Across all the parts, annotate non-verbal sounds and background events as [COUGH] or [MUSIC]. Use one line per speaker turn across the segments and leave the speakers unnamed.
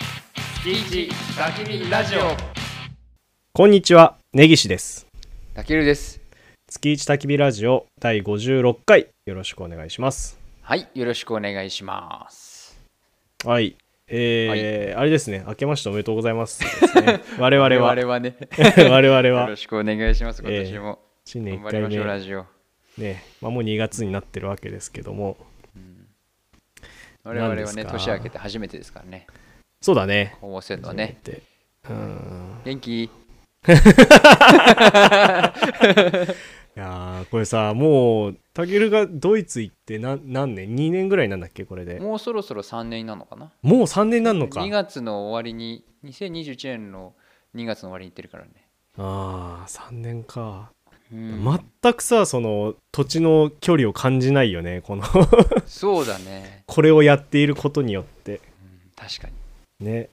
月一ガキ見ラジオ
こんにちは、根岸です。
たけるです
月一焚き火ラジオ第56回、よろしくお願いします。
はいよろしくお願いします
はい。えーあれですね、明けましておめでとうござ
[LAUGHS]
いますですね、我々は、
我々はね
[LAUGHS] 我々
よ
は
ろ、しくお願いします今
ええ
年も、
新年
頑張
1
りま
回
しょうラ
目、
ジオ
ね、まあ、もう2月になってるわけですけども、
我々
何で
は
す
ね
か
年明けて初めてですからね
そうだね。
高校生のはね
初めてうーん。
元気
いやーこれさ、もう、たけるがドイツ行ってな何年 ?2 年ぐらいなんだっけ、これで。
もうそろそろ3年になるのかな
もう3年なんのか。
2月の終わりに2021年の2月の終わりに行ってるからね
ああ、3年か。
うん
全くさその土地の距離を感じないよねこの [LAUGHS]
そうだね、
これをやっていることによって
うん確かに
ね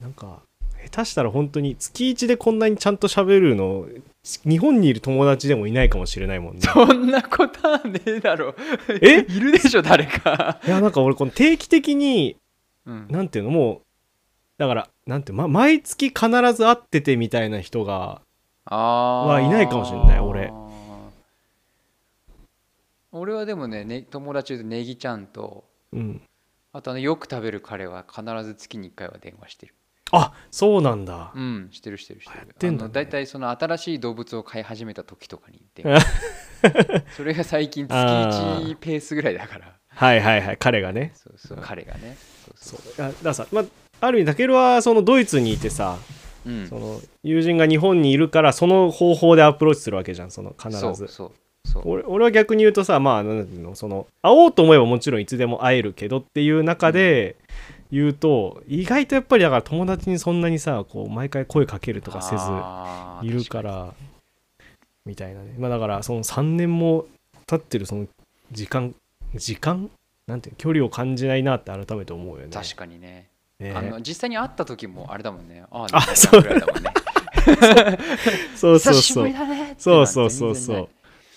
なんか下手したら本当に月一でこんなにちゃんと喋るの日本にいる友達でもいないかもしれないもんね
そんなことはねえだろ
え
いるでしょ誰か、
いやなんか俺この定期的に
うん、
なんていうのもうだからなんていう、ま、毎月必ず会っててみたいな人が
あ
はいないかもしれない俺
俺はでもねね友達でネギちゃんと
うん
あとあのよく食べる彼は必ず月に1回は電話してる
あそうなんだ
うんしてるしてるして
あや
る
ってんだね
あの大体その新しい動物を飼い始めた時とかに電話
[LAUGHS]
それが最近月
あ
1
ー
ペースぐらいだから
はいはいはい彼がね
そうそう彼がねそう
そ
そう
いやだからさ、まある意味たけるはそのドイツにいてさ
う、うん、
その友人が日本にいるからその方法でアプローチするわけじゃんその必
そう
ず
そうそう
俺俺は逆に言うとさまあなんていうのその会おうと思えばもちろんいつでも会えるけどっていう中で言うと、意外とやっぱりだから友達にそんなにさこう毎回声かけるとかせず
あー
いるからみたいなねまあだからその3年も経ってるその時間時間なんていうの距離を感じないなって改めて思うよね
確かにね
ね
あの実際に会った時もあれだもんねあ
あ
あ
そう
ぐらいだもんね
そうそう
久し
そ
ぶ
う
りだねっていうの
そ
は
うそうそう
全然
そ
な
う
い。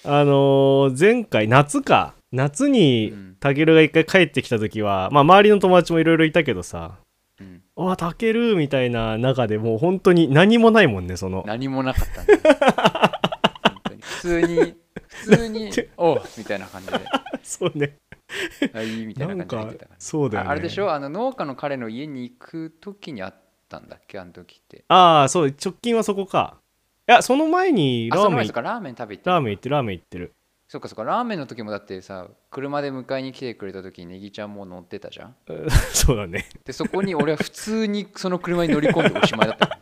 あのー前回夏か夏に
うん
たけるが一回帰ってきた時は、まあ周りの友達もいろいろいたけどさ
うん
「あたける」みたいな中でもう本当に何もないもんねその
[LAUGHS] 何もなかったね本当に普通に普通に「おう」みたいな感じで「
そうね
あいい」みたい
な
な感
ん
じで入っ
か
てたから
そうだよね
ああれでしょあの農家の彼の家に行く時にあったんだっけあの時って
ああそう直近はそこかいやその前に
あ
ラ
そ
ー
の
メ
前で
ン
すかラーメン食べ行って
ラーメン行ってるラーメン行ってる [LAUGHS]
そっかそっかラーメンの時もだってさ車で迎えに来てくれた時にネギちゃんも乗ってたじゃん
えーそうだね
でそこに俺は普通にその車に乗り込んでおしまいだった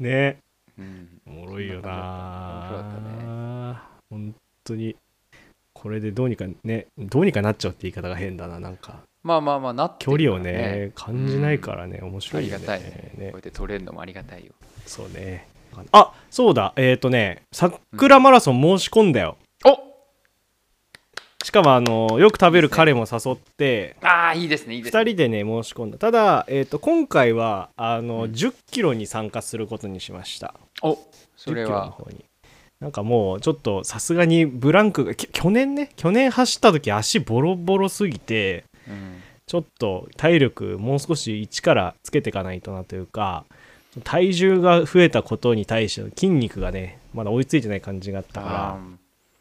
ね
うん
おもろいよ
そんな感じだった面白
な本当にこれでどうにかねどうにかなっちゃうって言い方が変だななんか
まあまあまあなって
距
る
離を
から
ね感じないからね、面白
あ
い
り
よ
が
ね
たいねこう
ね
やって取れるのもありがたいよ
そうねあそうだえっ、ー、とね桜マラソン申し込んだよ、
お
しかもあのよく食べる彼も誘って
ああいいですねいいですね
2人でね申し込んだただ、えー、と今回はあの、
うん
1 0キロに参加することにしました
おそ
1 0
れ
キロの
は
方になんかもうちょっとさすがにブランクがき去年ね去年走った時足ボロボロすぎて
うん
ちょっと体力もう少し一からつけていかないとなというか体重が増えたことに対しての筋肉がねまだ追いついてない感じがあった
あ
から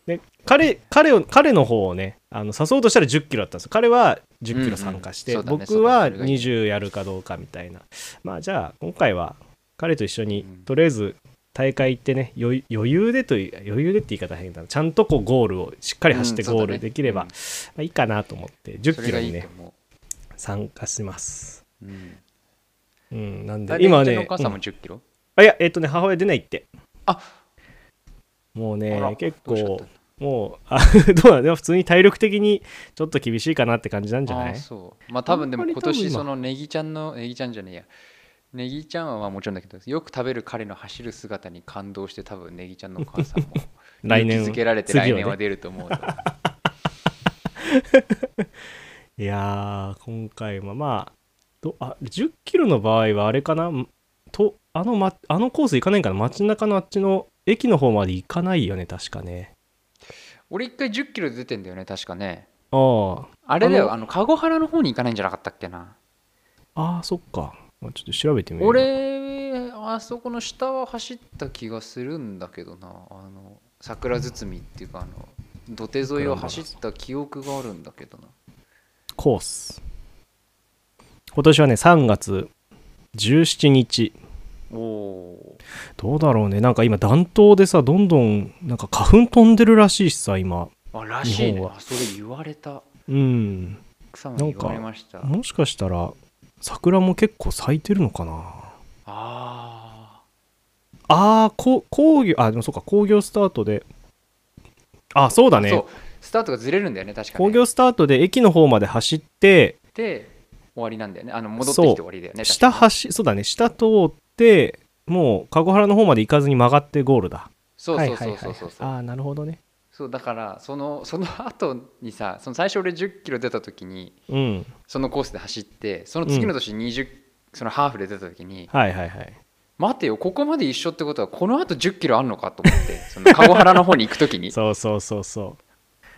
で彼彼を彼の方をねあの誘おうとしたら1 0キロだったんですよ彼は1 0キロ参加して、
うんうんそうだね
僕は
そうだねそれがいい
20やるかどうかみたいなまあじゃあ今回は彼と一緒に、
うん
とりあえず大会行ってね余余裕でという余裕でって言い方変だなちゃんとこうゴールをしっかり走って
うんそうだ
ゴ
ね
ールできれば、
うん
まあ、いいかなと思って1
ーそ
0キ
れ
ロ
が
に
いいと
ね
思
参加します。
ううん
うん、なんで
あ、
今
今ね
ね、
お母さんも
うん
1 0キロ
あいや、えっ、とね、母親出ないって。
あ
もう
あら
ね、結
どうしちゃっ
構
たん、
もう、あ [LAUGHS] どうなんだよ、普通に体力的にちょっと厳しいかなって感じなんじゃな
あー
い
そうまあ多分でも
あんまり
今
多分今
年そのネギちゃんのネギちゃんじゃねえやネギちゃんはまあもちろんだけどよく食べる彼の走る姿に感動して多分ネギちゃんのお母さんも
[LAUGHS] 来年
勇気づけられて
次は
来
ね
年は出ると思う
[LAUGHS]
よ
いやー、今回もまあ、どあ10キロの場合はあれかなとあの、ま、あのコース行かないんかな街中のあっちの駅の方まで行かないよね、確かね。
俺一回1 0キロ出てんだよね確かね
ああ、
あれだよ
あの
あの籠原の方に行かないんじゃなかったっけな
ああそっかまあちょっと調べてみよう
俺あそこの下は走った気がするんだけどなあの桜堤っていうかあの土手沿いを走った記憶があるんだけどな
コース今年はね3月17日
おお
どうだろうねなんか今暖冬でさどんどんなんか花粉飛んでるらしいしさ今
ーあらしい
日
ね
本は
あそれ言われた
うん
草間に言われましたあ
もしかしたら桜も結構咲いてるのかな
あ
あーこ工業あでもそうか工業スタートであそうだ
ー
ね
そうスタートがずれるんだよね確か
工
に、
業スタートで駅の方まで走って
で終わりなんだよねあの戻ってきて終わりだよね
下
確かに
走そうだね下通ってもう籠原の方まで行かずに曲がってゴールだ
そうそうそうそうそうそう
ああなるほどね
そうだからそのその後にさその最初俺1 0キロ出た時に
うん
そのコースで走ってその次の年20、そのハーフで出た時に
はいはいはい
待てよここまで一緒ってことはこのあと1 0キロあんのかと思
[LAUGHS]
ってその籠原の方に行く時に
そうそうそうそ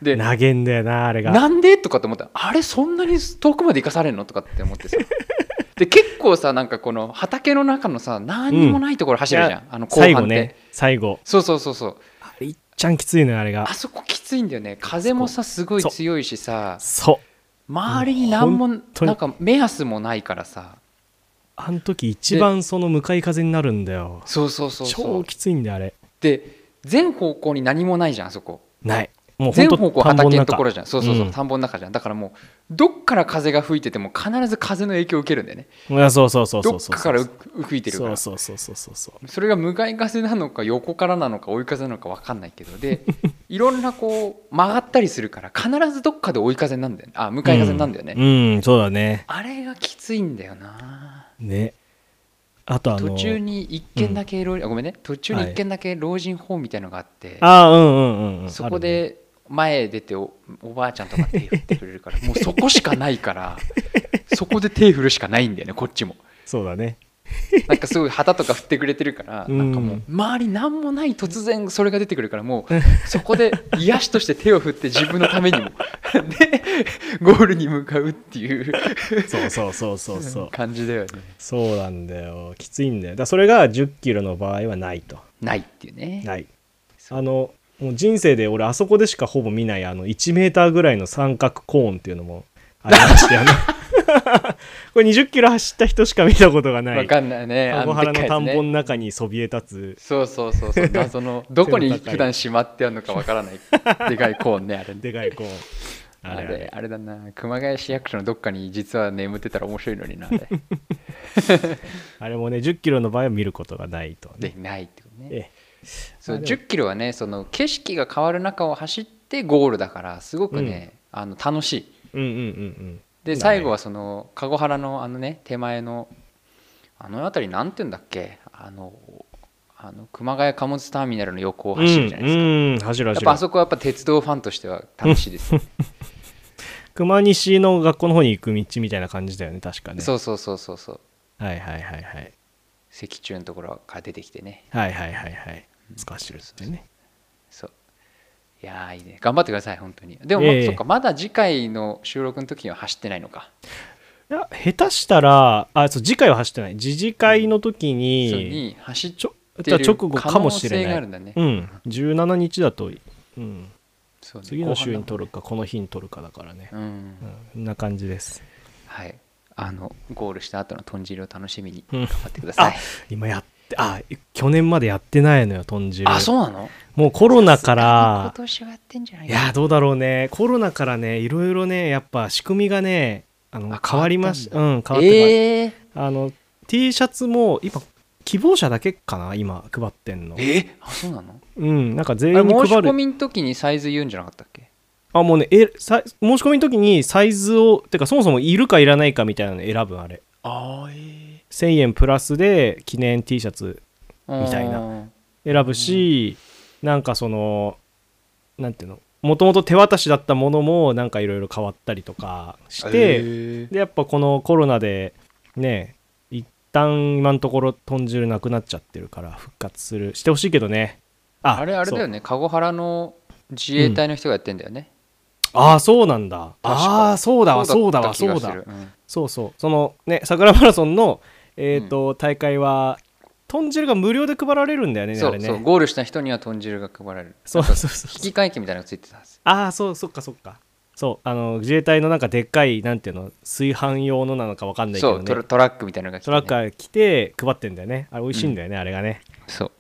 で
う投げんだよなあれが
なんでとかって思ったあれそんなに遠くまで行かされんのとかって思って
[LAUGHS]
さで結構さなんかこの畑の中のさ何にもないところ走るじゃん、あの後半って
最後ね最後
そうそうそうそう
あれいっちゃんきついのよあれが
あそこきついんだよね風もさすごい
そう
強いしさ
そう
周りに何も
当に
なんか目安もないからさ
あの時一番その向かい風になるんだよ
そうそうそうそ
超
う
きついんだよあれ
で全方向に何もないじゃんあそこ
ないもうほん
全
と
方向
田んぼ
畑の
中
ところじゃんそうそうそう、
うん
田んぼの中じゃんだからもうどっから風が吹いてても必ず風の影響を受けるんだよね
いやそうそうそうそうそう
どっかからう吹いてるから
そうそうそうそうそう
それが向かい風なのか横からなのか追い風なのか分かんないけどで [LAUGHS] いろんなこう曲がったりするから必ずどっかで追い風になるんだよねあ向かい風になるんだよね、
うん、うんそうだね
あれがきついんだよな
ねあとあの
途中に一軒だけ老、あごめんね途中に一軒だけ老人ホームみたいのがあって、
ああうんうんうんうん
そこで前出ておおばあちゃんとか手振ってくれるから [LAUGHS] もうそこしかないから [LAUGHS] そこで手振るしかないんだよねこっちも
そうだね
なんかすごい旗とか振ってくれてるから
[LAUGHS] うん
なんかもう周り何もない突然それが出てくるからも
[LAUGHS]
うそこで癒しとして手を振って自分のためにも [LAUGHS] でゴールに向かうっていう
そうそうそうそ
[LAUGHS]
うそう
感じだよね
そうなんだよきついんだよだからそれが1 0キロの場合はないと
ないっていうね
ないあのもう人生で俺あそこでしかほぼ見ないあの1メーターぐらいの三角コーンっていうのもありましたよね [LAUGHS] これ2 0キロ走った人しか見たことがな
わ
い
かんないね
籠原の田んぼの
ね
中にそびえ立つ
そうそうそうそう謎のどこに普段しまってあるのかわからない
[LAUGHS]
でかいコーンねあれね
でかいコーン
あ
あ
れ
れ
あ
あ
れ
れ
だな熊谷市役所のどっかに実は眠ってたら面白いのになあ
[LAUGHS]
れ
あれもね1 0キロの場合は見ることがないと、
でないってことね
え
そう
あ
1
でも
0キロはねその景色が変わる中を走ってゴールだからすごくね、あの楽しい
うんうんうん
で
だね
最後はその籠原のあのね手前のあの辺りなんて言うんだっけあのあの熊谷貨物ターミナルの横を
うん
走るじゃないですか、
うんうん走る
やっ
走る
ぱあそこはやっぱ鉄道ファンとしては楽しいです、ね、
熊西の学校の方に行く道みたいな感じだよね確 [LAUGHS] かね
そうそうそうそうそう
はいはいはいはい
石柱のところから出てきてね
はいはいはいはいスカッシュルスってね
そういやーいいね頑張ってください本当にでも、まあ
ええ
そっかまだ次回の収録の時には走ってないのか
いや下手したらあそう次回は走ってない次次会の時
そう
に
に走っ
ちょ
てる
直後かもし
可能性
れ
が
な
あ
い、
るんだね、
うん、17日だと、うん、
そうね
次の週に
後
撮るかこの日に撮るかだからね
半だもんね
う
うん
んこんな感じです
はいあのゴールした後の豚汁を楽しみに
うん
頑張ってください、
今やってあ去年までやってないのよ豚汁
あそうなの
もうコロナか
今
ら
年はやってんじゃない
いやーどうだろうねコロナからねいろいろねやっぱ仕組みがねあの
あ
変わりまし
変
たうん変わって変わって
ええ
あの T シャツも今希望者だけかな今配ってんの
えーあそうなの
うんなんか
あ
全
れ
員に
申し
配
込
る
みの時にサイズ言うんじゃなかったっけ
あもうねえさ申し込みの時にサイズをてかそもそもいるかいらないかみたいなの選ぶあれ
あえ
1000円プラスで記念 T シャツみたいな
な
選ぶし、なんかそのなんていうのもともと手渡しだったものもなんかいろいろ変わったりとかして、でやっぱこのコロナでね一旦今のところ豚汁なくなっちゃってるから復活するしてほしいけどねあ
あれあれだよ
ね
ね、籠原の自衛隊の人がやってんだよね。
ああそうなんだああそうだわそうだわ
った気
そ
が
う
す
だ
るん
そうそうそのね桜マラソンのえっ、と、大会は豚汁が無料で配られるんだよね
そ
あ
う
れね
そうゴールした人には豚汁が配られる
そうそうそう
引き換え機みたいなのがついてたんですよ
ああそうそっかそっかそうあの自衛隊のなんかでっかいなんていうの炊飯用のなのかわかんないけ
そう
どね
トラトラックみたいなのが来て
ト
ね
ラッカー来て配ってんだよねあれ美味しいんだよね、あれがね
そう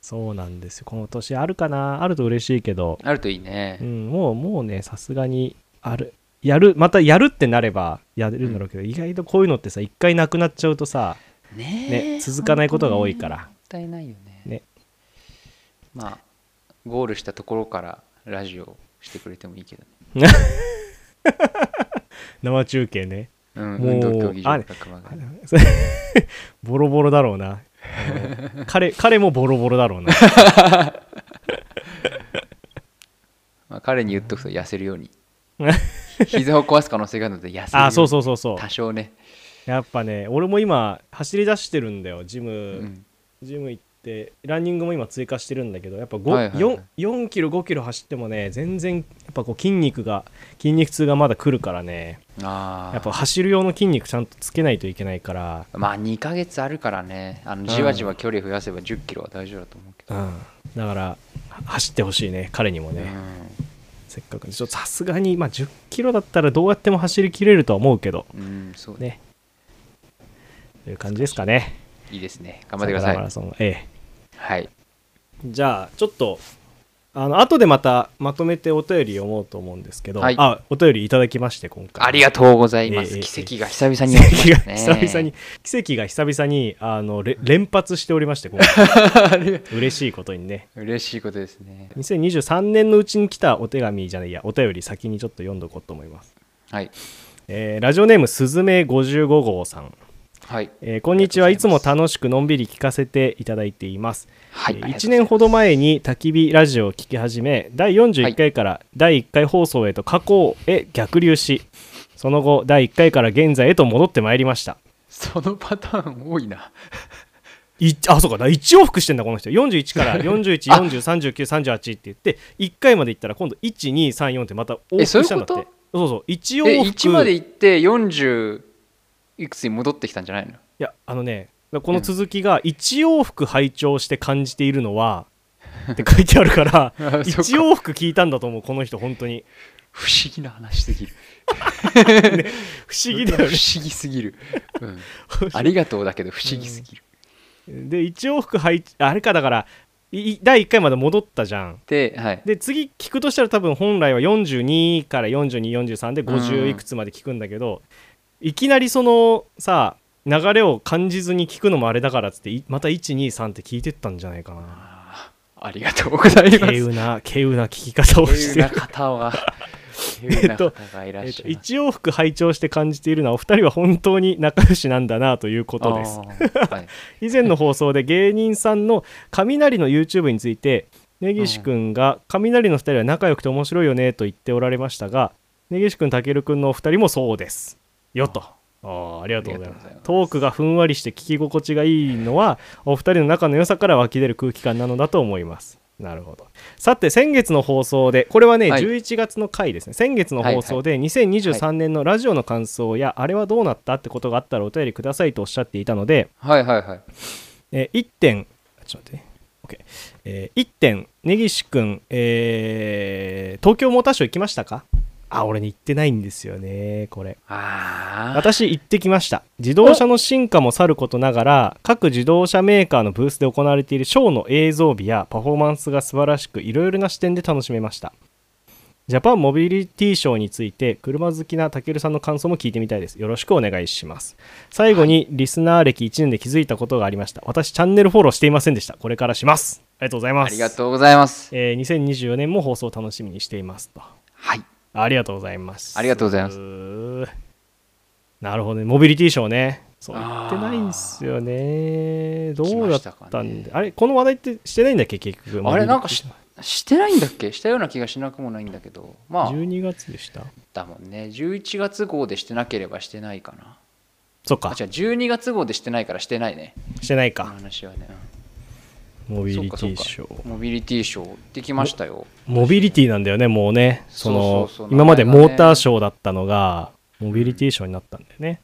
そうなんですよこの年あるかなあると嬉しいけど
あるといいね
うん、もうもうねさすがにあるやるまたやるってなればやれるんだろうけど、意外とこういうのってさ一回なくなっちゃうとさ、
ねえ
ね、続かないことが多いから
もったいないよね
ね
まあゴールしたところからラジオしてくれてもいいけどね、
生中継ね
うん、
もう
運動競技場
あ
とかまで
それボロボロだろう [LAUGHS] なあの彼彼もボロボロだろう [LAUGHS] な
まあ、彼に言っとくと痩せるように膝を壊す可能性があるので痩せるよに
あそうそうそうそう
多少ね、
やっぱね俺も今走り出してるんだよジム、
うん
ジム行ってランニングも今追加してるんだけどやっぱ
はいはいはい
4, 4キロ5キロ走ってもね全然やっぱこう筋肉が筋肉痛がまだ来るからね
ああ
やっぱ走る用の筋肉ちゃんとつけないといけないから、
まあ2ヶ月あるからねあの
ん
じわじわ距離増やせば1 0キロは大丈夫だと思うけど、
うん、だからは走ってほしいね彼にもね、せっかくちょっとさすがに、まあ、1 0キロだったらどうやっても走りきれるとは思うけど
うん、うん、そうね
ねという感じですかね
いいですね頑張ってくださ
マ
い
ラソンええ
はい
じゃあちょっとあの後でまたまとめてお便り読もうと思うんですけど、
はい
あお便りいただきまして今回
ありがとうございま
え
す
えええ
奇跡が久々に
[LAUGHS] 奇
起
跡
きま
が
したね
久々に奇跡が久々にあのれ連発しておりまして今回
[LAUGHS]
嬉しいことにね
嬉しいことですね
2023年のうちに来たお手紙じゃないいやお便り先にちょっと読んどこうと思います、
はい
えーラジオネームすずめ55号さん、
はい
えーこんにちは
あり
い
が
つ
とうご
も
ざい
楽しくのんびり聞かせていただいています
はい
えー1年ほど前に焚き火ラジオを聞き始め第41回から第1回放送へと過去へ逆流しその後第1回から現在へと戻ってまいりました
そのパターン多い
[LAUGHS]
ない
あそうかだ1往復してんだこの人41から41403938って言って1回まで行ったら今度1234ってまた往復
えそういう
したんだって
こと
そうそう1
え
往復
1まで行って40いくつに戻ってきたんじゃないの
いやあのねこの続きが1往復拝聴して感じているのはって書いてあるから
[LAUGHS] あそっか
1往復聞いたんだと思うこの人本当に
不思議な話すぎる
不思議だ
不
よね
思議すぎる、
[LAUGHS]
うん、ありがとうだけど不思議すぎる、
で1往復拝あれかだからいい第1回まで戻ったじゃん
ではい
で次聞くとしたら多分本来は42から4243で
うん
50いくつまで聞くんだけど、いきなりそのさ流れを感じずに聞くのもあれだからっつっていまた123って聞いてったんじゃないかな
ありがとうござ [LAUGHS] いま
稀
す
有な稀有な聞き方を
と
し
いう
て
な
る
方は、
えっと
というな方がいらっ
えっ
し
と
ゃいます。
[LAUGHS] 一往復拝聴して感じているのはお二人は本当に仲良しなんだなということです
あーはい
以前の放送で芸人さんの雷の YouTube について根岸くんが雷の2人は仲良くて面白いよねと言っておられましたが根岸くんたけるくんのお二人もそうですよとあーありがとうございます
ありがとうございます
トークがふんわりして聞き心地がいいのはお二人の仲の良さから湧き出る空気感なのだと思いますなるほどさて先月の放送でこれはね、
はい
11月の回ですね先月の放送で2023年のラジオの感想や、あれはどうなったってことがあったらお便りくださいとおっしゃっていたので、
はいはいはい。
えー、1点あちょっと待ってね OK、えー、1点根岸くん、えー、東京モーターショー行きましたかあ俺に行ってないんですよねこれ
ああ。
私行ってきました自動車の進化もさることながら各自動車メーカーのブースで行われているショーの映像美やパフォーマンスが素晴らしくいろいろな視点で楽しめましたジャパンモビリティショーについて車好きなたけるさんの感想も聞いてみたいですよろしくお願いします最後にリスナー歴1年で気づいたことがありました私チャンネルフォローしていませんでしたこれからしますありがとうございま
あ
す
りがとうございます。
えー2024年も放送を楽しみにしていますと
はい。
ありがとうございます。
ありがとうございます
す。なるほどね、モビリティショーね。そう言ってないんすよね。どうだっ
来ましたたか
ん
ね
で、あれ、この話題ってしてないんだっけ、結局。
あれなんか
し
ししてないんだっけしたような気がしなくもないんだけど、まあ、
12月でした。
だもんね。11月号でしてなければしてないかな。
そっ
あ、
か
じ、ゃ12月号でしてないからしてないね。
してない
この
か。
話はね。うん
モビリティショー
モビリティショー行ってきましたよ
モビリティなんだよねもうねその
そうそうそう
今まで
名前が
モ
ね
ーターショーだったのがモビリティショーになったんだよね、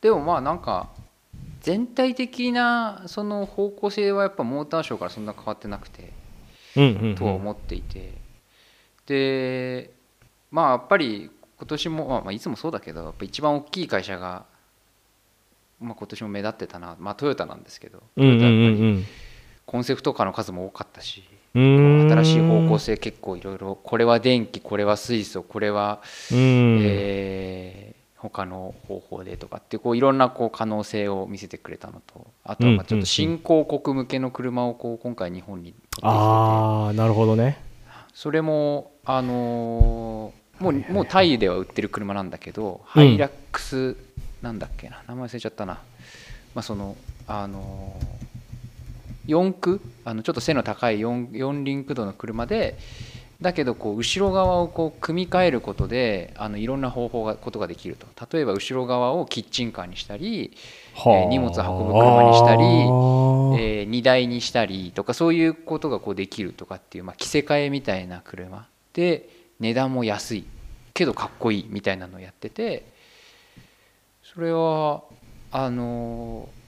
でもまあなんか全体的なその方向性はやっぱモーターショーからそんな変わってなくて
うん、うんうん
とは思っていてでまあやっぱり今年も、まあまあ、いつもそうだけどやっぱ一番大きい会社が、まあ、今年も目立ってたな、まあ、トヨタなんですけどト
うんう
ヨ
ん
タ
う
はやっぱり
ん
コンセプトカーの数も多かったし、
うんうーん
新しい方向性結構いろいろこれは電気これは水素これは、
うん、
えー他の方法でとかってこういろんなこう可能性を見せてくれたのとあとはまあちょっと新興国向けの車をこう今回日本に持ってきてて
ああなるほどね
それもあのーも
はいはいは
う
い
もうタイでは売ってる車なんだけど、
うん
ハイラックスなんだっけな名前忘れちゃったな、まあ、そのあのー四駆あのちょっと背の高い四四輪駆動の車でだけどこう後ろ側をこう組み替えることであのいろんな方法がことができると例えば後ろ側をキッチンカーにしたり、
はあ
荷物運ぶ車にしたり
あー
えー荷台にしたりとかそういうことがこうできるとかっていう、まあ、着せ替えみたいな車で値段も安いけどかっこいいみたいなのをやっててそれはあのー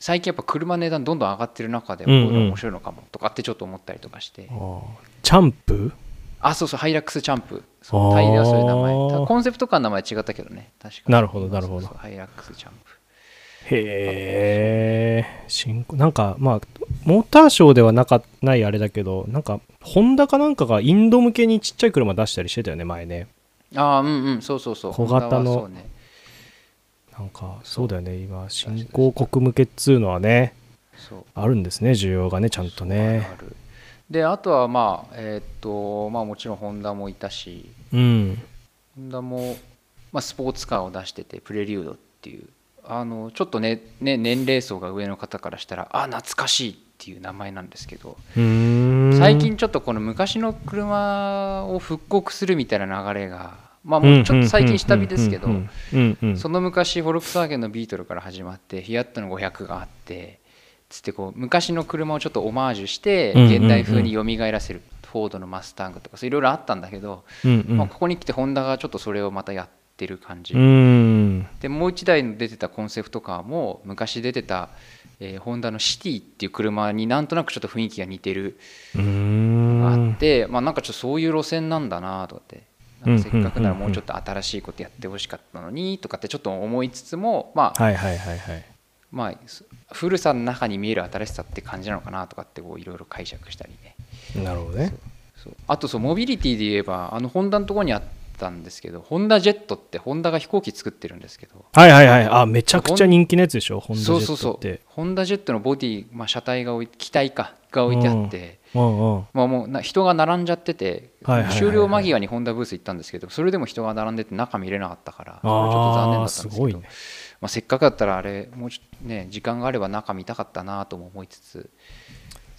最近やっぱ車の値段どんどん上がってる中でこ
う
うん
う
い
ん
うの面白いのかもとかってちょっと思ったりとかして、
あーチャンプ
あそうそうハイラックスチャンプ
あ
そう
ー
タイではそういう名前ただコンセプト感の名前違ったけどね確かに
なるほどなるほど
そうそうハイラックスチャンプ
へえ新興なんかまあモーターショーではなかないあれだけどなんかホンダかなんかがインド向けにちっちゃい車出したりしてたよね前ね
ああうんうんそうそうそう
小型の
ホンダはそうね
なんかそうだよね今新興国向けっつうのはね
そう
あるんですね需要がねちゃんとね
あるあるであとはまあえーっとまあもちろんホンダもいたし
うん
ホンダも、まあ、スポーツカーを出しててプレリュードっていうあのちょっとねね年齢層が上の方からしたらあ懐かしいっていう名前なんですけど
うーん
最近ちょっとこの昔の車を復刻するみたいな流れがまあもうちょっと最近下火ですけど
うんうんうんうん
その昔フォルクスワーゲンのビートルから始まってフィアットの500があってつってこう昔の車をちょっとオマージュして
うんうんうん
現代風によみがえらせるフォードのマスタングとかそういろいろあったんだけど、
うんうん
まあ、ここに来てホンダがちょっとそれをまたやってる感じ、
うん
でもう一台の出てたコンセプトカーも昔出てた、えーホンダのシティっていう車になんとなくちょっと雰囲気が似てる
うーん
あって、まあ、なんかちょっとそういう路線なんだなとかってなんかせっかくなら
うんうんうんうん
もうちょっと新しいことやってほしかったのにとかってちょっと思いつつも、まあ
はいはいはいはい
まあ、す古さの中に見える新しさって感じなのかなとかってこういろいろ解釈したりね
なるほどね
そうあとそうモビリティで言えばあのホンダのところにあったんですけどホンダジェットってホンダが飛行機作ってるんですけど
はいはいはいあめちゃくちゃ人気のやつでしょホンダジェ
そうそう
ット
そ
っ
う
て
ホンダジェットのボディ、まあ、車体が置い機体かが置いてあって。
うんうん
まあ、もうな人が並んじゃってて、
はいはいはいはい
終了間際にホンダブース行ったんですけどそれでも人が並んでて中見れなかったからそれちょっと残念だっ
ああ
たん
す
ですけど
ごいね
まあ、せっかくだったらあれもうちょっとね時間があれば中見たかったなとも思いつつ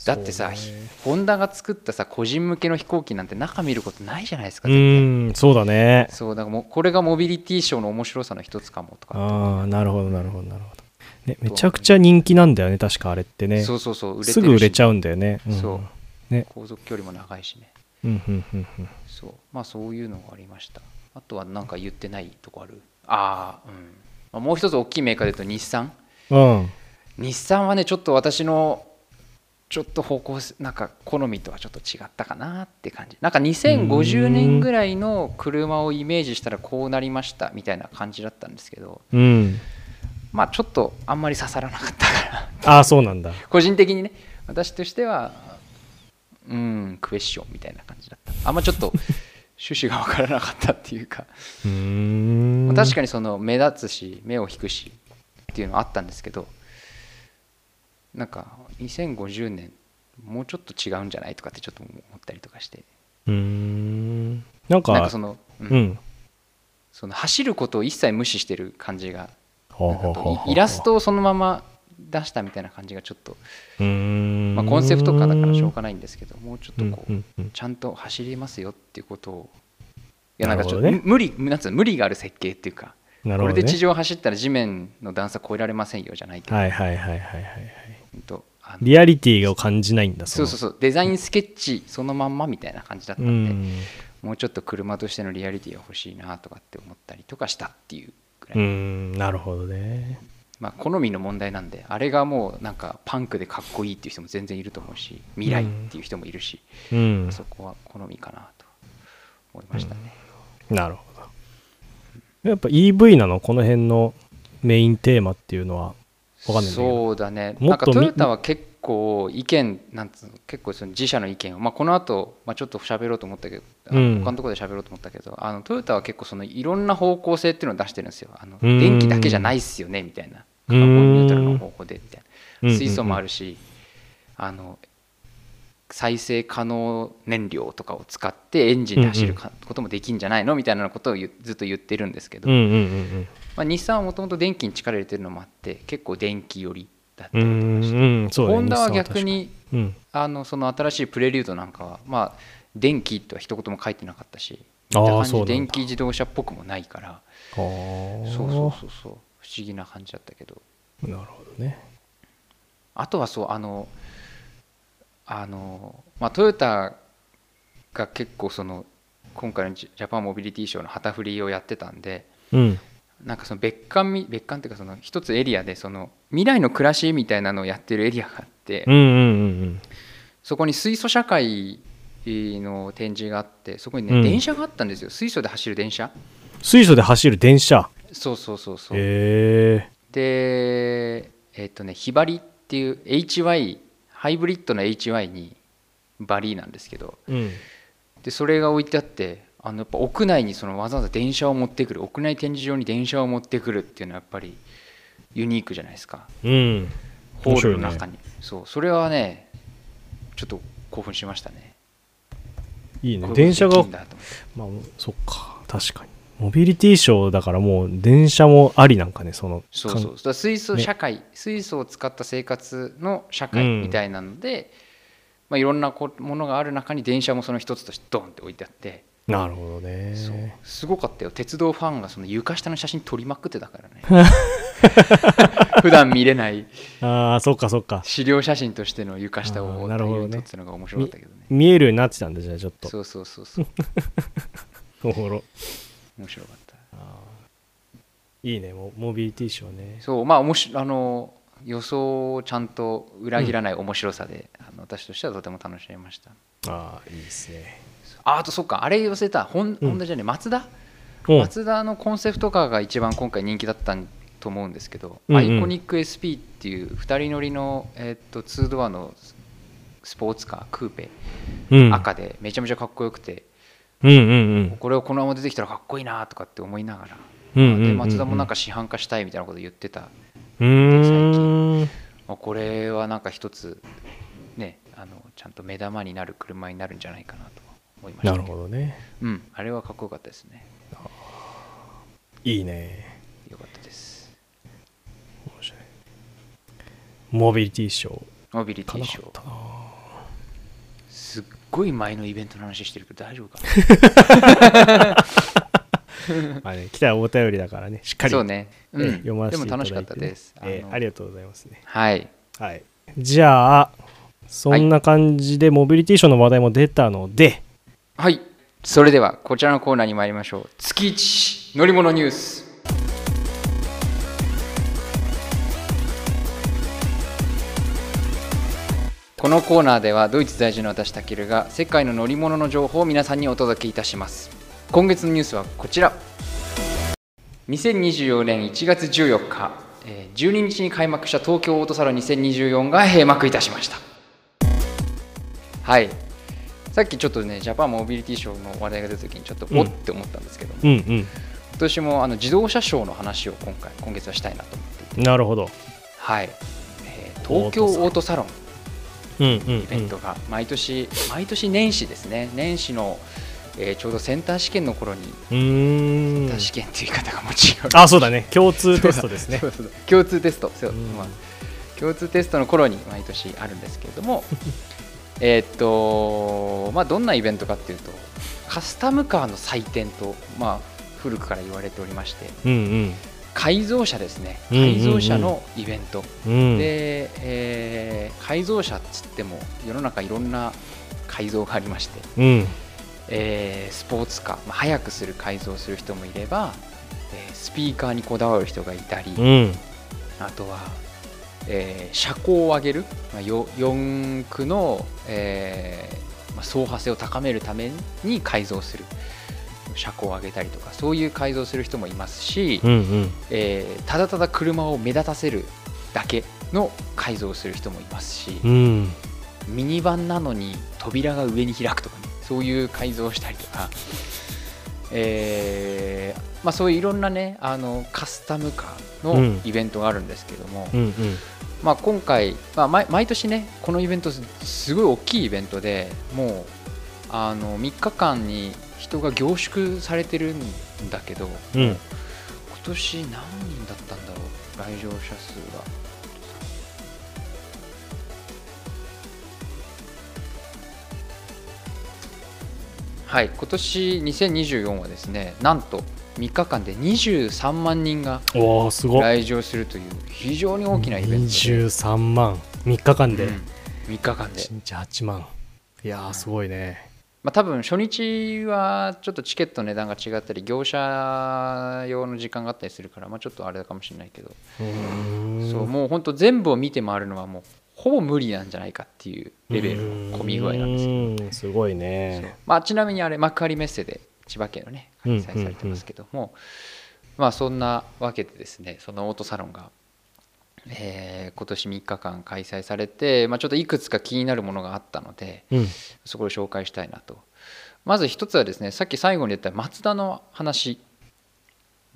だってさ、
そうね
ホンダが作ったさ個人向けの飛行機なんて中見ることないじゃないですか
う
絶対
ーんそうだね
そうだからもうこれがモビリティショーの面白さの一つかもとか、
ああなるほどなるほどなるほど、ね、めちゃくちゃ人気なんだよね確かあれってね
そうそうそう売れてるし
すぐ売れちゃうんだよね、ん、
そう
ね
航続距離も長いしね
うんうんうんうん
そうまあそういうのがありましたあとはなんか言ってないとこあるああうんまあもう一つ大きいメーカーで言うと日産
うん
日産はねちょっと私のちょっと方向性なんか好みとはちょっと違ったかなって感じなんか2050年ぐらいの車をイメージしたらこうなりましたみたいな感じだったんですけど
うん
まあちょっとあんまり刺さらなか [LAUGHS] ったから
ああそうなんだ
個人的にね私としてはうんクエスチョンみたいな感じだったあんまちょっと趣旨が分からなかったっていうか
うーん
確
か
かにその目立つし目を引くしっていうのはあったんですけどなんか2050年もうちょっと違うんじゃないとかってちょっと思ったりとかして
うーんなんか
なんかその,うん、
うん
その走ることを一切無視してる感じが
ほう
なん
ほう
か
ほうほう
イラストをそのまま出したみたいな感じがちょっと、
うーん
まあ、コンセプトカーだからしょうがないんですけどもうちょっとこう、
うんうんうん
ちゃんと走りますよっていうことをいやなんかちょっと、
なるほどね
無理なんつうの無理がある設計っていうか、
な
こ
るほ
れ
ど、ね、
で地上走ったら地面の段差超えられませんよじゃないけど、
はいはいはいはいはいはい
ほんとあの
リアリティを感じないんだ
そうそう
う
そうデザインスケッチそのまんまみたいな感じだったん
う
で、
ん
もうちょっと車としてのリアリティが欲しいなとかって思ったりとかしたっていうぐらい、
うんなるほどね
まあ、好みの問題なんであれがもうなんかパンクでかっこいいっていう人も全然いると思うし未来っていう人もいるし、
うん
そこは好みかなと思いましたね、
なるほどやっぱ EV なのこの辺のメインテーマっていうのはわかんないんだけど
そうだね
も
な
っ
んか
とみ
トヨタは結構意見なんつうの結構その自社の意見を、まあ、この後、まあちょっと喋ろうと思ったけど、あの
うん
他のところで喋ろうと思ったけどあのトヨタは結構そのいろんな方向性っていうのを出してるんですよあの
うん
電気だけじゃないっすよねみたいな
う
カ
ん
ーボンニュートラルの方法でみたい
うん
な水素もあるしあの再生可能燃料とかを使ってエンジンで走るかこともできんじゃないのみたいなことを言うずっと言ってるんですけど
うんうんうん
まあ、日産はもともと電気に力入れてるのもあって結構電気寄りだった
う
りと
ん
かして、
うんうんそうだね
ホンダは
日産確か
逆に
うん
あのその新しいプレリュードなんかはまあ電気とは一言も書いてなかったし
あー
見た感じ
そうなんだ
電気自動車っぽくもないから
あー
そうそうそうそう不思議な感じだったけど
なるほどね
あとはそうあのあの、まあ、トヨタが結構その今回のジジャパンモビリティショーの旗振りをやってたんで、
うん
なんかその別館み別館っていうかその一つエリアでその未来の暮らしみたいなのをやってるエリアがあって、
うんうんうん
そこに水素社会の展示があってそこにね、
うん
電車があったんですよ水素で走る電車
水素で走る電車
そうそうそうそう、
へえ
でえっとねひばりっていう HY ハイブリッドの HY にバリーなんですけど
うん
でそれが置いてあってあのやっぱ屋内にそのわざわざ電車を持ってくる屋内展示場に電車を持ってくるっていうのはやっぱりユニークじゃないですか
うん
ホールの中に、そうそれはねちょっと興奮しましたね
いい
こ
ね
ういう
電車
こと
が
できんだと思って
まあそっか確かにモビリティショーだからもう電車もありなんかねその
そうそうだから水素
ね
社会、水素を使った生活の社会みたいなので、まあ、いろんなこものがある中に電車もその一つとしてドンって置いてあって、
なるほどね
そうすごかったよ鉄道ファンがその床下の写真撮りまくってたからね
[LAUGHS]
普段見れない
ああそっかそっか
資料写真としての床下
あー
を
なる
大
ほど
量
ね
に撮ってたのが面白かったけどね
見えるようになってたんだじゃあちょっと
そうそうそうそう
おもろ
面白かった
いいねモモビリティショーね
そうまあおもしあの予想をちゃんと裏切らない面白さで、あの私としてはとても楽しみました
ああいいですね
ああとそっかあれ忘れたホン
うん
ホンダじゃねえマツダ
うん
マツダのコンセプトカーが一番今回人気だったと思うんですけど、
うんう
ア
ん
イコニック SP っていう2人乗りの、えっと2ドアのスポーツカークーペ、
うん
赤でめちゃめちゃかっこよくて
うんうん
これをこのまま出てきたらかっこいいなとかって思いながら、
うんうんうん
でマツダもなんか市販化したいみたいなこと言ってた
うーん
まあこれはなんか一つねあのちゃんと目玉になる車になるんじゃないかなと思いました
な
け
るほどね
うんあれはかっこよかったですね
いいね
よかったです
面白いモビリティショー
[LAUGHS] モビリテ
か
ィ
な
シ
か
ョー
ったな
すっごい前のイベントの話してるけど大丈夫か
まあね、来たお便りだからね、しっか
な
り、
そうね、
え
う
え
ん、
読ませ
で
て
も
いただ
楽
い、
してかったです、
ええ
あの
ありがとうございますね。
はい
はい、じゃあ、そんな感じでモビリティショーの話題も出たので、
はいそれではこちらのコーナーに参りましょう月一乗り物ニュースこのコーナーではドイツ在住の私たけるが世界の乗り物の情報を皆さんにお届けいたします今月のニュースはこちら2024年1月14日えー12日に開幕した東京オートサロン2024が閉幕いたしましたはいさっきちょっとねジャパンモビリティショーの話題が出た時にちょっとおって思ったんですけど、
うんうん、
今年もあの自動車ショーの話を今回今月はしたいなと思っていて、
なるほど。
はいえー東京オートサロン
うんうん、うん
イベントが毎年、毎年年始ですね年始の、えーちょうどセンター試験の頃に、
うー
セ
ん
ンター試験という言い方がもう違う
あ、そうだね、共通テストですね
[LAUGHS] そ。うそうそう共通テストそう、
うん
まあ共通テストの頃に毎年あるんですけれど
[LAUGHS]
もえーっと、まあ、どんなイベントかっていうとカスタムカーの祭典と、まあ、古くから言われておりまして
うんうん、
改造車ですね
うんうんうん
改造車のイベント、
うん、
で、えー改造車っつっても世の中いろんな改造がありまして、
うん、
えースポーツカー、まあ、速くする改造する人もいれば、えースピーカーにこだわる人がいたり、
うん、
あとは、えー車高を上げる、まあ、よ四駆の、えーまあ、走破性を高めるために改造する車高を上げたりとかそういう改造する人もいますし、
うん、うん、
えーただただ車を目立たせるだけの改造をする人もいますし、
うん、
ミニバンなのに扉が上に開くとかねそういう改造をしたりとか、えーまあ、そういういろんなねあのカスタムカー
うん
のイベントがあるんですけども、
うん、
まあ、今回、まあ、毎毎年ねこのイベントすすごい大きいイベントでもうあの3日間に人が凝縮されてるんだけど、
う
今
ん
年何人だったんだろう来場者数が。はい今年2024はですねなんと3日間で23万人が
うん、おお、すごい。
来場するという非常に大きなイベントで
23万、3日間で、
3日間で
1、日8万。いやー、すごいね。
まあ、多分初日はちょっとチケットの値段が違ったり業者用の時間があったりするから、まあ、ちょっとあれかもしれないけど、
うーん
そうもう本当全部を見て回るのはもうほぼ無理なんじゃないかっていうレベルの混み具合なんですけど、
けど。すごい
そう
ね。
まあ、ちなみにあれ幕張メッセで千葉県のね開催されてますけども、まあ、そんなわけでですねそのオートサロンが、えー今年3日間開催されて、まあ、ちょっといくつか気になるものがあったので、
うん、
そこを紹介したいなとまず一つはですねさっき最後に言ったマツダの話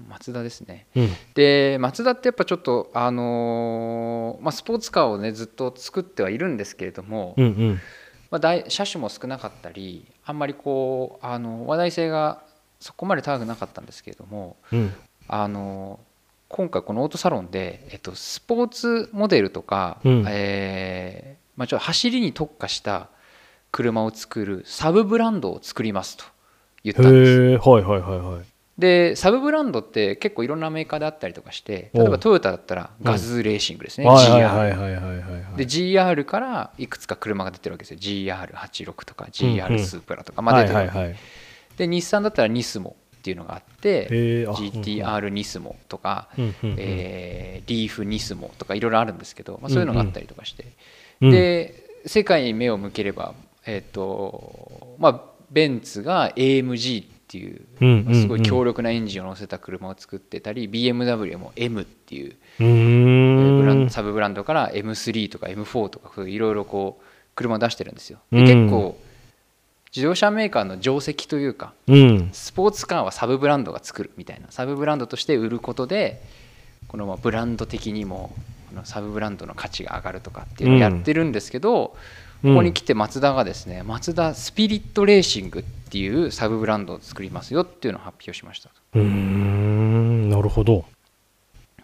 マツダですね
うん、
でマツダってやっぱちょっとあのーまあ、スポーツカーをねずっと作ってはいるんですけれども、
うん、うん、
まあ、大車種も少なかったりあんまりこうあの話題性がそこまで高くなかったんですけれども
うん、
あの今回このオートサロンで、えっと、スポーツモデルとか、
うん
えーまあ、ちょっと走りに特化した車を作るサブブランドを作りますと言ったんです。
へえ、はい、はい、はい、はい。
でサブブランドって結構いろんなメーカーであったりとかして例え
おう
ばトヨタだったらガズレーシングですね、
はい、
GR、
はい、はい、はい、はい、はい。
で GR からいくつか車が出てるわけですよ GR86 とか
うんうん
GR スープラとか、まあ、
は
出
い、
てるわ
は
け
い、はい。
で日産だったらニスモっていうのがあって、
へーあ
GTR ニスモとか、
うんうんうん
えーリーフニスモとかいろいろあるんですけど、まあ、そういうのがあったりとかして、
うん
で世界に目を向ければ、えっとまあ、ベンツが AMG っていう、
うんうんうん
まあすごい強力なエンジンを乗せた車を作ってたり BMW も M っていう
うーん
ブランドサブブランドから M3 とか M4 とかそういういろいろこう車を出してるんですよ。で
うん
結構自動車メーカーの定石というか
うん
スポーツカーはサブブランドが作るみたいなサブブランドとして売ることでこのまあブランド的にもこのサブブランドの価値が上がるとかっていうのをやってるんですけど、
うん
ここに来てマツダがですねマツダスピリットレーシングっていうサブブランドを作りますよっていうのを発表しました。
うーんなるほど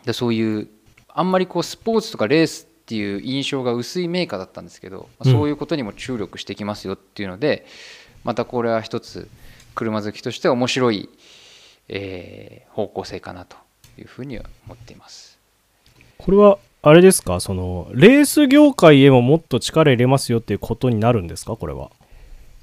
でそういうあんまりこうスポーツとかレースっていう印象が薄いメーカーだったんですけど、まあ
うん
そういうことにも注力してきますよっていうのでまたこれは一つ車好きとして面白い、えー方向性かなというふうには思っています。
これはあれですかそのレース業界へももっと力入れますよっていうことになるんですかこれは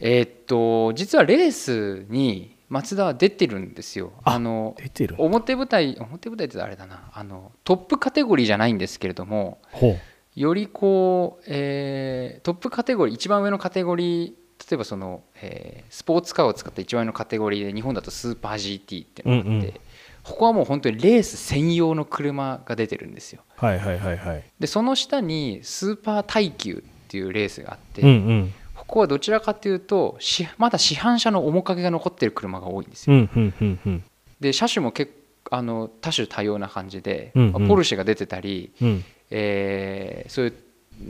えーっと実はレースにマツダは出てるんですよ。あの
出てる
表舞台表舞台ってあれだなあのトップカテゴリーじゃないんですけれども、
ほう
よりこう、えートップカテゴリー一番上のカテゴリー例えばその、えースポーツカーを使った一番上のカテゴリーで日本だとスーパー GT っていうのがあって、
うんうん
ここはもう本当にレース専用の車が出てるんですよ
はいはいはいはい
でその下にスーパー耐久っていうレースがあって、
うんうん
ここはどちらかというと市まだ市販車の面影が残ってる車が多いんですよ、
うんうんうんうん
で車種も結構あの多種多様な感じで、
うんうん
ポルシェが出てたり、
うん
えーそういう、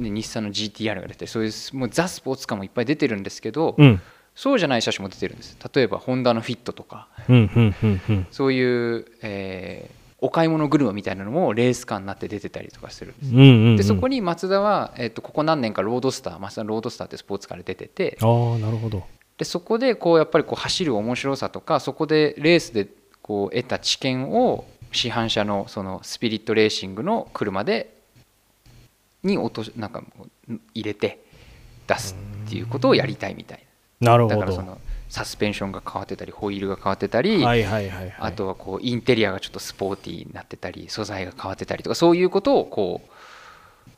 ね、日産の GTR が出てそういうもうザ・スポーツカーもいっぱい出てるんですけど、
うん
そうじゃない車種も出てるんです例えばホンダのフィットとか
うんうんうんうん
そういう、えーお買い物車みたいなのもレースカーになって出てたりとかするんです、
うんうんうん
でそこにマツダは、えー、とここ何年かロードスターマツダのロードスターってスポーツカーで出てて
ああなるほど
でそこでこうやっぱりこう走る面白さとかそこでレースでこう得た知見を市販車のそのスピリットレーシングの車でに落としなんか入れて出すっていうことをやりたいみたい
なる
なだ
ほ
からそ
ど。
のサスペンションが変わってたりホイールが変わってたり、
はいはいはいはい。
あとはこうインテリアがちょっとスポーティーになってたり素材が変わってたりとかそういうことをこう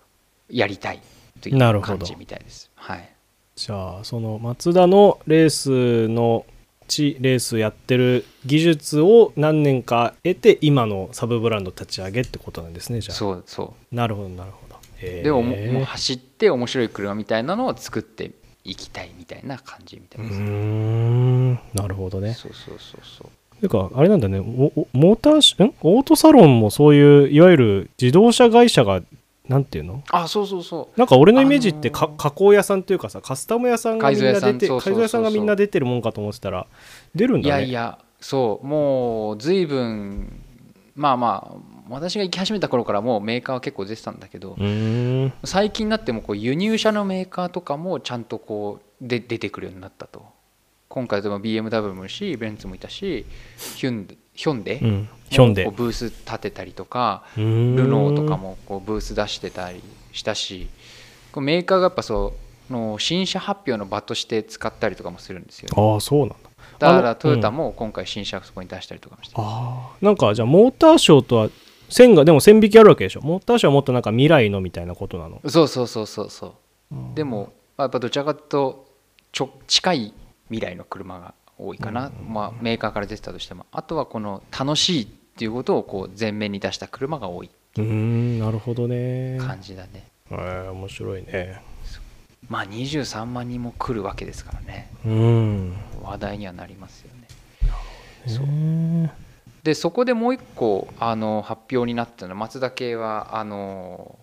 やりたいとい
な
う
るほ
感
ど
じみたいです。はい、
じゃあそのマツダのレースの地レースやってる技術を何年か得て今のサブブランド立ち上げってことなんですねじゃあ
そうそ
なるほどなるほど
う
へー
でももうもう走って面白い車みたいなのを作っていきたいみたいな感じみた
う
い
ー
です。
んなるほどね
そうそうそうそう
ていうかあれなんだねおおモーターシんオートサロンもそういういわゆる自動車会社がなんていうの
あそうそうそう
なんか俺のイメージってか、
あのー
加工屋さんというかさカスタム屋さんがみんな出
改造屋
て
さんそうそうそうそう
改造屋さんがみんな出てるもんかと思ってたら出るん
い
だ
や
ね
いやそうもう随分まあまあ私が行き始めた頃からもうメーカーは結構出てたんだけど
うーん
最近になってもこう輸入車のメーカーとかもちゃんとこうで出てくるようになったと今回でも BMW もいるしベンツもいたしヒュンデヒョンデ
う
も
んヒョンで
こうブース立てたりとか
ル
ルノーとかもこうブース出してたりしたしこうメーカーがやっぱそうの新車発表の場として使ったりとかもするんですよね
ああそうなんだ
だか
あの
らトヨタも今回新車そこに出したりとかもして
ああなんかじゃあモーターショーとは線がでも線引きあるわけでしょモーターショーはもっとなんか未来のみたいなことなの
そうそうそうそうそうでもまあやっぱどちらかというとちょ近い未来の車が多いかな、まあ、メーカーから出てたとしてもあとはこの楽しいっていうことをこう前面に出した車が多いう
ーんなるほどね
感じだね、
えー面白いね
まあ23万人も来るわけですからね
うん
話題にはなりますよね
そう
でそこでもう一個あの発表になったのは松田系はあの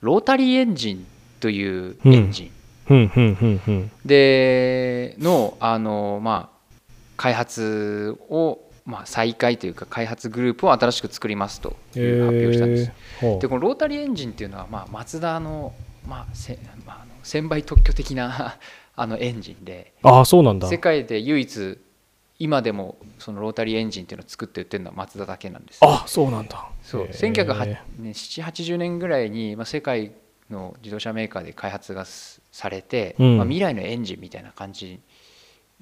ロータリーエンジンというエンジン、
うんうんうんうん
でのあの、まあ、開発を、まあ、再開というか開発グループを新しく作りますという発表をしたんです。
えーほう
でこのロータリーエンジンっていうのは、まあ、マツダの、まあせまあ、あの1000倍特許的な [LAUGHS] あのエンジンで
ああそうなんだ
世界で唯一今でもそのロータリーエンジンっていうのを作って売ってるのはマツダだけなんです。
あそうなんだ
そう
えー
1980年ぐらいに、まあ、世界の自動車メーカーで開発がすされて、
うん
まあ、未来のエンジンみたいな感じ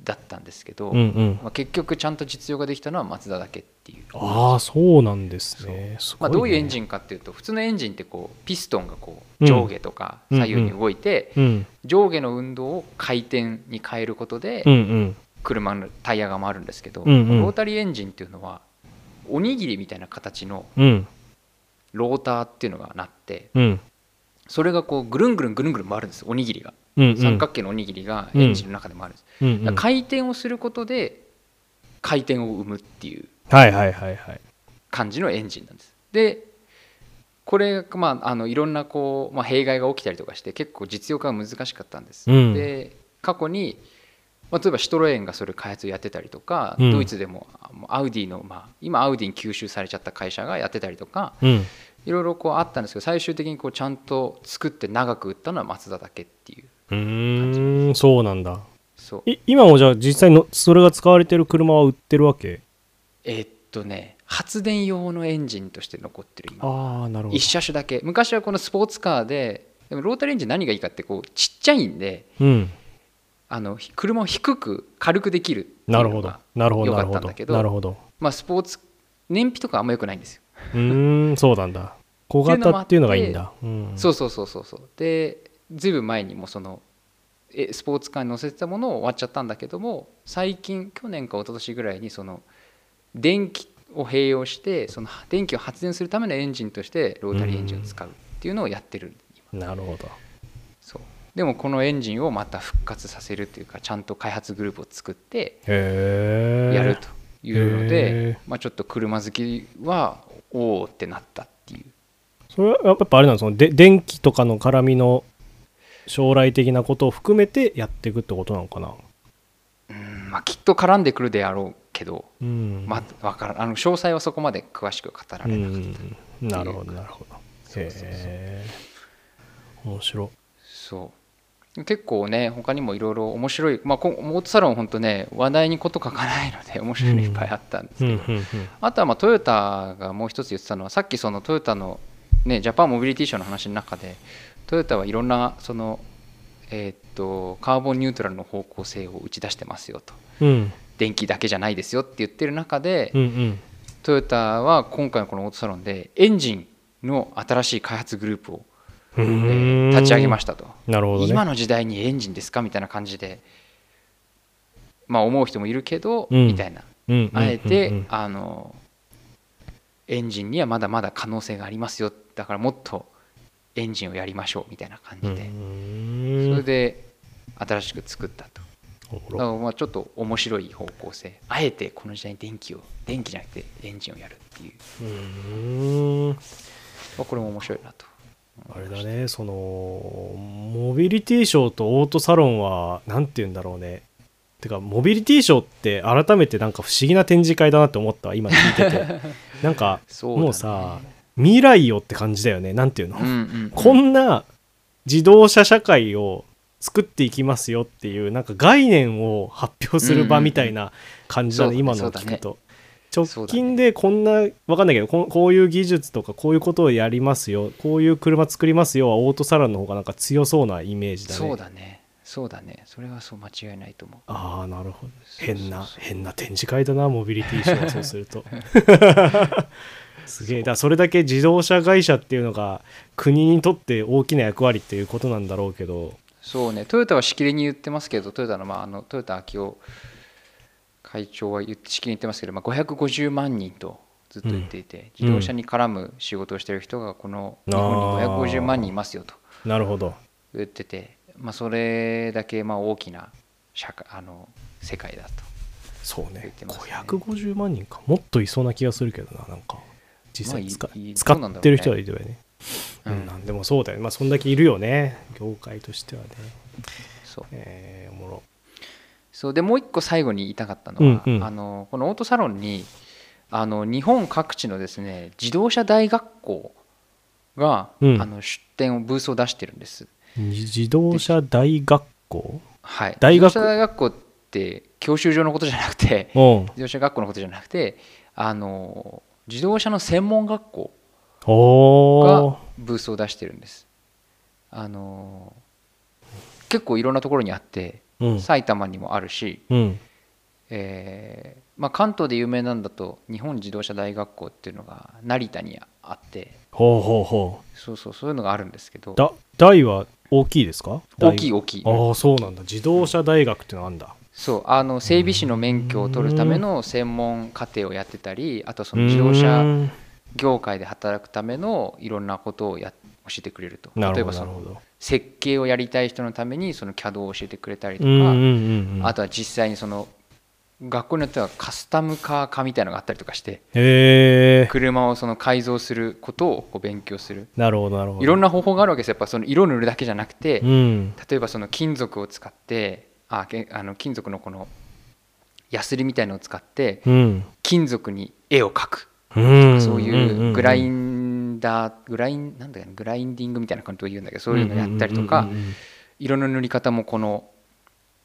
だったんですけど、
うんうん
まあ、結局ちゃんと実用ができたのはマツダだけっていう
ああそうなんですねすご
まあ、
ね
どういうエンジンかっていうと普通のエンジンってこうピストンがこう上下とか左右に動いて、
うん
上下の運動を回転に変えることで
うんうん
車のタイヤが回るんですけど、
うんうん
ロータリーエンジンっていうのはおにぎりみたいな形の
うん
ローターっていうのがなって
うん
それがこうぐるんぐるんぐるんぐるん回るんですおにぎりが
うんうん
三角形のおにぎりがエンジンの中で回るんです、
うんう
だ
ん
から回転をすることで回転を生むっていう
はいはいはいはい
感じのエンジンなんですでこれが、まあ、あのいろんなこう、まあ、弊害が起きたりとかして結構実用化が難しかったんです、
うん
で過去に、まあ、例えばシトロエンがそれ開発をやってたりとか、
うん
ドイツでもあもうアウディの、まあ、今アウディに吸収されちゃった会社がやってたりとか
うん
いろいろこうあったんですけど最終的にこうちゃんと作って長く売ったのはマツダだけっていう
うーんそうなんだ
そう
い今もじゃあ実際のそれが使われてる車は売ってるわけ
えーっとね発電用のエンジンとして残ってる今
ああなる
一車種だけ昔はこのスポーツカーででもロータリーエンジン何がいいかってこうちっちゃいんで
うん
あのひ車を低く軽くできるっていうの
な
が
るほどなるほど
良か
なる
った
ほ
んだけ
ど
ど
なるほど
まあ、スポーツ燃費とかあんま良くないんですよ、
うーんそうなんだ小型っていうのがいいんだうん
そうそうそうそうそうでずいぶん前にもそのえスポーツカーに乗せてたものを終わっちゃったんだけども最近去年か一昨年ぐらいにその電気を併用してその電気を発電するためのエンジンとしてロータリーエンジンを使うっていうのをやってる今
なるほど
そうでもこのエンジンをまた復活させるというかちゃんと開発グループを作って
へえ
やるというので、
へー
まあ、ちょっと車好きはおおってなったっていう
それはやっぱあれなんですかで電気とかの絡みの将来的なことを含めてやっていくってことなのかな
うん、まあ、きっと絡んでくるであろうけど、
うん
まあ、わからんあの詳細はそこまで詳しく語ら
う
れなかった、
んなるほどなるほど
そうそうそう
へえ面白い
そう結構ね他にもいろいろ面白い、まあ、こオートサロン本当ね話題にこと書かないので面白いのいっぱいあったんですけ
うん
ど、
うんうん
あとはまあトヨタがもう一つ言ってたのはさっきそのトヨタの、ね、ジャパンモビリティショーの話の中でトヨタはいろんなその、えーっとカーボンニュートラルの方向性を打ち出してますよと
うん
電気だけじゃないですよって言ってる中で、
うんうん
トヨタは今回のこのオートサロンでエンジンの新しい開発グループを、
う
えー
ーん
立ち上げましたと。
なるほどね
今の時代にエンジンですかみたいな感じで、まあ、思う人もいるけど、
うん
みたいな
うんうんうんうん
あえて、あのエンジンにはまだまだ可能性がありますよだからもっとエンジンをやりましょうみたいな感
う
じで、そ
ー
れ
ん
で新しく作ったと
おも
だ
ろ
からまあちょっと面白い方向性あえてこの時代に電気を電気じゃなくてエンジンをやるっていう、
うーん
まあ、これも面白いなと
あれだねそのモビリティショーとオートサロンはなんて言うんだろうねてかモビリティショーって改めてなんか不思議な展示会だなって思ったわ今聞いてて
[LAUGHS]
なんか
そうだね
もうさ未来よって感じだよねなんていうの、
うんうん
こんな自動車社会を作っていきますよっていうなんか概念を発表する場みたいな感じだね、
うんうん
今
そう
のを
だね
聞くと、
そう
直
だね
近でこんなわかんないけどここういう技術とかこういうことをやりますよこういう車作りますよはオートサロンの方がなんか強そうなイメージだね
そうだねそうだねそれはそう間違いないと思う
ああなるほど
そうそうそう
変な変な展示会だなモビリティショーはそうする
[LAUGHS]
とすげえだからそれだけ自動車会社っていうのが国にとって大きな役割っていうことなんだろうけど
そうねトヨタはしきりに言ってますけどトヨタの,、まあ、あのトヨタ昭夫会長は言ってしきりに言ってますけど、まあ、550万人とずっと言っていて、
うん
自動車に絡む仕事をしている人がこの
あー
日本に550万人いますよと
なるほど
言ってて、まあ、それだけまあ大きな社会あの世界だと
そう
言っ
ね
てますね
550万人かもっといそうな気がするけどななんか実
ま
際
あい
使,、
い
使
どうなんだろうね
ってる人はいるよね
う
うんん、なんでもそうだよねまあそんだけいるよね業界としてはね
そう
えー、おもろ
そうでもう一個最後に言いたかったのは、
うんうん
あのこのオートサロンにあの日本各地のですね自動車大学校が、
うん
あの出展をブースを出してるんです。
に自動車大学校
はい、
大学
自動車大学校って教習所のことじゃなくて
うん
自動車学校のことじゃなくてあの自動車の専門学校
おー
がブースを出してるんです。あの結構いろんなところにあって
うん
埼玉にもあるし、
うん
えーまあ、関東で有名なんだと日本自動車大学校っていうのが成田にあって
ほうほうほ
そうそうそういうのがあるんですけど
うだ大は大きいですか
大きい
大
大きい
ああそうなんだ自動車大学ってのあんだ
そうあの整備士の免許を取るための専門課程をやってたりあとその自動
う
車
ーん
業界で働くためのいろんなことをや教えてくれると
な
例
る
え
ほ
ば
ど
そ
なるほ
の
ど
設計をやりたい人のためにその CAD を教えてくれたりと
うんうん
か
うんうん
あとは実際にその学校によってはカスタムカー化みたいなのがあったりとかして
へえ
[LAUGHS] 車をその改造することをこう勉強する
なるほどなるほど
いろんな方法があるわけですよやっぱその色塗るだけじゃなくて
うん
例えばその金属を使ってあけあの金属のこのヤスリみたいのを使って
うん
金属に絵を描く
うん
そういうグライ
ン
ンダーグラインなんだっけなグラインディングみたいな感じで言うんだけどそういうのやったりとか色の塗り方もこの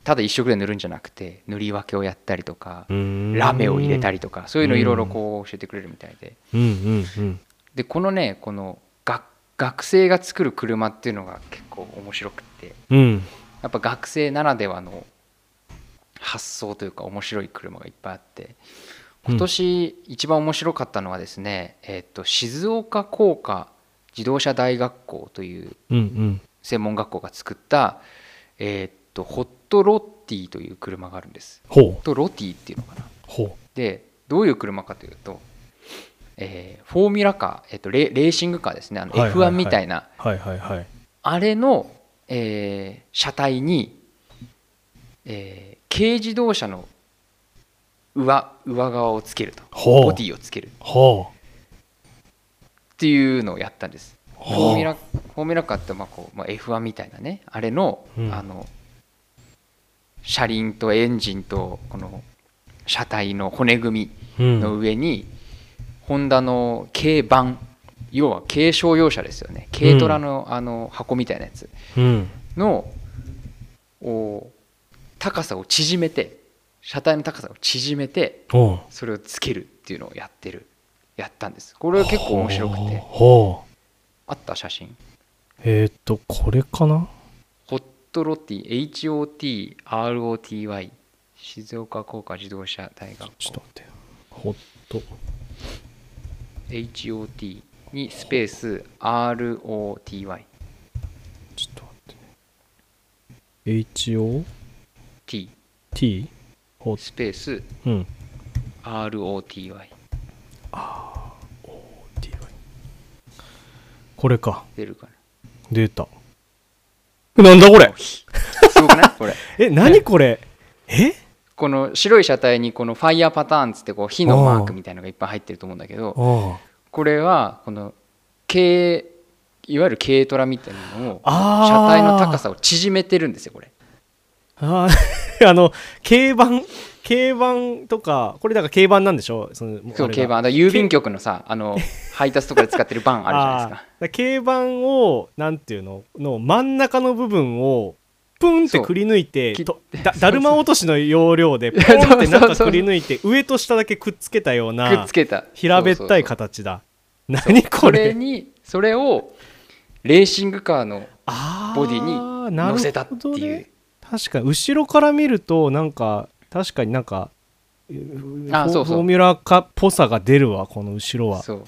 ただ一色で塗るんじゃなくて塗り分けをやったりとかラ
ラ
メを入れた
り
りとかそういうのいろいろこう教えてくれるみたいで
うんうんうん
でこのねこの学学生が作る車っていうのが結構面白くって
うん
やっぱ学生ならではの発想というか面白い車がいっぱいあって
うん
今年一番面白かったのはですね、えっと静岡工科自動車大学校という
うんうん
専門学校が作った、えっとホットロッティという車があるんです。
ほ
ホッ
う
トロティっていうのかな
ほ
でどういう車かというと、えーフォーミュラカー、えっとレレーシングカーですねあの
はいはいは
F1
い
みたいな、
うはいはいはい
あれの、えー車体に、えー軽自動車の上上側をつけると
ほう
ボディをつけるっ
ほ
ていうのをやったんです
う
フォー
ほ
ミュ
う
ラフォーミュラカーってまあこう、まあ、F1 みたいなねあれの,、
うん
あの車輪とエンジンとこの車体の骨組み
うん
の上に、ホンダの軽バン要は軽商用車ですよね軽トラのあの箱みたいなやつ
うん
のを高さを縮めて車体の高さを縮めて
おう
それをつけるっていうのをやってるやったんですこれは結構面白くて
ほう
あった写真
えっ、ー、とこれかな
ホットロティ HOTROTY 静岡工科自動車大学
ちょっと待ってほっと
HOT にスペース ROTY
ちょっと待ってね
T
HOT ほっ
スペース
うん
ROTY
DY これか
出るかな
出たなんだこれ
すごく
[LAUGHS]
ないこれ
え何これえ
この白い車体にこのファイヤーパターンつってこう火のマークみたいなのがいっぱい入ってると思うんだけど
あ
これはこの軽いわゆる軽トラみたいなのを
あ
車体の高
さ
さを縮めてるんですよこれ
あー [LAUGHS] あの軽バン軽バンとかこれだから軽バンなんでしょそのもう
そう
あれが
軽バンだから郵便局のさあの配達とかで使ってるバンあるじゃないです
あ
か
ーだら軽バンをなんていうのの真ん中の部分をプンってくり抜いて
そう
と
切っ
だ
て
だるま落としの要領で
い
ポン
や [LAUGHS] そう
って
そう
中
そう
くり抜いて上と下だけくっつけたよう
くっ
な
つけた
平べったい
そうそう
形だ何
そう
こ
それ
れ
にそれをレーシングカーの
あー
ボディに
な
乗
るほど
せたっていう、
ね確かに後ろから見るとなんか確かになんかフ
あ
ォ
そうそう
フォーミュラカっぽさが出るわこの後ろは
そう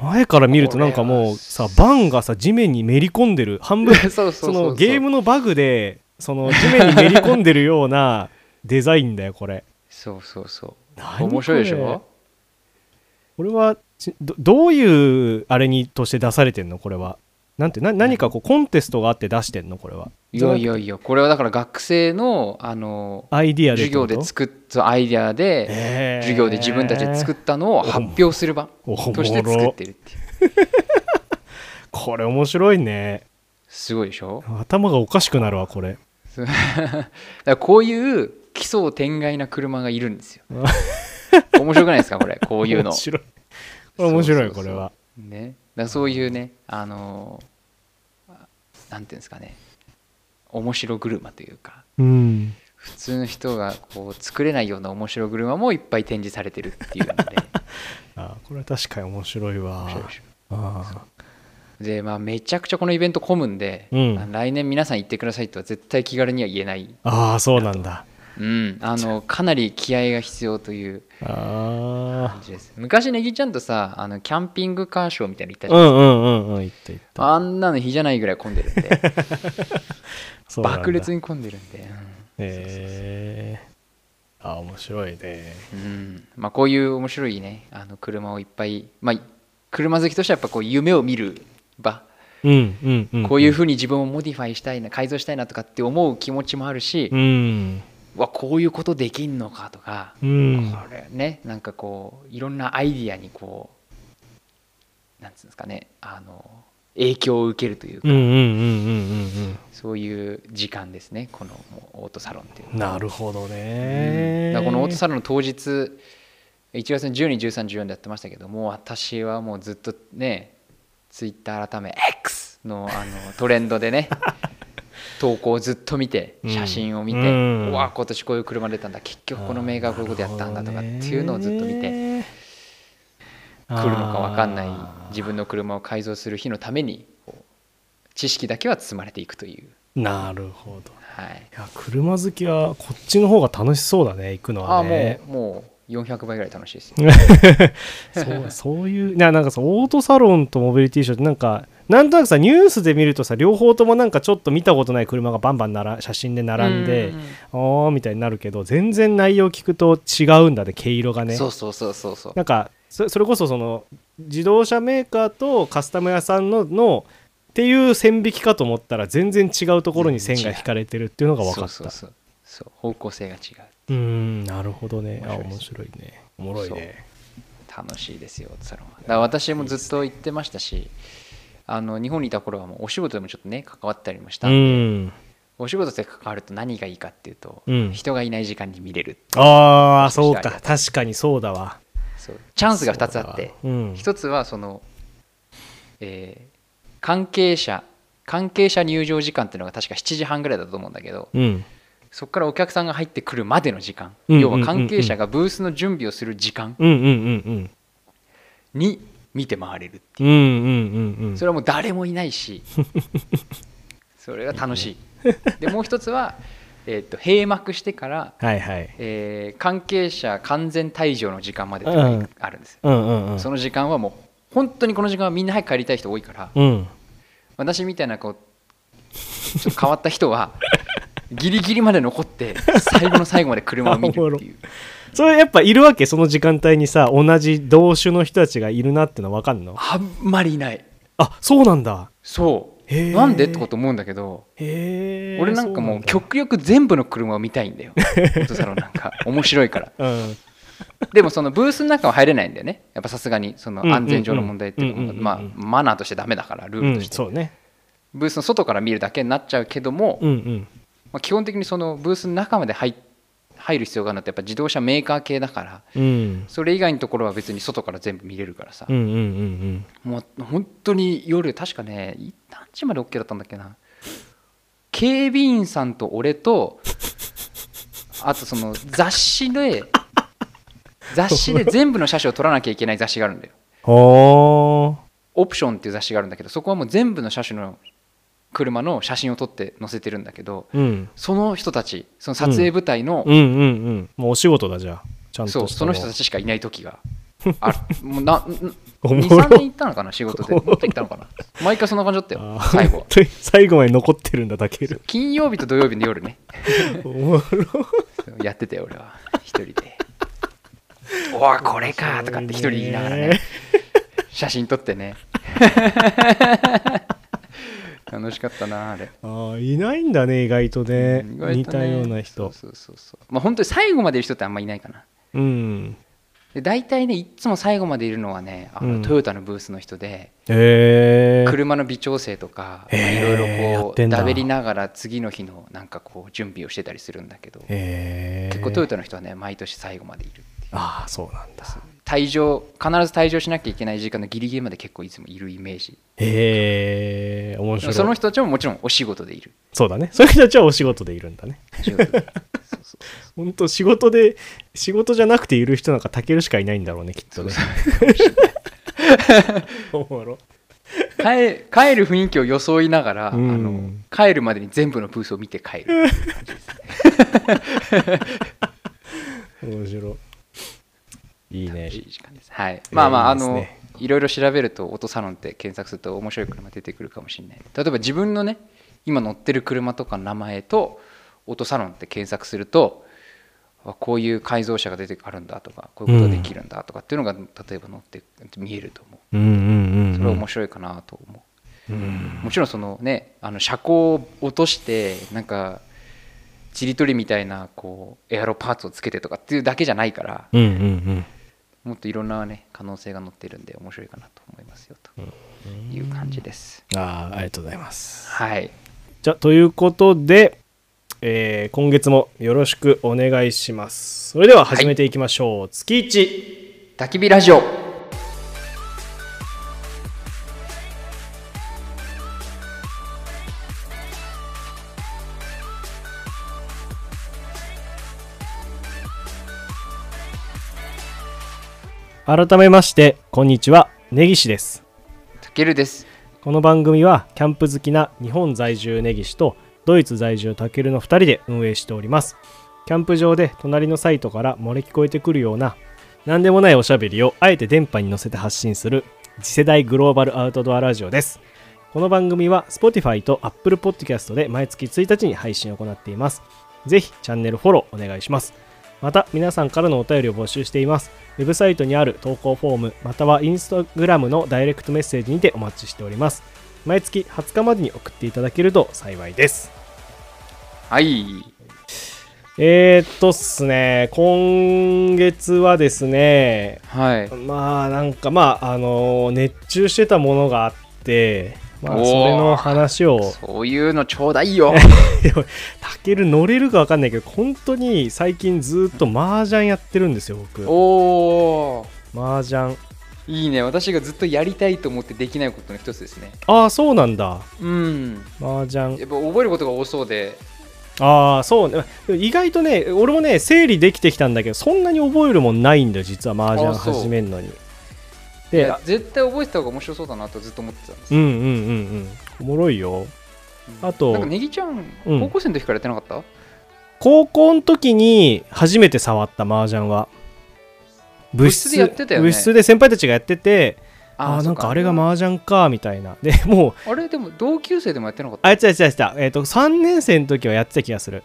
[LAUGHS]
前から見るとなんか
これ
も
は
うさバンがさ地面にめり込んでる半分
そうそうそ
そう
そう
のゲームのバグでその地面にめり込んでるよう
[LAUGHS]
なデザインだよこれ
そうそうそう
何
面白いでし
これ
ょ
これはちどどういうあれにとして出されてんのこれはなんてな何かこうコンテストがあって出してんのこれはい
やいやいやこれはだから学生のあの
アイディアでっ
授業
てこと
で作ったアイデアで
へー
授業で自分たちで作ったのを発表する場
おもろ
として作ってるっていう
これ面白いね
すごいでしょ
頭がおかしくなるわこれ
そうだからこういう奇想天外な車がいるんです
[LAUGHS]
よ面白くないですかこれこういうの
面白いこれ面白い
そうそうそう
これは
ね、だからそういうね、あのあなんていうんですかね、面白車というか、
うん
普通の人がこう作れないような面白車もいっぱい展示されてるっていうの
[LAUGHS]
で
あーこれは確かに面白いわ
面白いでしょ
あ
で、まあ、めちゃくちゃこのイベント混むんで、
うん
あの来年皆さん行ってくださいとは絶対気軽には言えない、
ーあーそうなんだ
うん、あのかなり気合が必要という
あ
感じです。昔、ネギちゃんとさ、あのキャンピングカーショーみたいなの行った
あ
じゃ
う
ん
んうんうんうんいったいった
あんなの日じゃないぐらい混んでる
[LAUGHS]
んで、
そうなんだ
爆裂に混んでるんで。うん
へえあー面白いね
うんまあ、こういう面白いねあの車をいっぱい、まあ、車好きとしてはやっぱこう夢を見る場
うんうんうん
こういうふうに自分をモディファイしたいな改造したいなとかって思う気持ちもあるし、
うん
うわこういうことできんのかとか、
うん
これねなんかこういろんなアイディアにこうなんつうんですかねあの影響を受けるというか、
うんうんうんうんうん
そういう時間ですねこのもうオートサロンっていうの
うんなるほど
う
ね
んだからこのオートサロンの当日1月の12、13、14でやってましたけども私はもうずっとねツイッター改め X のあのトレンドで
[LAUGHS]
ね投稿をずっと見て
うん
写真を見て、う
うん
わ今年こういう車出たんだ結局このメーカーはこういうことやったんだとかっていうのをずっと見て来る
て
のか分かんない自分の車を改造する日のためにこう知識だけは積まれていくという、
なるほど
はい、
いや車好きはこっちの方が楽しそうだね行くの
ああ
は
も
ね
うもう400倍ぐらい楽しいですよ
そうそういうななんかさオートサロンとモビリティショーってなんかなんとなくさニュースで見るとさ両方ともなんかちょっと見たことない車がバンバンなら写真で並んで
う
ああみたいになるけど全然内容聞くと違うんだね毛色がね
そうそうそうそうそう
なんかそそれこそその自動車メーカーとカスタム屋さんののっていう線引きかと思ったら全然違うところに線が引かれてるっていうのが分かった
そうそうそうそう方向性が違う
うーんなるほどねあ面
面
白いねおもろいね
楽しいですよオートサロンはだから私もずっと行ってましたしあの日本にいた頃はもうお仕事でもちょっとね関わったりもした、
ううん
お仕事で関わると何がいいかっていうと、
うん
人がいない時間に見れる
ああ
そ
そうう
か
か確かにそうだわ
そうチャンスが2つあって
うん
1つはその、えー関係者関係者入場時間っていうのが確か7時半ぐらいだったと思うんだけど
うん
そこからお客さんが入ってくるまでの時間
うんうんう
要
んうん
は関係者がブースの準備をする時間
うんうんうん
に見て回れる
うんうんうんうんうん
それはもう誰もいない
[LAUGHS]
しそれが楽しいでもう一つは、えー、と閉幕してから、
はいはい
えー関係者完全退場の時間までっていうのがあるんですよ
うんうんうん
その時間はもう本当にこの時間はみんな早く帰りたい人多いから
うん
私みたいなこうちょっと変わった人
[LAUGHS]
はギリギリまで残って最後の最後まで車を見る
[LAUGHS]
っていう
それやっぱいるわけその時間帯にさ同じ同種の人たちがいるなってのは分かんの
あんまりいない
あそうなんだ
そ
へ
う
ー
なんでってこと思うんだけど
へえ
俺なんかもう
曲
極力全部の車を見たいん
[LAUGHS]
だよオトサロンなんか面白いから
うん
でもそのブースの中は入れないんだよねやっぱさすがにその安全上の問題っていう
うんうん
の
う
も
んうん
まあマナーとしてダメだからル
う
ールと
ん
して
そうね
ブースの外から見るだけになっちゃうけども
うんうん
まあ基本的にそのブースの中まで入入る必要があるのってやっぱ自動車メーカー系だから
うん
それ以外のところは別に外から全部見れるからさ
うんうんうん
もう本当に夜確かねい何時まで OK だったんだっけな警備員さんと俺とあとその雑誌で雑誌
[LAUGHS]
で全部の写真を撮らなきゃいけない雑誌があるんだよ
ほ
オプションっていう雑誌があるんだけどそこはもう全部の車種の車の写真を撮って載せてるんだけど
ーうん
その人たちその撮影部隊の、
うんうんうんもうお仕事だじゃあちゃんと
そう
した
その人たちしかいない時が
[LAUGHS]
あるもうな
おもろ
23年行ったのかな仕事でもっと行ったのかな毎回そんな感じだったよ
あー
最後は
本当に [LAUGHS] 最後まで残ってるんだだける
金曜日と土曜日の夜ね [LAUGHS]
おもろ
やってたよ俺は一人
[LAUGHS]
で「おいこれか」とかって一人言いながらね写真撮ってね [LAUGHS] 楽しかったなあれ
ああいないんだね意外とね
意外とね
似たような人
そうそうそうそうまあ本当に最後までいる人ってあんまいないかな
うん
で大体ねいっつも最後までいるのはねあ
うん
のトヨタのブースの人で、
へえ
車の微調整とか、まあ
へー
いろい
や
ろこ
って
う
んだ
だべりながら次の日のなんかこう準備をしてたりするんだけど
へえ
結構トヨタの人はね毎年最後までいるっていう
ああそうなんだ
退場必ず退場しなきゃいけない時間のギリギリまで結構いつもいるイメージ
へえ面白い
その人たちももちろんお仕事でいる
そうだねそういう人たちはお仕事でいるんだね
仕事でそうそう
[LAUGHS] 本当仕事で仕事じゃなくている人なんかタケルしかいないんだろうねきっとねおもろ
[LAUGHS] 帰帰る雰囲気を装いながら、
うん
あの帰るまでに全部のブースを見て帰る
面白いいいね
楽しい時間です、はい、まあまああ
いいです
の
ね
いろいろ調べると音サロンって検索すると面白い車出てくるかもしれない例えば自分のね今乗ってる車とかの名前と音サロンって検索するとあこういう改造車が出てくるんだとかこういうことができるんだとかっていうのが例えば乗って見えると思う
うんうんうん
それは面白いかなと思う
うん
もちろんそのねあの車高を落としてなんかちりとりみたいなこうエアロパーツをつけてとかっていうだけじゃないから
うんうん
もっといろんなね可能性が載ってるんで面白いかなと思いますよという感じです。
うんああありがとうございます
はい、
じゃあということで、えー今月もよろしくお願いしますそれでは始めていきましょう、月1
焚き火ラジオ
改めましてこんにちは根岸です
たけるです。
この番組はキャンプ好きな日本在住根岸とドイツ在住タケルの2人で運営しておりますキャンプ場で隣のサイトから漏れ聞こえてくるような何でもないおしゃべりをあえて電波に乗せて発信する次世代グローバルアウトドアラジオですこの番組は Spotify と Apple Podcast で毎月1日に配信を行っていますぜひチャンネルフォローお願いしますまた皆さんからのお便りを募集していますウェブサイトにある投稿フォームまたはインスタグラムのダイレクトメッセージにてお待ちしております毎月20日までに送っていただけると幸いです
はい、
えー、っとっすね今月はですね
はい、
まあなんかまああの熱中してたものがあってまあ
おー
それの話を
そういうのちょうだいよ。
たける乗れるかわかんないけど本当に最近ずっと麻雀やってるんですよ僕
おお、
麻雀
いいね私がずっとやりたいと思ってできないことの一つですね
ああそうなんだ
うん
麻雀
やっぱ覚えることが多そうで
ああそうねでも意外とね俺もね整理できてきたんだけどそんなに覚えるもんないんだよ実は麻雀
あそう
始めるのに
い
で
や絶対覚えてた方が面白そうだなとずっと思ってたんです
うん
よ、
うんうんうんおもろい
う
よ
ん
あと
なんかネギちゃん
うん
高校生の時からやってなかった、
高校の時に初めて触った麻雀は部
室でやってたよね
部室で先輩たちがやっててあ
ー
あー
そ
な
っ
んかあれが麻雀かみたいなでもう
あれでも同級生でもやってなかった
あやってたやってたやってたえっ、と3年生の時はやってた気がする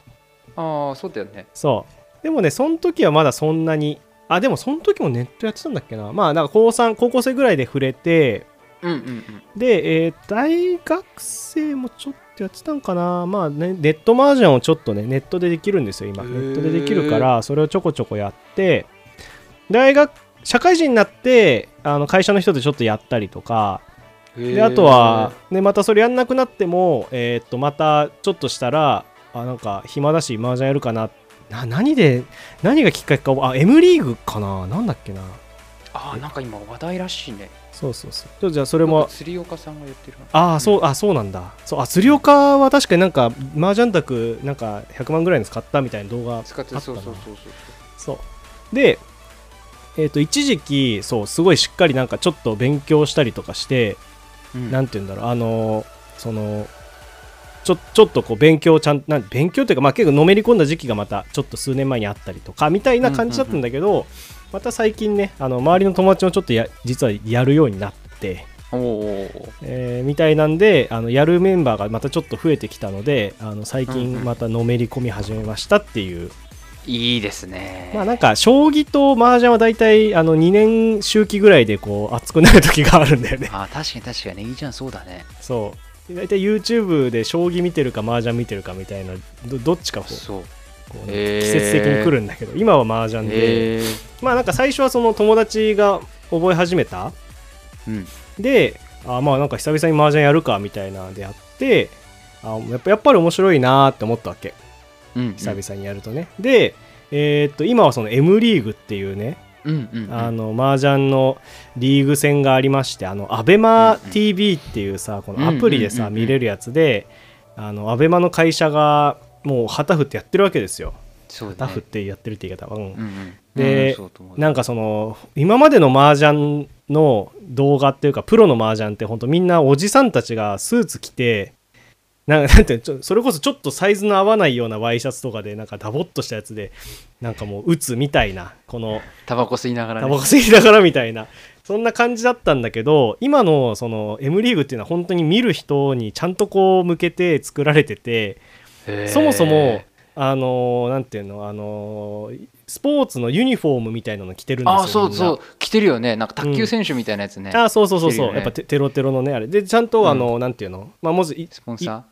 ああそうだよね
そうでもねその時はまだそんなにあでもその時もネットやってたんだっけなまあなんか高3高校生ぐらいで触れて
うんうんうん
で、えー大学生もちょっとやってたんかなまあねネット麻雀をちょっとねネットでできるんですよ今
へ
ネ
ー
ットでできるからそれをちょこちょこやって大学社会人になってあの会社の人でちょっとやったりとかであとは、ね、またそれやんなくなっても、えーっとまたちょっとしたらあなんか暇だし麻雀やるかなな何で何がきっかけかあ M リーグかななんだっけな
ああなんか今話題らしいね
そうそうそうちょじゃあそ
そ
れも
釣岡さんが言ってる
ああそうあそうなんだそうあ釣岡は確かになんか麻雀卓なんか100万ぐらいの使ったみたいな動画あっ
使ったて
な
そうそうそうそう
そうでえーっと一時期そうすごいしっかりなんかちょっと勉強したりとかして
そう、うん、
なんて言うんだろうあのそのちょちょっとこう勉強をちゃんなん勉強というか、まあ、結構のめり込んだ時期がまたちょっと数年前にあったりとかみたいな感じだったんだけど、また最近ねあの周りの友達もちょっとや実はやるようになって、
おお
えーみたいなんであのやるメンバーがまたちょっと増えてきたのであの最
うんう
近
ん
またのめり込み始めましたっていう、
いいですね
まあなんか将棋と麻雀は大体あの2年周期ぐらいでこう熱くなる時があるんだよね [LAUGHS]
あー確かに確かにネギちゃんそうだね
そう大体 YouTube で将棋見てるか麻雀見てるかみたいなどどっちかこう
そう
こう
へー
ね季節的に来るんだけど今は麻雀で、
へえ
まあなんか最初はその友達が覚え始めた
うん
であまあなんか久々に麻雀やるかみたいなんでやってあやっぱやっぱり面白いなーって思ったわけ
うん
久々にやるとね、でえーっと今はその M リーグっていうね
うんうんうん
あの麻雀のリーグ戦がありましてあのアベマ t v っていうさこのアプリで
うんう
さ
んうんうん
見れるやつであのアベマの会社がもう旗振ってやってるわけですよ
そうだ
旗
ね
振ってやってるって言い方は、うん
うんうん
で
うんそうと思う
なんかその今までの麻雀の動画っていうかプロの麻雀ってほんとみんなおじさんたちがスーツ着てなん [LAUGHS] なんていうのちょそれこそちょっとサイズの合わないようなワイシャツとかでなんかダボっとしたやつでなんかもう打つみたいなこの
タバコ吸いながら
タ
ね
バコ吸いながらみたいなそんな感じだったんだけど今のその M リーグっていうのは本当に見る人にちゃんとこう向けて作られてて
へー
そもそもあのなんていうのあのスポーツのユニフォームみたいなの着てるんですよ
ああそう
みんな
そう着てるよねなんか卓球選手みたいなやつね、
あそうそうそうそ
着
う、
てるよね
やっぱテテロテロのねあれでちゃんとあの、なんていうのまあまずい
スポンサ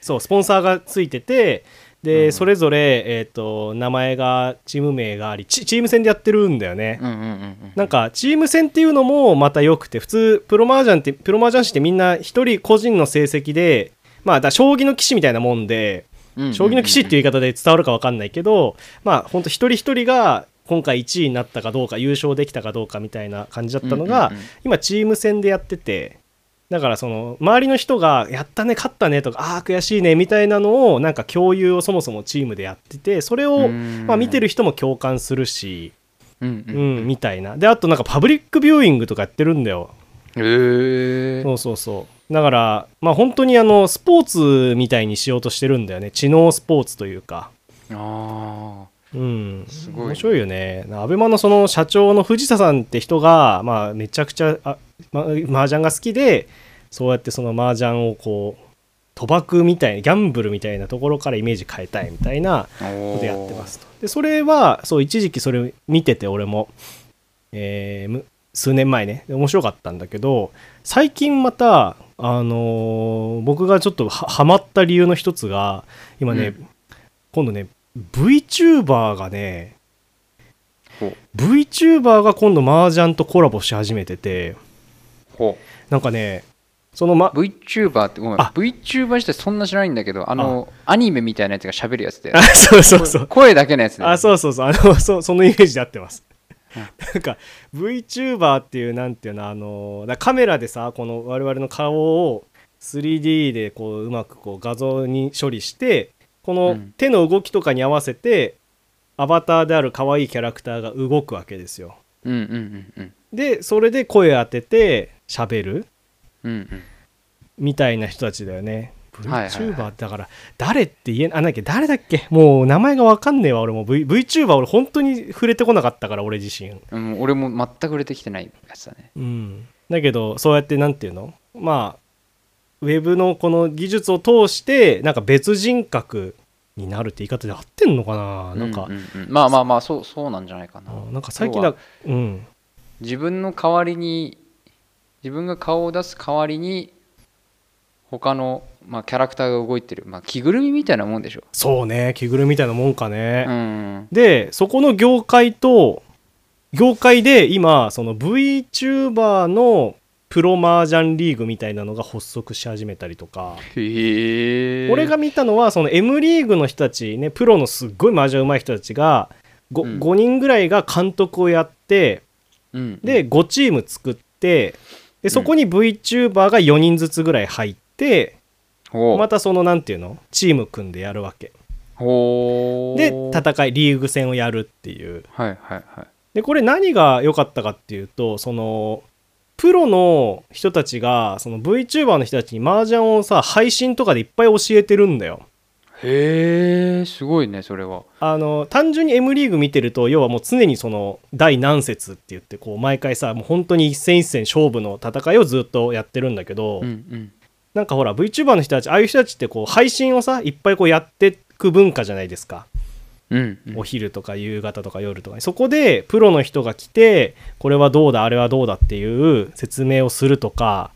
そうスポンサーがついててで、
うん
それぞれ、えー、と名前がチーム名がありチチーム戦でやってるんだよね
ー、うんうんうんうん
なんかチーム戦っていうのもまた良くて普通プロ麻雀ってプロ麻雀士ってみんな一人個人の成績でまあだ将棋の棋士みたいなもんで
うんうんうん
将棋の棋士っていう言い方で伝わるか分かんないけどまあ本当一人一人が今回1位になったかどうか優勝できたかどうかみたいな感じだったのが
うんうんうん
今チーム戦でやっててだからその周りの人が「やったね勝ったね」とか「ああー悔しいね」みたいなのをなんか共有をそもそもチームでやっててそれ
う
を
ん
まあ見てる人も共感するし。
うんうん
うん、みたいな。で、あとなんかパブリックビューイングとかやってるんだよ。
へえ
そうそうそう。だから、まあ本当にあの、スポーツみたいにしようとしてるんだよね。知能スポーツというか。
あ
うん。
すごいね
面白いよね。アベマのその社長の藤田さんって人が、まあめちゃくちゃ、あ、ま、麻雀が好きで、そうやってその麻雀をこう、賭博みたいな、ギャンブルみたいなところからイメージ変えたいみたい
あ
なことやってますとでそれはそう一時期それ見てて俺も、えーむ数年前ねで面白かったんだけど最近また、あのー僕がちょっとはハマった理由の一つが今ね、
う
今度ね VTuber がね
ほう
VTuber が今度麻雀とコラボし始めてて
ほ
なんかねその、ま、
う VTuber ってごめん
あ
VTuber 自体そんな知らないんだけどあのアニメみたいなやつが喋るやつで
[LAUGHS] あそうそうそう
声だけのやつで
[LAUGHS] あそうそうそうあのそそのイメージで合ってますなんか VTuber っていうなんていうのあのだからカメラでさこの我々の顔を 3D でこううまくこう画像に処理してこ
う
の
ん
手の動きとかに合わせてアバターである可愛いキャラクターが動くわけですよ
うんうんうんうん
でそれで声当てて喋る
うんうん
みたいな人たちだよね
はいはいはい
VTuber だから誰って言えなあなんだっけ誰だっけもう名前が分かんねえわ俺も v VTuber 俺本当に触れてこなかったから俺自身
うん、俺も全く売れてきてないやつだね。
うん、だけどそうやってなんていうのまあウェブのこの技術を通してなんか別人格になるって言い方で合ってんのかななんか
う、んうんうんまあまあまあそうそうなんじゃないかな。
あなんか最近
要は
だうん
自分の代わりに自分が顔を出す代わりに他の、まあ、キャラクターが動いてる、まあ、着ぐるみみたいなもんでしょ。
そうね着ぐるみみたいなもんかね
う、ん、
でそこの業界と業界で今その VTuber のプロマージャンリーグみたいなのが発足し始めたりとか
へえ。
俺が見たのはその M リーグの人たちねプロのすっごいマージャンうまい人たちが 5,、
うん
5人ぐらいが監督をやって
うん、
で5チーム作ってでそこに VTuber が4人ずつぐらい入って、
ほう
またそのなんていうのチーム組んでやるわけ
ほう
で戦いリーグ戦をやるっていう
はいはいはい。
でこれ何が良かったかっていうとそのプロの人たちがその VTuber の人たちにマージャンをさ配信とかでいっぱい教えてるんだよ
へえすごいねそれは。
あの単純に M リーグ見てると要はもう常にその第何節って言ってこう毎回さもう本当に一戦一戦勝負の戦いをずっとやってるんだけど、
うんうん
なんかほら VTuber の人たちああいう人たちってこう配信をさいっぱいこうやってく文化じゃないですか、
うんうん
お昼とか夕方とか夜とかにそこでプロの人が来てこれはどうだあれはどうだっていう説明をするとか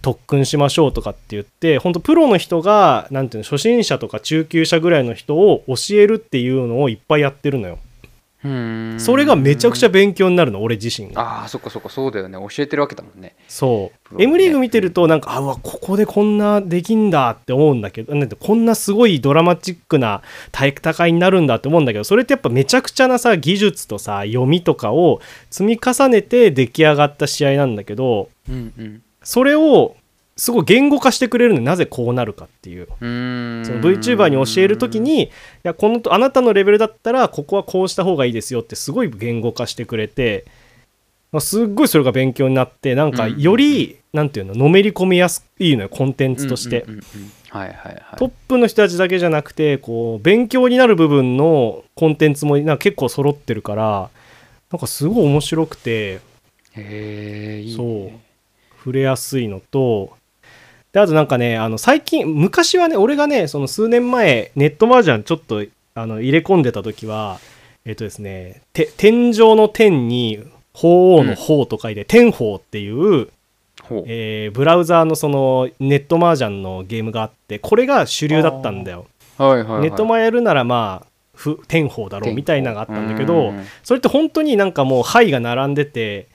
特訓しましょうとかって言って本当プロの人がなんていうの初心者とか中級者ぐらいの人を教えるっていうのをいっぱいやってるのよ。
うーん
それがめちゃくちゃ勉強になるの俺自身が
ああそっかそっかそうだよね教えてるわけだもんね。
そ
プロ
う
ね
M リーグ見てるとなんかあうわここでこんなできんだって思うんだけどなんてこんなすごいドラマチックな体育戦いになるんだって思うんだけどそれってやっぱめちゃくちゃなさ技術とさ読みとかを積み重ねて出来上がった試合なんだけど
うんうん
それをすごい言語化してくれるのなぜこうなるかっていう
うーん
その VTuber に教える時にいやこのあなたのレベルだったらここはこうした方がいいですよってすごい言語化してくれて、まあ、すっごいそれが勉強になってなんか
うん
より、なんていうののめり込みやすいのよコンテンツとして、
うんうんうんうんはいはいはい
トップの人たちだけじゃなくてこう勉強になる部分のコンテンツもなんか結構揃ってるからなんかすごい面白くて
へえいい、ね、
そう触れやすいのとであとなんかねあの最近昔はね俺がねその数年前ネットマージャンちょっとあの入れ込んでた時はえっとですねて天井の天に鳳凰の鳳と書いて、天鳳っていう、
ほう
えーブラウザーのそのネットマージャンのゲームがあってこれが主流だったんだよ、
はいはいはい、
ネットマやるならまあふ天鳳だろうみたいなのがあったんだけど、
うん
それって本当になんかもう牌が並んでて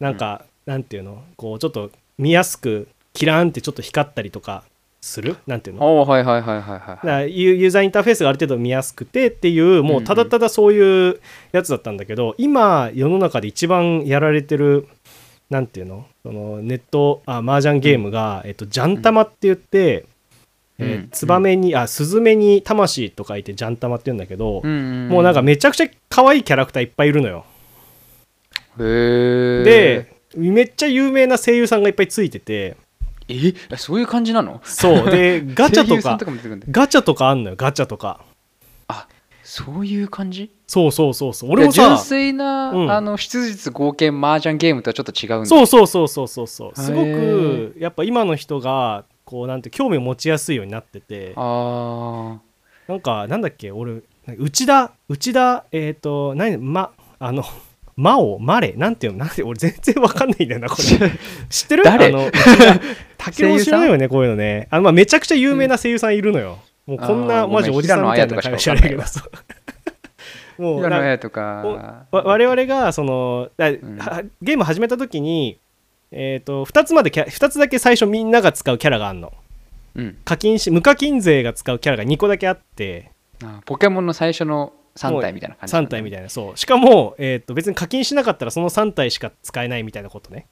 なんか、なんていうのこうちょっと見やすくキラーンってちょっと光ったりとかするなんていう
あ
の
あはいはいはいはいはい
だからユユーザーインターフェースがある程度見やすくてっていうもうただただそういうやつだったんだけど、今世の中で一番やられてるなんていうのそのネットあ麻雀ゲームが、えっと、ジャンタマって言って、
うん
え
う
ー
ん
ツバメにあスズメに魂と書いてジャンタマって言うんだけど、
うんうん
もうなんかめちゃくちゃ可愛いキャラクターいっぱいいるのよ。
へー
でめっちゃ有名な声優さんがいっぱいついてて
ええそういう感じなの
[LAUGHS] そうでガチャ
声
と
優さ
か
んとかも出てくるんだ
ガチャとかあんのよガチャとか
あそういう感じ
そうそうそうそう俺も
いや純
さ
粋な、
うん
あの出日合計麻雀ゲームとはちょっと違うんだ
そうそうそうそうそうそうすご
へ
くやっぱ今の人がこうなんて興味を持ちやすいようになってて
あ
なんかなんだっけ俺内田内田えっ、と何まあのマオマレなんていうのなんて俺全然わかんないんだよなこ
[LAUGHS]
れ知ってる
誰
あの内
[LAUGHS] 声
田
優さん
竹雄知らないよねこういうのねあの、まあ、めちゃくちゃ有名な声優さんいるのよ、もうこん
あ
な
ー
マジ
ごめん
おじさんみたいな
平野
会
綾
社
と
じゃ
かしか
ないけ
わ
ど
かあ
そう [LAUGHS] もう
平
な
野
わ
綾とか
我々がそのだはゲーム始めた時に、えー、と2つまでキャ2つだけ最初みんなが使うキャラがあるの
うん
課金し無課金税が使うキャラが2個だけあって
あポケモンの最初の3体みたいな感じ
3体み
い
たいなそうしかも、えー、と別に課金しなかったらその3体しか使えないみたいなことね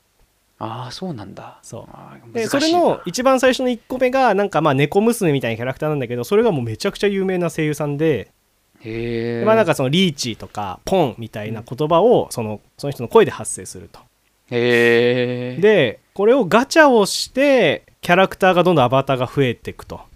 なああそうなんだ
そう
あー
で
難しい
そ
な
れの一番最初の1個目がなんかまあ猫娘みたいなキャラクターなんだけどそれがもうめちゃくちゃ有名な声優さんで、
へえ
まあなんかそのリーチとかポンみたいな言葉をそのその人の声で発声すると
へえ
でこれをガチャをしてキャラクターがどんどんアバターが増えていくとだか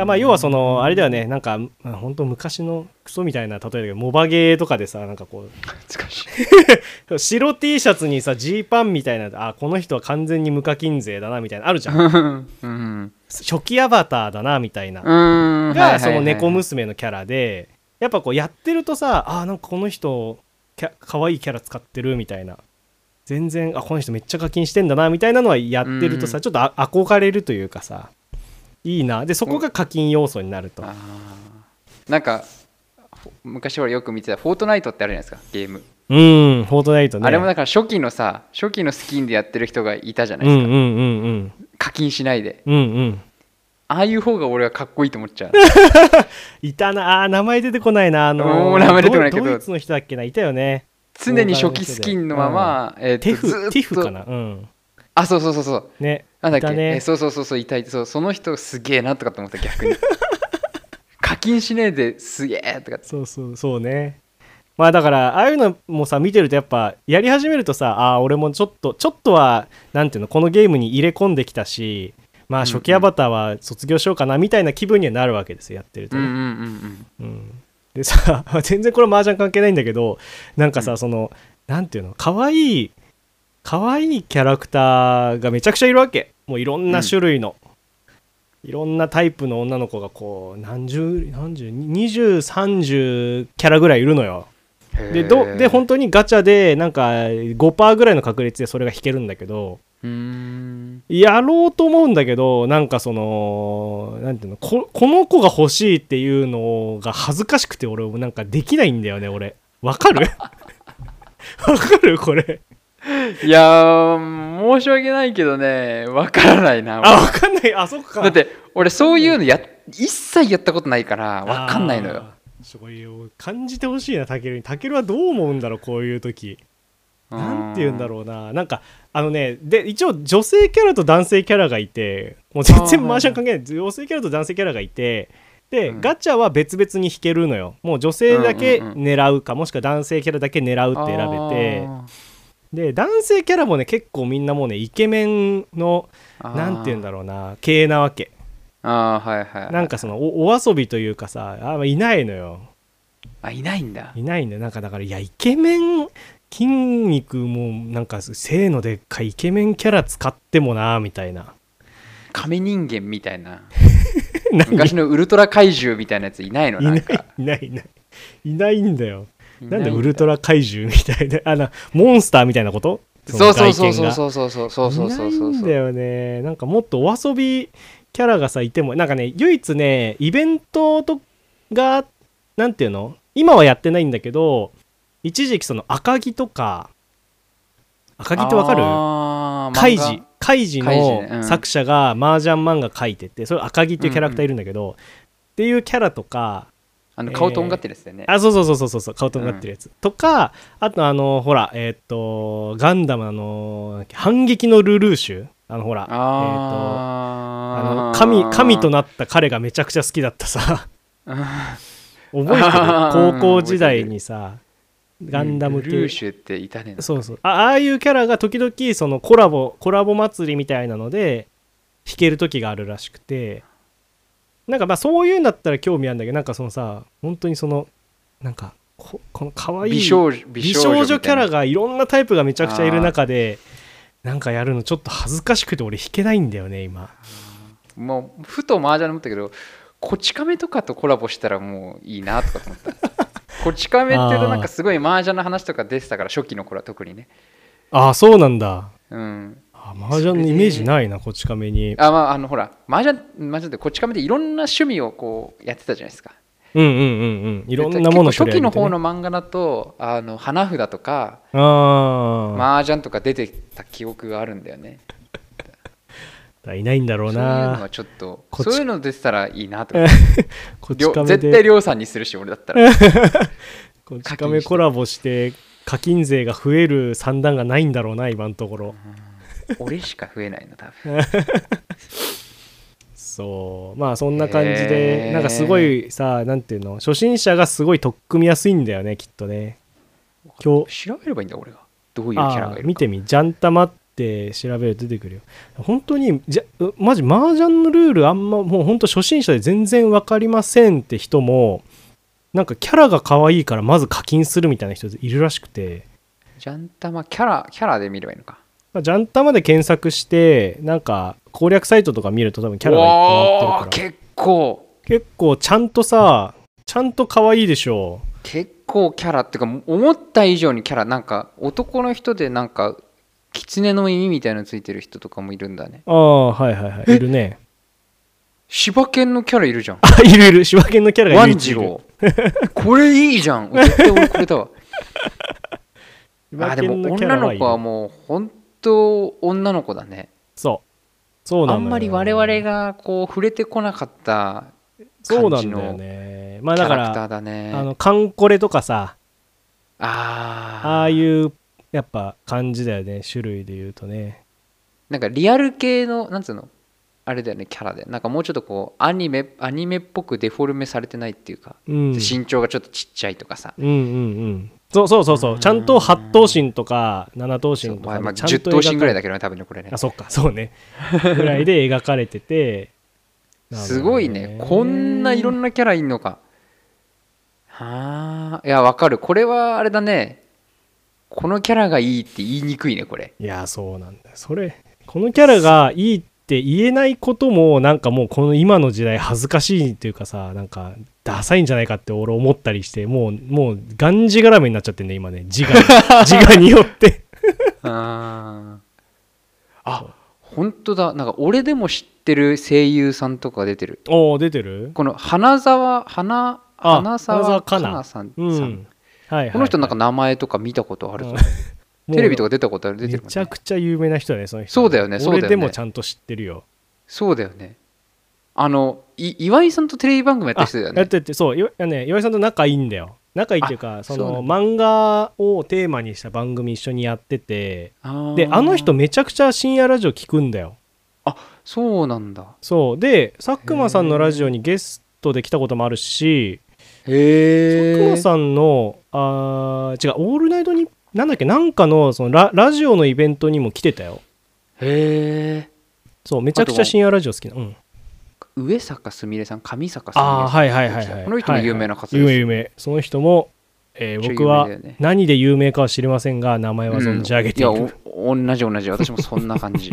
らまあ要はそのあれだよねなんか本当昔のクソみたいな例えだけどモバゲーとかでさなんかこ
難しいう
白 T シャツにさジーパンみたいなあこの人は完全に無課金税だなみたいなあるじゃん
うん
初期アバターだなみたいな
うん
がその猫
む
娘のキャラでやっぱこうやってるとさあーなんかこの人キャ可愛いキャラ使ってるみたいな全然あこの人めっちゃ課金してんだなみたいなのはやってるとさ、
うん
ちょっとあ憧れるというかさいいなでそこが課金要素になると、
あーなんかほ昔俺よく見てた「フォートナイト」ってあるじゃないですかゲーム、
うんフォートナイトね
あれもだから初期のさ初期のスキンでやってる人がいたじゃな
う
い
ん
です
うん
か、
うんうん
課金しないで
うんうん
ああいう方が俺はかっこいいと思っちゃう
いたなあー名前出てこないなあの
もう名前出てこないけど
ドイドイツの人だっけないたよね
常に初期スキンのまま、えーと
テフ
ずーっと
ティフかなうん
あそうそうそうそう
ね
なんだっけ
いたね
えーそうそうそうそういたいそうその人すげえなとかと思った逆に [LAUGHS] 課金しねえですげえとか
そうそうそうねまあだからああいうのもさ見てるとやっぱやり始めるとさああ俺もちょっとちょっとはなんていうのこのゲームに入れ込んできたしまあ
うんうん
初期アバターは卒業しようかなみたいな気分にはなるわけですよやってると
うん
ね、
うんうんうん
うんでさ [LAUGHS] 全然これ麻雀関係ないんだけどなんかさ、そのなんていうの可愛い可愛いキャラクターがめちゃくちゃいるわけもういろんな種類の、いろんなタイプの女の子がこう何十何十2030キャラぐらいいるのよでどで本当にガチャでなんか5%ぐらいの確率でそれが引けるんだけど
うーん
やろうと思うんだけどなんかそのなんていうのここの子が欲しいっていうのが恥ずかしくて俺もなんかできないんだよね俺わかる [LAUGHS] わかるこれ
いやー申し訳ないけどねわからないな
あわかんないあそっか
だって俺そういうのや一切やったことないからわかんないのよ
あーそういう感じてほしいなタケルにタケルはどう思うんだろうこういう時なんて言うんだ
う
ろうななんかあのねで一応女性キャラと男性キャラがいてもう全
あーはい
然マージャン関係ない女性キャラと男性キャラがいてで、
うん
ガチャは別々に引けるのよもう女性だけ
うんうんうん
狙うか、もしくは男性キャラだけ狙うって選べてで男性キャラもね結構みんなもうねイケメンのなんて言うんだ
ろ
ろうな系なわけ
うあーあーはいはい
なんかそのおお遊びというかさあーいないのよ
あいないんだ
いないんだよなんかだからいやイケメン筋肉もなんか性のでっかいイケメンキャラ使ってもなみたい
[LAUGHS]
な
亀人間みたい
[LAUGHS]
な
なんか
昔のウルトラ怪獣みたいなやついないの
いな
なん
い
か
いないいないいないんだよ
い
なん
い
で
んだ
ウルトラ怪獣みたいなあなモンスターみたいなこと
そうそう
そ
そ
の
うそう
外見が
そうそうそうそうそうそうそう
いないん
そ
だ
う
よねなんかもっとお遊びキャラがさいてもなんかね唯一ねイベントとがなんていうの今はやってないんだけど一時期その赤城とか赤城ってわかる
る
カイジカイジ
カイジねう
の
ん
作者が麻雀漫画描いててそれ赤城っていうキャラクターいるんだけど、っていうキャラとか
あの
えー
顔とんがってるやつだよね
あそうそうそうそうそうそう顔とんがってるやつ、とかあとあのほらえーっとガンダムのあの反撃のルルーシュあのほらえーっとあの
あー
神神となった彼がめちゃくちゃ好きだった [LAUGHS] さ [LAUGHS] 覚
あ
えて
ー
る高校時代にさガンダム
ル
系
ーシュっていたね
そうそうあああいうキャラが時々そのコラボコラボ祭りみたいなので弾ける時があるらしくてなんかまあそういうんだったら興味あるんだけどなんかそのさ本当にそのなんかここの可愛い
美少女
美少女キャラ
が
がいろんなタイプがめちゃくちゃいる中でなんかやるのちょっと恥ずかしくて俺弾けないんだよね今
もうふと麻雀思ったけどこち亀とかとコラボしたらもういいなとかと思ったんですよ
[LAUGHS]
こち亀っていうとなんかすごい麻雀の話とか出てたから初期の頃は特にね
ああそうなんだ
うん
あ麻雀のイメージないなこち亀に
あまああのほら麻雀麻雀ってこち亀でいろんな趣味をこうやってたじゃないですか
うんうんうんうんいろんなもの
結構初期の方
の
の漫画だとあの花札とか
あー
麻雀とか出てた記憶があるんだよね
らいないんだろ
そうういうの
な
はちょっと
こっち
そういうの出てたらいいなと
こ
りょ
ち亀
絶対
で
りょうさんにするし俺だった
[LAUGHS]
ら
こち亀コラボして課金税が増える算段がないんだろうな今のところ
俺しか増えないの多分
そうまあそんな感じで
へー
なんかすごいさなんていうの初心者がすごい取っ組みやすいんだよねきっとね今日
調べればいいんだ俺がどういうキャラ
あ
がいる
ー
か
見てみジャンタマって調べると出てくるよ本当にじゃうマジ麻雀のルールあんまもう本当初心者で全然わかりませんって人もなんかキャラが可愛いからまず課金するみたいな人いるらしくて、
ジャンタマキャラキャラで見ればいいのか
まあ、ジャンタマで検索してなんか攻略サイトとか見ると多分キャラがいっぱい載ってる
おー
から
結構
結構ちゃんとさちゃんと可愛いでしょ
結構キャラっていうか思った以上にキャラなんか男の人でなんか狐の耳みたいなのついてる人とかもいるんだね
ああはいはいはいいるね [LAUGHS]
柴犬のキャラいるじゃん
あいるいる柴犬のキャラが
万
いる
次郎 [LAUGHS] これいいじゃん絶対俺これだ
[LAUGHS]
わあでも女の子は
う
もう本当女の子だね
そうそうな
あ
のよ
んまり我々がこう触れてこなかった
そうなんだよねまあ
キ
だ
ャ
か
ラクタ
ら
ーだね
あのカンコレとかさ
あ
あ
あ
あいうやっぱ感じだよね種類で言うとね
なんかリアル系のなんつうのあれだよねキャラでなんかもうちょっとこうアニメアニメっぽくデフォルメされてないっていうか、
うん
身長がちょっとちっちゃいとかさ
うんうんうんそうそうそうそうちゃんと8頭身とか7頭
そう
身と
ま
か
あまあ
でちゃん
10
と
頭身ぐらい
だ
だけどね多分ねこれね
あそっかそうねぐらいで描かれてて
[LAUGHS] すごいねこんないろ
なん
なキャラいんのかはあいやわかるこれはあれだねこのキャラがいいって言いにくいねこれ
いやそうなんだよそれこのキャラがいいって言えないこともなんかもうこの今の時代恥ずかしいっていうかさなんかダサいんじゃないかって俺思ったりしてもうもうがんじがらめになっちゃってんね今ね自我
[LAUGHS]
自我によって
あーあ本当だなんか俺でも知ってる声優さんとか出てる
おお出てる
この花沢花
あ
花
花
沢
澤香
香
菜
菜さんさん、
うんはいはい、
この人なんか
か
名前とか見たことあるぞ、
もう
テレビとか出たことある出てるも
め
ん
ちゃ
ね
くちゃ有名な人だねその人
そうだよねそうだよね
俺でもちゃんと知ってるよ
そうだよねあのい岩井さんとテレビ番組やってる人だよ
あやっ
ね
ててそういわね岩井さんと仲いいんだよ仲いいっていうか
あ
そ
そうな
の
ん
漫画をテーマにした番組一緒にやってて
あ
で
ー
あの人めちゃくちゃ深夜ラジオ聞くんだよ
そうなんだ
そうで佐久間さんのラジオにゲストで来たこともあるし
へえ
佐久間さんのあー違う「オールナイトに」なんだっけなんかのそのララジオのイベントにも来てたよ
へえ
そうめちゃくちゃ深夜ラジオ好きな、うん、
上坂すみれさん上坂すみれさん
ああーはいはいはい、はい、
この人も有名な方です
はいはい有名有名その人も、えー
めっちゃ有名
僕は
だよね
何で有名かは知りませんが名前は存じ上げている、
うんいやお同じ同じ私もそんな感
[LAUGHS]
じ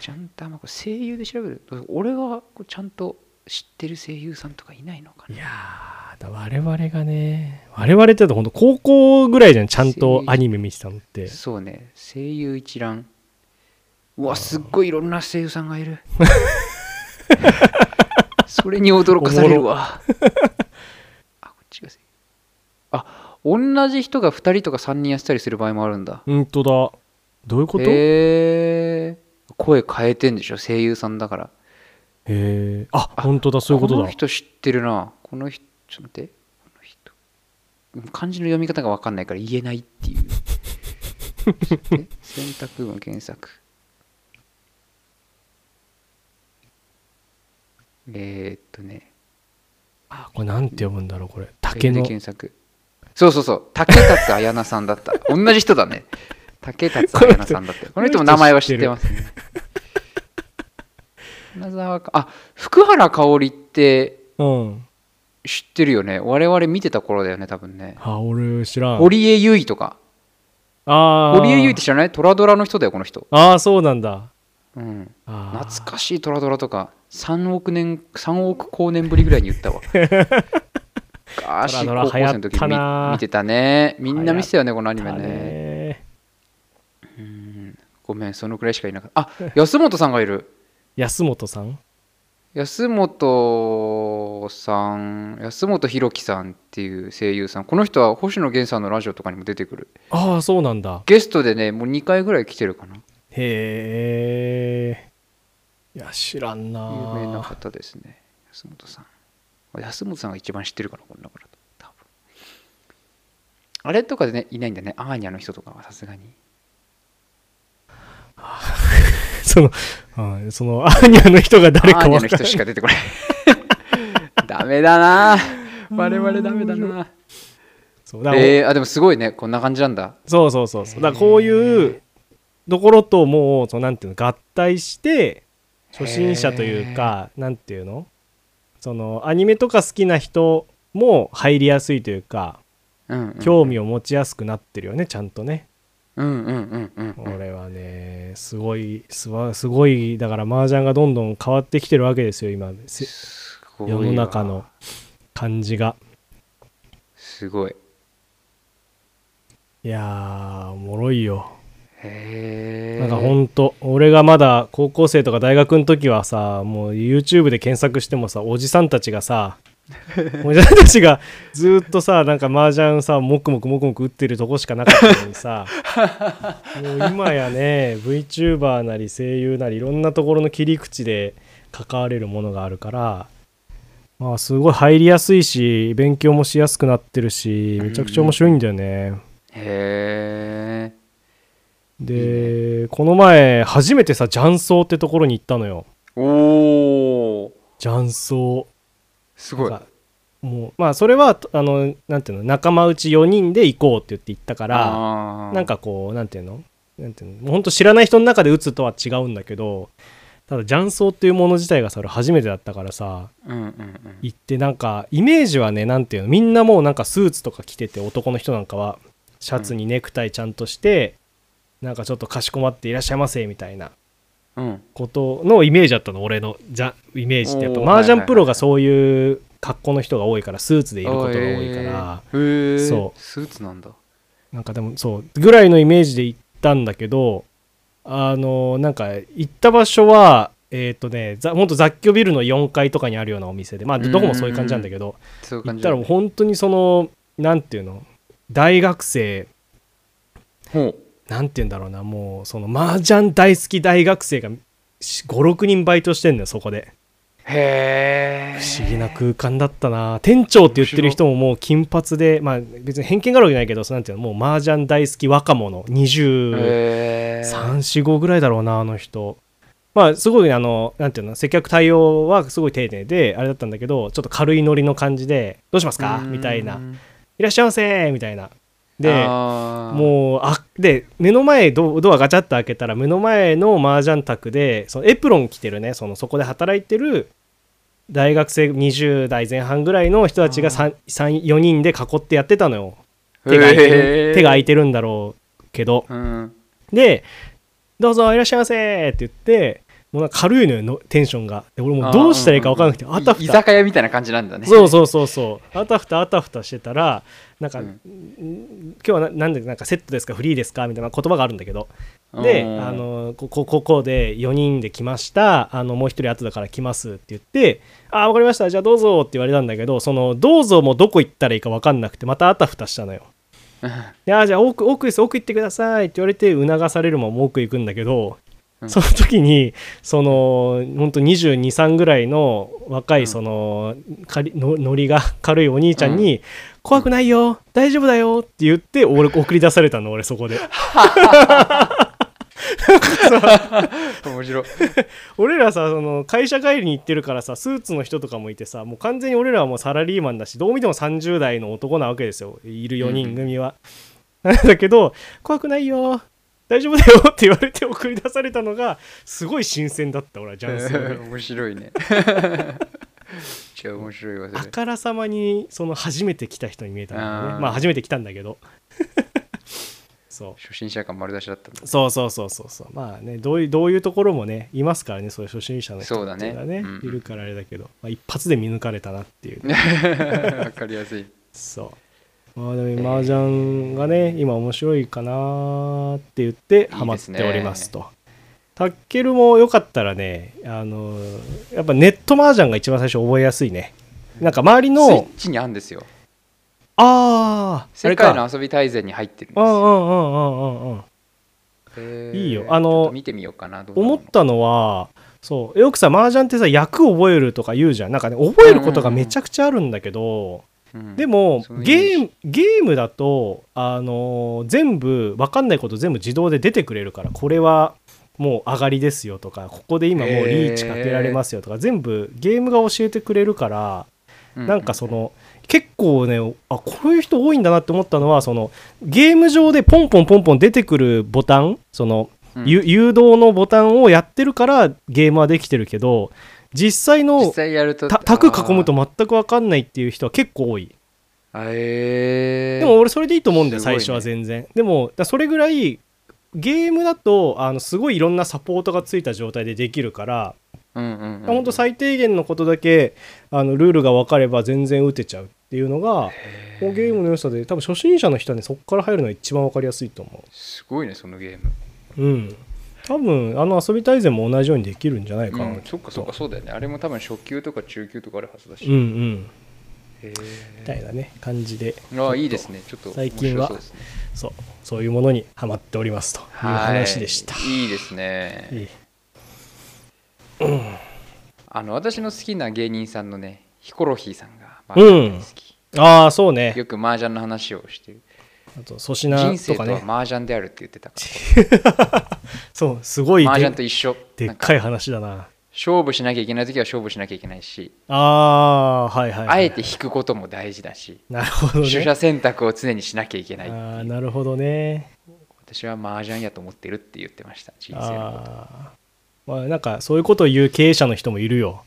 ちゃんとあんまこれ声優で調べる俺はこうちゃんと知ってる声優さんとかいないのかない
やーだ我々がね我々ってだと本当高校ぐらいじゃんちゃんとアニメ見てたのって
そうね声優一覧うわすっごいいろんな声優さんがい
[LAUGHS]
るそれに驚かされるわあこっちが声優あ同じ人が2人とか3人やってたりする場合もあるんだ
本当だどういうことへ
へえ声変えてんでしょ声優さんだから
えあ本当だそういうこと
こ
だ
の人知ってるなこの人ちょっと待ってこの人漢字の読み方が分かんないから言えないっていうちょっと待って選択文検索えー、っとね
あこれなんて読むんだろうこれ
これ
竹
で
の
検索そうそうそう竹達彩菜さんだった同じ人だね竹達彩菜さんだったこの人も名前は知ってますね花沢かあ福原香織って
うん
知ってるよね我々見てた頃だよね多分ね
あ俺知らん
堀江由衣とか
あー
堀江由衣って知らないトラドラの人だよこの人
ああそうなんだ
うん
あー
懐かしいトラドラとか3億年3億光年ぶりぐらいに言った
[LAUGHS]
わ昔
トラ
高
ドラ
校生の時
流行った
に
な
見見てたねみんな見てたよねこのアニメ
だ
ね
ね
うんごめんそのくらいしかいなかったあ安本さんがいる
安本さん
安本さん安本博樹さんっていう声優さんこの人は星野源さんのラジオとかにも出てくる
ああそうなんだ
ゲストでねもう2回ぐらい来てるかな
へえいや知らんな
有名な
ぁ
方ですね安本さん安本さんが一番知ってるからこんなからと多分あれとかでねいないんだねアーニャの人とかはさすがに
[LAUGHS] その、うん、そのア [LAUGHS] ーニャの人が誰
ア
か
ーニ
わ
ャの
か
人
らない
しか出てこない [LAUGHS] ダメだな我々ダメだな
そうだから
えー、あでもすごいねこんな感じなんだ
そうそうそうそうだからこういうところともうそのなんていうの合体して初心者というかなんていうのそのアニメとか好きな人も入りやすいというか
うんうん
興味を持ちやすくなってるよねちゃんとね
うんうんうんうんうん
俺はねすごいすわすごいだから麻雀がどんどん変わってきてるわけですよ今せ
すごいわ
世の中の感じが
すごい
いやーおもろいよ
へえ
なんかほんと俺がまだ高校生とか大学の時はさもう YouTube で検索してもさおじさんたちがさおじさんたちがずーっとさなんか麻雀さもくもくもくもく打ってるとこしかなかったのにさもう今やね VTuber なり声優なりいろんなところの切り口で関われるものがあるからまあすごい入りやすいし勉強もしやすくなってるしめちゃくちゃ面白いんだよね。
へえ
でこの前初めてさ雀荘ってところに行ったのよ
おお
雀荘
すごい
なんかもうまあそれはあのなんていうの仲間内4人で行こうって言って行ったから
あー
なんかこうなんていうのなんていうのもうほんと知らない人の中で打つとは違うんだけどただ雀荘っていうもの自体がそれ初めてだったからさ
うんうんうん
行ってなんかイメージはねなんていうのみんなもうなんかスーツとか着てて男の人なんかはシャツにネクタイちゃんとして、なんかちょっとかしこまっていらっしゃいませみたいな
うん
ことのイメージだったの俺のザイメージってやっぱ
おー
麻
はいはいは
雀
い
プロがそういう格好の人が多いからスーツでいることが多いから
あーへえ
そ
スーツなんだ
なんかでもそうぐらいのイメージで行ったんだけどあのなんか行った場所はえっ、とねざほんと雑居ビルの4階とかにあるようなお店でまあ
うんうんうん
どこもそういう感じなんだけど
そういう
行っ
感じ
た
だ
ら
ね
もう本当にそのなんていうの大学生
ほ
なんて言うんだろうなもうその麻雀大好き大学生が56人バイトしてんのよそこで。
うへえ
不思議な空間だったな店長って言ってる人ももう金髪でまあ別に偏見があるわけじゃないけどそうなんていうのもう麻雀大好き若者23445
へえ
ぐらいだろうなあの人まあすごいあのなんていうの接客対応はすごい丁寧であれだったんだけどちょっと軽いノリの感じで「どうしますか?」みたいな「いらっしゃいませ」みたいなで
も
もうあで目の前ドドアガチャッと開けたら目の前の麻雀卓でそのエプロン着てるねそのそこで働いてる大学生20代前半ぐらいの人たちが34人で囲ってやってたのよ手が空いてる手が空いてるんだろうけど
うん
で「どうぞいらっしゃいませ」って言ってもうなんか軽いのよのテンションがで俺もうどうしたらいいか分からなくてあたふ
い居
た
酒屋みたいな感じなんだね
そうそうそうそうあたふたあたふたしてたらなんか、
うん
ん今日はななんでなんかセットですかフリーですかみたいな言葉があるんだけどで
うん
あのここここで4人で来ましたあのもう1人後だから来ますって言って「あーわかりましたじゃあどうぞ」って言われたんだけどその「どうぞ」もどこ行ったらいいか分かんなくてまたあたふたしたのよ。であーじゃあ奥奥です奥行ってくださいって言われて促されるもんも奥行くんだけど、
うん
その時にその本当2 2 3ぐらいの若いその,、かりのノリが軽いお兄ちゃんに「怖くないよ大丈夫だよ」って言って俺送り出されたの俺そこで
[LAUGHS] 面白い
俺らさその会社帰りに行ってるからさスーツの人とかもいてさもう完全に俺らはもうサラリーマンだしどう見ても30代の男なわけですよいる4人組は、 [LAUGHS] なんだけど怖くないよ大丈夫だよ [LAUGHS] って言われて送り出されたのがすごい新鮮だった俺はジャンスの時
面白いねじゃあ面白いわ
あ
それ
からさまにその初めて来た人に見えたんだよ
あ
ね
ー
まあ初めて来たんだけど [LAUGHS] そ
初心者感丸出しだったんだ
うそうそうそうそうそうまあねどういうどういうところもねいますからねそういう初心者の人っていうのは
そうだ
ね
ねうんうん
いるからあれだけど、まあ、一発で見抜かれたなっていうね [LAUGHS]
わかりやすい
そうまあでも麻雀がね今面白いかなーって言って
ね
ハマっておりますとタッケルもよかったらねあのーやっぱネット麻雀が一番最初覚えやすいねなんか周り
スイ
の
ッチにあんですよ
ああ
世界の遊び大全に入ってるんです
うんうん
よ
うんうんうんうん
へー
いいよあの
ちょっと見てみようかなどうなの
思ったのはそうよくさ麻雀ってさ役覚えるとか言うじゃんなんかね覚えることがめちゃくちゃあるんだけ
う
ど、
ん
でも
そのイメージ
ゲームゲームだとあのー全部わかんないこと全部自動で出てくれるからこれはもう上がりですよとかここで今もうリーチかけられますよとか全部ゲームが教えてくれるから
う
なんかその結構ねあこういう人多いんだなって思ったのはそのゲーム上でポンポンポンポン出てくるボタンその
うん
ゆ誘導のボタンをやってるからゲームはできてるけど実際
実
の
際やると
た卓囲むと全く分かんないっていう人は結構多い
あーえー
でも俺それでいいと思うんだよ
すごいね
最初は全然でもだそれぐらいゲームだとあのすごいいろんなサポートがついた状態でできるから
うんうんうん
本当最低限のことだけあのルールが分かれば全然打てちゃうっていうのがこのゲームの良さで多分初心者の人はねそこから入るのが一番分かりやすいと思
すごいねそのゲーム
ううん多分あの遊び大全も同じようにできるんじゃないかな、
うん、そっかそっかそうだよねあれも多分初級とか中級とかあるはずだし、
うんうん
へ
み
ー
たいなね感じで
ああいいですねちょっと
最近
面白
は
そうですね
そうそういうものにハマっておりますという話でした、
はいいいですね、
いい
あの私の好きな芸人さんのねヒコロヒーさんが
う
麻
ん
雀大好き、
ああそうね
よく麻雀の話をしてる
あと粗品
人
と
生と
かね
は麻雀であるって言ってたか
そうすごい
ら麻
で
雀と一緒
で
な
っ
ん
かい話だな
勝負しなきゃいけない時は勝負しなきゃいけないし、
ああーはいはい、はい、
あえて引くことも大事だし
なるほど
取捨
ね
選択を常にしなきゃいけ
あ
ない
ーなるほどね
私は麻雀やと思ってるって言ってました人生の
あー、まあ、なんかそういうことを言う経営者の人もいるよ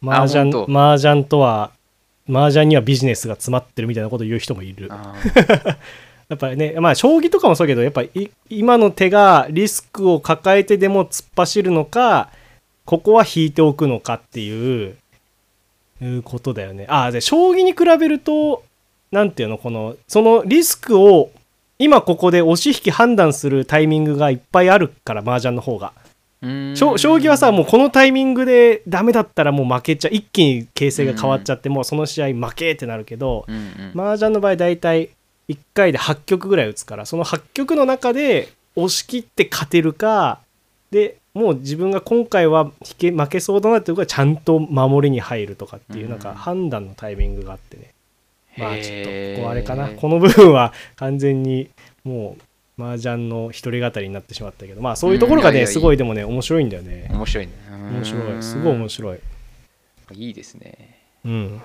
麻雀
本
麻雀とは麻雀にはビジネスが詰まってるみたいなことを言う人もいる
あー
やっぱりね、まあ、将棋とかもそうだけど、やっぱり今の手がリスクを抱えてでも突っ走るのか、ここは引いておくのかっていういうことだよね。ああ、で、将棋に比べると、なんていうの、この、そのリスクを今ここで押し引き判断するタイミングがいっぱいあるから、麻雀の方が。
うー
[LAUGHS]
ん
将将棋はさ、もうこのタイミングでダメだったらもう負けちゃう、一気に形勢が変わっちゃって、もうその試合負けってなるけど、
うんうん
麻雀の場合大体1回で8局ぐらい打つからその8局の中で押し切って勝てるかでもう自分が今回は引け負けそうだなっていうからちゃんと守りに入るとかっていううんなんか判断のタイミングがあってね、まあちょっと
へー
こうあれかなこの部分は完全にもう麻雀の一人語りになってしまったけどまあそういうところが
うんいやい
ね
やいい
すごいでもね面白いんだよね
面白いねうーん
面白いすごい面白い
いいですね
うん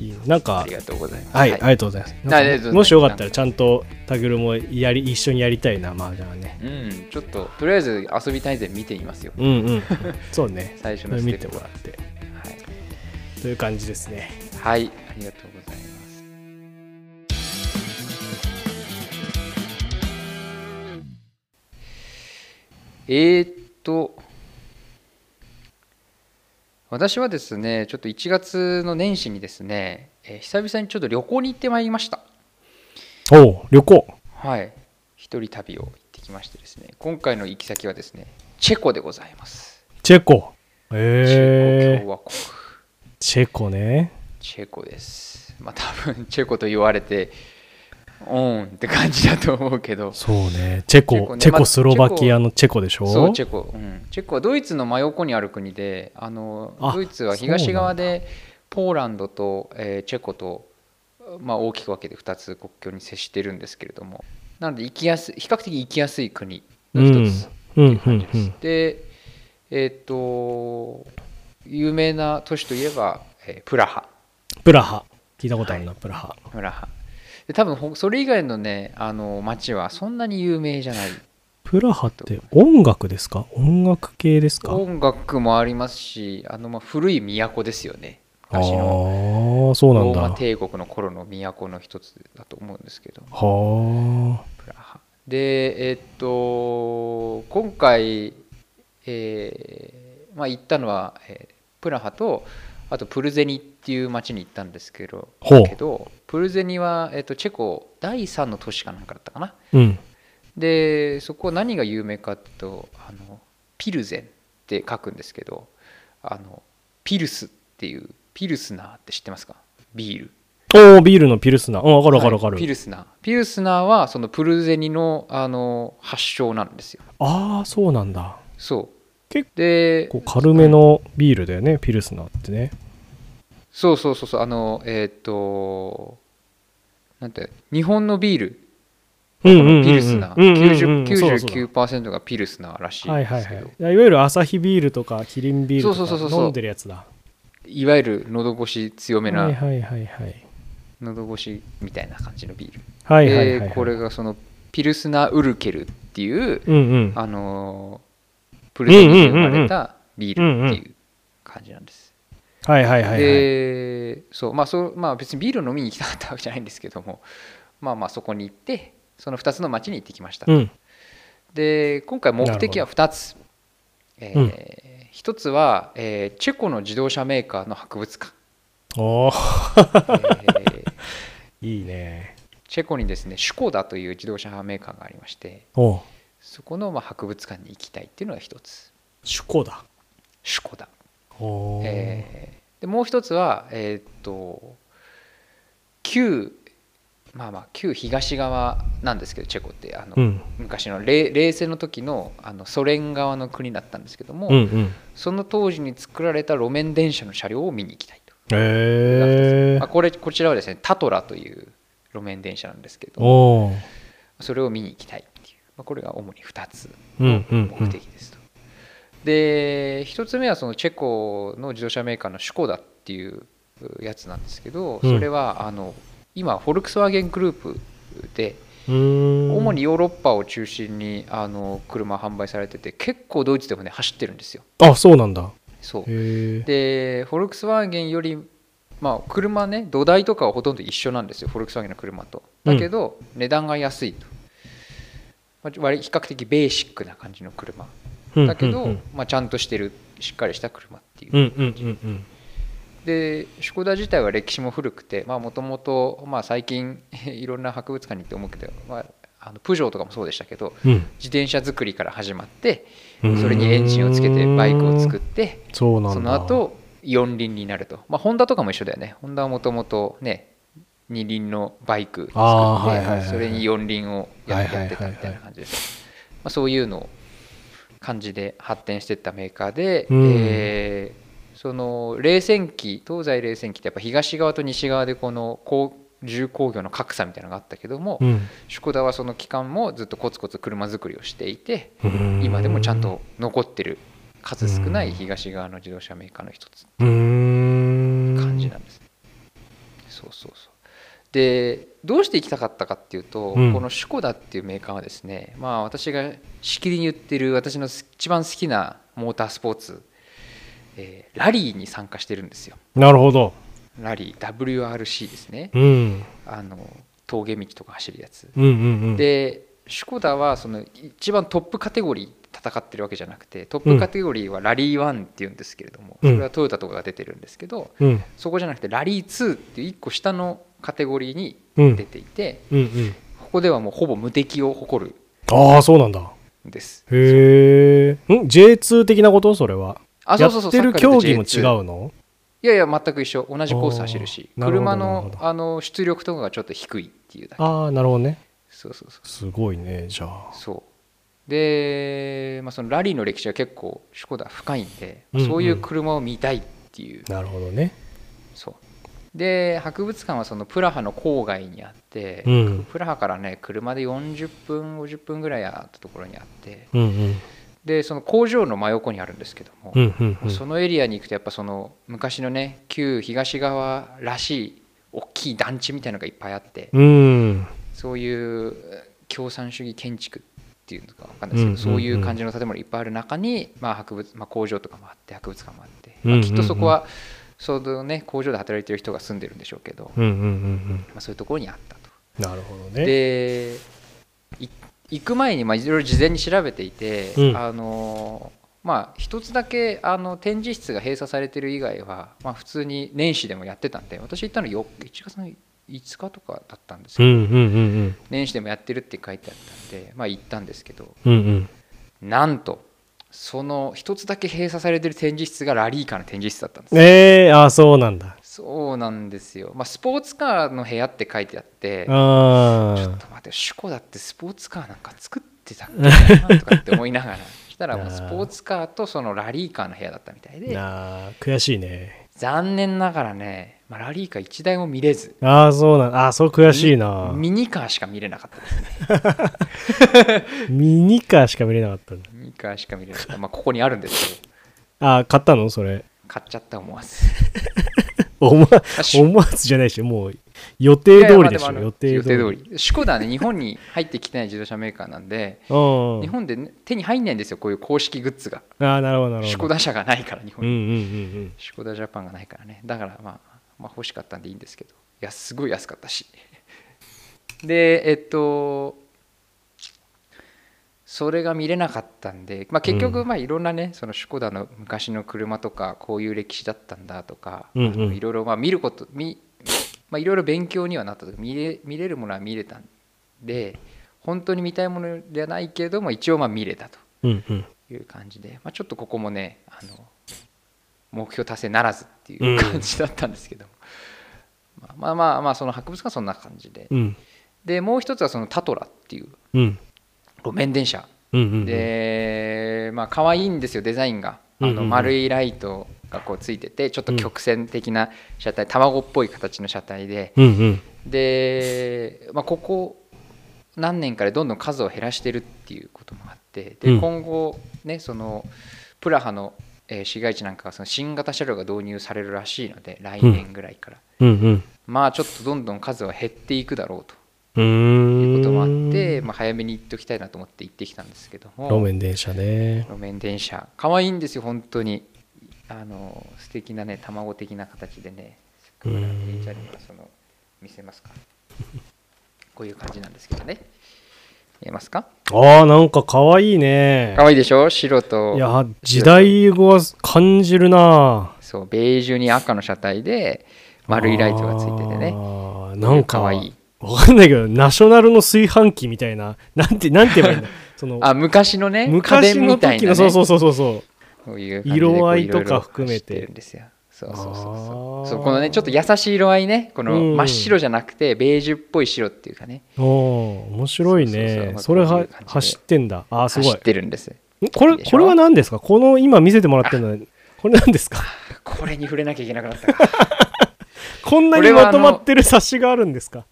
いいなんか
ありがとうございます
はい、ありがとうございま
は
す。
いありが
なん
とうござい
か
ます
もしよかったら、ちゃんとタグルもやり一緒にやりたいな、麻雀はね。
うんちょっととりあえず遊び大全見てみますよ
うんうん。
[LAUGHS]
そうね。
最初
そ
の
れ
ステ
見
ッ
て
プ
も
は
らって。
はい
という感じですね。
はい、ありがとうございます。えー、っと、私はですね、ちょっと1月の年始にですね、えー久々にちょっと旅行に行ってまいりました。
おう旅行。
はい、一人旅を行ってきましてですね、今回の行き先はですね、チェコでございます。
チェコ。
チェコ
えー
共和国。
チェコね。
チェコです。まあ多分チェコと言われて、うんって感じだと思うけど、
そうね。
チ
チェ
ェコ
コ、
ね
チェコスロバキアのチェコでしょ
そうチェコ、うん、チェコはドイツの真横にある国で、あの
あ
ドイツは東側でポーランドと、えーチェコと、まあ、大きく分けて2つ国境に接してるんですけれども、なので行きやすい比較的行きやすい国の一つ
うんう
感じ
ん
です。
うん。
で、えっ、と有名な都市といえば、えープラハ。
プラハ。聞いたことあるな、プラハ。
プラハで多分ほそれ以外のねあの街はそんなに有名じゃない
プラハって音楽ですか音楽系ですか
音楽もありますしあの、まあ、古い都ですよね
ああ
昔の
ー、そうな
ロ
ん
ー
だ。
マ
は
帝国の頃の都の一つだと思うんですけど
あ。
プラハでえっと今回、えーまあ、行ったのは、えープラハとあとプルゼニっていう街に行ったんですけど
ほう
けどプルゼニは、えっとチェコ第3の都市かなんかだったかな
うん。
でそこ何が有名かっていうとあのピルゼンって書くんですけどあのピルスっていうピルスナーって知ってますかビール
おお、ビールのピルスナー。うん、わかるわかるわか
は
る。
いピルスナーピルスナーはそのプルゼニのあの発祥なんですよ
ああそうなんだ
そう
結
で
こう軽めのビールだよね、ピルスナーってね。
そうそうそうそうあのえっ、となんて日本のビール
うんうんうんうん
ピルスナー
うんうんうん
90
そうだそうだ
99%がピルスナーらしい
は
ん
いは
で
い
す
は
け
い
ど、
いやいわゆるアサヒビールとかキリンビール
そうそうそ
と
うそ
か
う
飲んでるやつだ
いわゆる喉越し強め
はい
な
はいはいはい
喉越しみたいな感じのビール
はいはいはいは
で
い
これがそのピルスナーウルケルっていう
うんうん
あのープルトニーで生まれたビールっていう感じなんです
はいはいはいはい
でそうまあそうまあ別にビールを飲みに行きたかったわけじゃないんですけどもまあまあそこに行ってその2つの町に行ってきましたと
うん
で今回目的は2つ、え
うん
1つは、えーチェコの自動車メーカーの博
[LAUGHS]
物館、
おー
えー
いいね
チェコにですねシュコダという自動車メーカーがありまして
おう
そこのまあ博物館に行きたいっていうのが1つ
シュコだ
シュコダ、
おー
えーでもう1つはえーっと旧まあまあ旧東側なんですけどチェコってあの、
うん
昔の冷冷戦の時のあのソ連側の国だったんですけども、
うんうん
その当時に作られた路面電車の車両を見に行きたいと、
へえ
まあ、これこちらはですねタトラという路面電車なんですけど
おー
それを見に行きたいっていう、まあ、これが主に2つ
うんうんう
目
ん
的ですと、で1つ目はそのチェコの自動車メーカーのシュコダっていうやつなんですけど
うん
それはあの今フォルクスワーゲングループで
うーん
主にヨーロッパを中心にあの車販売されてて結構ドイツでもね走ってるんですよ
あそうなんだ
そう
へえ
でフォルクスワーゲンより、まあ、車ね土台とかはほとんど一緒なんですよフォルクスワーゲンの車とだけど、値段が安いとまあ割比較的ベーシックな感じの車だけど、
うん
まあ、ちゃんとしてるしっかりした車っていう、
うんうんうんうん
でシュコダ自体は歴史も古くてもともと最近 [LAUGHS] いろんな博物館に行って思うけど、まあ、あのプジョーとかもそうでしたけど
うん
自転車作りから始まって
うん
それにエンジンをつけてバイクを作って
そうなんだ
その後四輪になると、まあ、ホンダとかも一緒だよねホンダはもともとね二輪のバイク作って、
あーはいはいはいはい
それに四輪をや
はい
っ
はい
や
はいはい
ってたみたいな感じです、まあ、そういうのを感じで発展していったメーカーで、
うん
えーその冷戦期東西冷戦期ってやっぱ東側と西側でこのこう重工業の格差みたいなのがあったけども、
うん
シュコダはその期間もずっとコツコツ車作りをしていて、
うん
今でもちゃんと残ってる数少ない東側の自動車メーカーの一つ
うーん
感じなんです、そうそうそうでどうして行きたかったかっていうと、
うん
このシュコダっていうメーカーはですねまあ私がしきりに言ってる私のす一番好きなモータースポーツ、えーラリーに参加してるんですよ
なるほど
ラリー WRC ですね
うん
あの峠道とか走るやつ
うんうんうん
でシュコダはその一番トップカテゴリーで戦ってるわけじゃなくてトップカテゴリーはラリー1っていうんですけれども、
うん
それはトヨタとかが出てるんですけど、
うん
そこじゃなくてラリー2っていう1個下のカテゴリーに
うん
出ていて、
うんうん
ここではもうほぼ無敵を誇る
ああそうなんだ
んです。
へえん J2 的なことそれは
あそうそうそう
やってる
サッカ
競
ーで言
技も
うと
違
J2
うの
いやいや全く一緒同じコース走るし
あーなるほど
車
なるほ
の
ど
あの出力とかがちょっと低いっていうだけ
ああなるほどね
そうそうそう
すごいねじゃあ
そうで、まあ、そのラリーの歴史は結構シュコダ深いんで、
うんうん
そういう車を見たいっていう
なるほどね
そうで博物館はそのプラハの郊外にあって、
うん
プラハからね車で40分50分ぐらいあったところにあって
うんうん
でその工場の真横にあるんですけども、
うんうんうん
そのエリアに行くとやっぱその昔のね旧東側らしい大きい団地みたいのがいっぱいあって、
うん
そういうえー共産主義建築っていうのか分かんないですけど、
うんうんうん
そういう感じの建物いっぱいある中に、まあ博物まあ、工場とかもあって博物館もあって、
うんうんう
まあ、
ん
きっとそこはその、ね、工場で働いてる人が住んでるんでしょうけど、
うんうんうん
まあ、そういうところにあったと。
うんなるほどね
でい行く前にまあいろいろ事前に調べていて、
うん
あのまあ一つだけあの展示室が閉鎖されてる以外は、まあ、普通に年始でもやってたんで私行ったのよ1月の5日とかだったんですけど
うんうんうん
年始でもやってるって書いてあったんで、まあ、行ったんですけど
うんうんうん
なんとその一つだけ閉鎖されてる展示室がラリーカーの展示室だったんです、
ええああそうなんだ
そうなんですよ、まあ、スポーツカーの部屋って書いてあって
あ
ちょっ
あ [LAUGHS]
と待ってシュコだってスポーツカーなんか作ってたっけなとかって思いながらしたらもう
あー
スポーツカーとそのラリーカーの部屋だったみたいで
あー悔しいね
残念ながらね、まあ、ラリーカー1台も見れず
ああそうなんあーそう悔しいな
ミニカーしか見れなかったです
ミニカーしか見れなかったんだ
ミニカーしか見れなかったまあここにあるんですけど
あー買ったのそれ
買っちゃった思わず
思わ
あし
思わずじゃないしもう予定通りでしょ
いやいやまあもあの
予定通り
予定通りシュコダはね日本に入ってきてない自動車メーカーなんで
うん
日本でね、手に入んないんですよこういう公式グッズが
ああなるほどなる
シュ
ほ
コ
ど
ダ社がないから日
うん
本
う
に、
んうん
シュコダジャパンがないからねだから、まあ、まあ欲しかったんでいいんですけどいやすごい安かったしでえっとそれが見れなかったんで、まあ、結
う
局
ん
まあいろんなね、そのシュコダの昔の車とかこういう歴史だったんだとか、
うんうん
あのいろいろまあ見ることみ、まあ、いろいろ勉強にはなったというか見れ見れるものは見れたんで本当に見たいものじゃないけど、まあ、一応まあ見れたと
うんうんうん
いう感じで、まあ、ちょっとここもねあの目標達成ならずっていう感じだったんですけど、まあまあまあまあその博物館はそんな感じで
うん
でもう一つはそのタトラっていう
うん
路面電車
うんうんうん
でまあ可愛いんですよデザインがあ
うんうん
の
うん
丸いライトがこうついててちょっと曲線的な車体卵っぽい形の車体で
うんうん
で、まあ、ここ何年かでどんどん数を減らしてるっていうこともあって
う
で
ん
今後ねそのプラハのえー市街地なんかはその新型車両が導入されるらしいので来年ぐらいから、
うんうん
まあちょっとどんどん数は減っていくだろうと
うー
い
ん
うこともあって、まあ、早めに行っておきたいなと思って行ってきたんですけども
路面電車ね
路面電車可愛いんですよ本当にあの素敵なね卵的な形でねせっかくなんで
うん
じゃあ今その見せますか [LAUGHS] こういう感じなんですけどね見えますか
ああなんかかわいいね
可愛いでしょ白と
いや時代語は感じるな
そうベージュに赤の車体で丸いライトがついててね
あーなんか
可愛い
わかんないけどナショナルの炊飯器みたいななんてなんて言えばいいん
[LAUGHS]
だその
あ昔のね家
昔
電
の
みたい
時
な、
の
ね、
そうそうそうそうそう
こういう感じでこう
色合いとか含めて
いろいろ走るんですよそうそうそうそ
あー
うそうこのねちょっと優しい色合いねこの
うん
真っ白じゃなくてベージュっぽい白っていうかね
おー面白い
そうそうそう
ね
まあ
それ
こうい
は
う感じで
走ってんだあーすご
走
い
ってるんです
んこ
いい
れ
でしょ
これは何ですかこの今見せてもらってるのはこれ何ですか
これに触れなきゃいけなくなった [LAUGHS] か
こんな
こ
に
れは
ま
あの
とまってる冊子があるんですか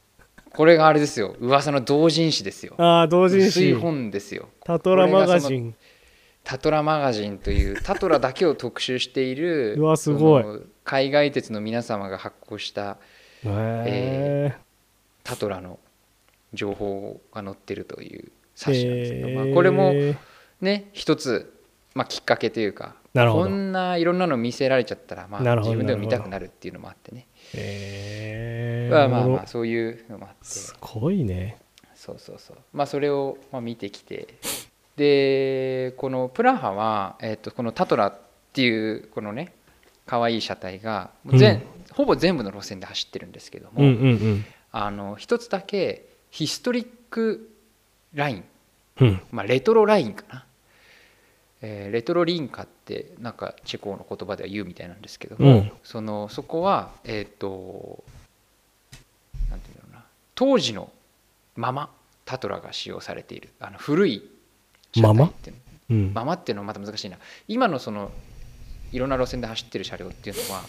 これがあれですよ噂の同人誌ですよ
ああ同人
薄い
誌
本ですよ
タトラマガジン
タトラマガジンというタトラだけを特集している
[LAUGHS] うわすごい
その海外鉄の皆様が発行した
へえ
タトラの情報が載ってるという冊子なんですけど、まあ、これもね一つ、まあ、きっかけというか
なるほど
こんないろんなの見せられちゃったら、ま
な
あ、
るほど
自分でも見たくなるっていうのもあってね
え
まあまあまあそういうのもあって
すごいね
そうそうそうまあそれをまあ見てきてでこのプラハは、えっとこのタトラっていうこのね可愛い車体がもう全、
うん
ほぼ全部の路線で走ってるんですけども、
うんうん
あの一つだけヒストリックライン、
うんうん
まあ、レトロラインかな、えーレトロリンカってなんかチェコの言葉では言うみたいなんですけども、
うん
そのそこはえっ、となんていうんだろうな当時のままタトラが使用されているあの古い
まま
っていうの
うん
ままっていうのはまた難しいな今のそのいろんな路線で走ってる車両っていうのは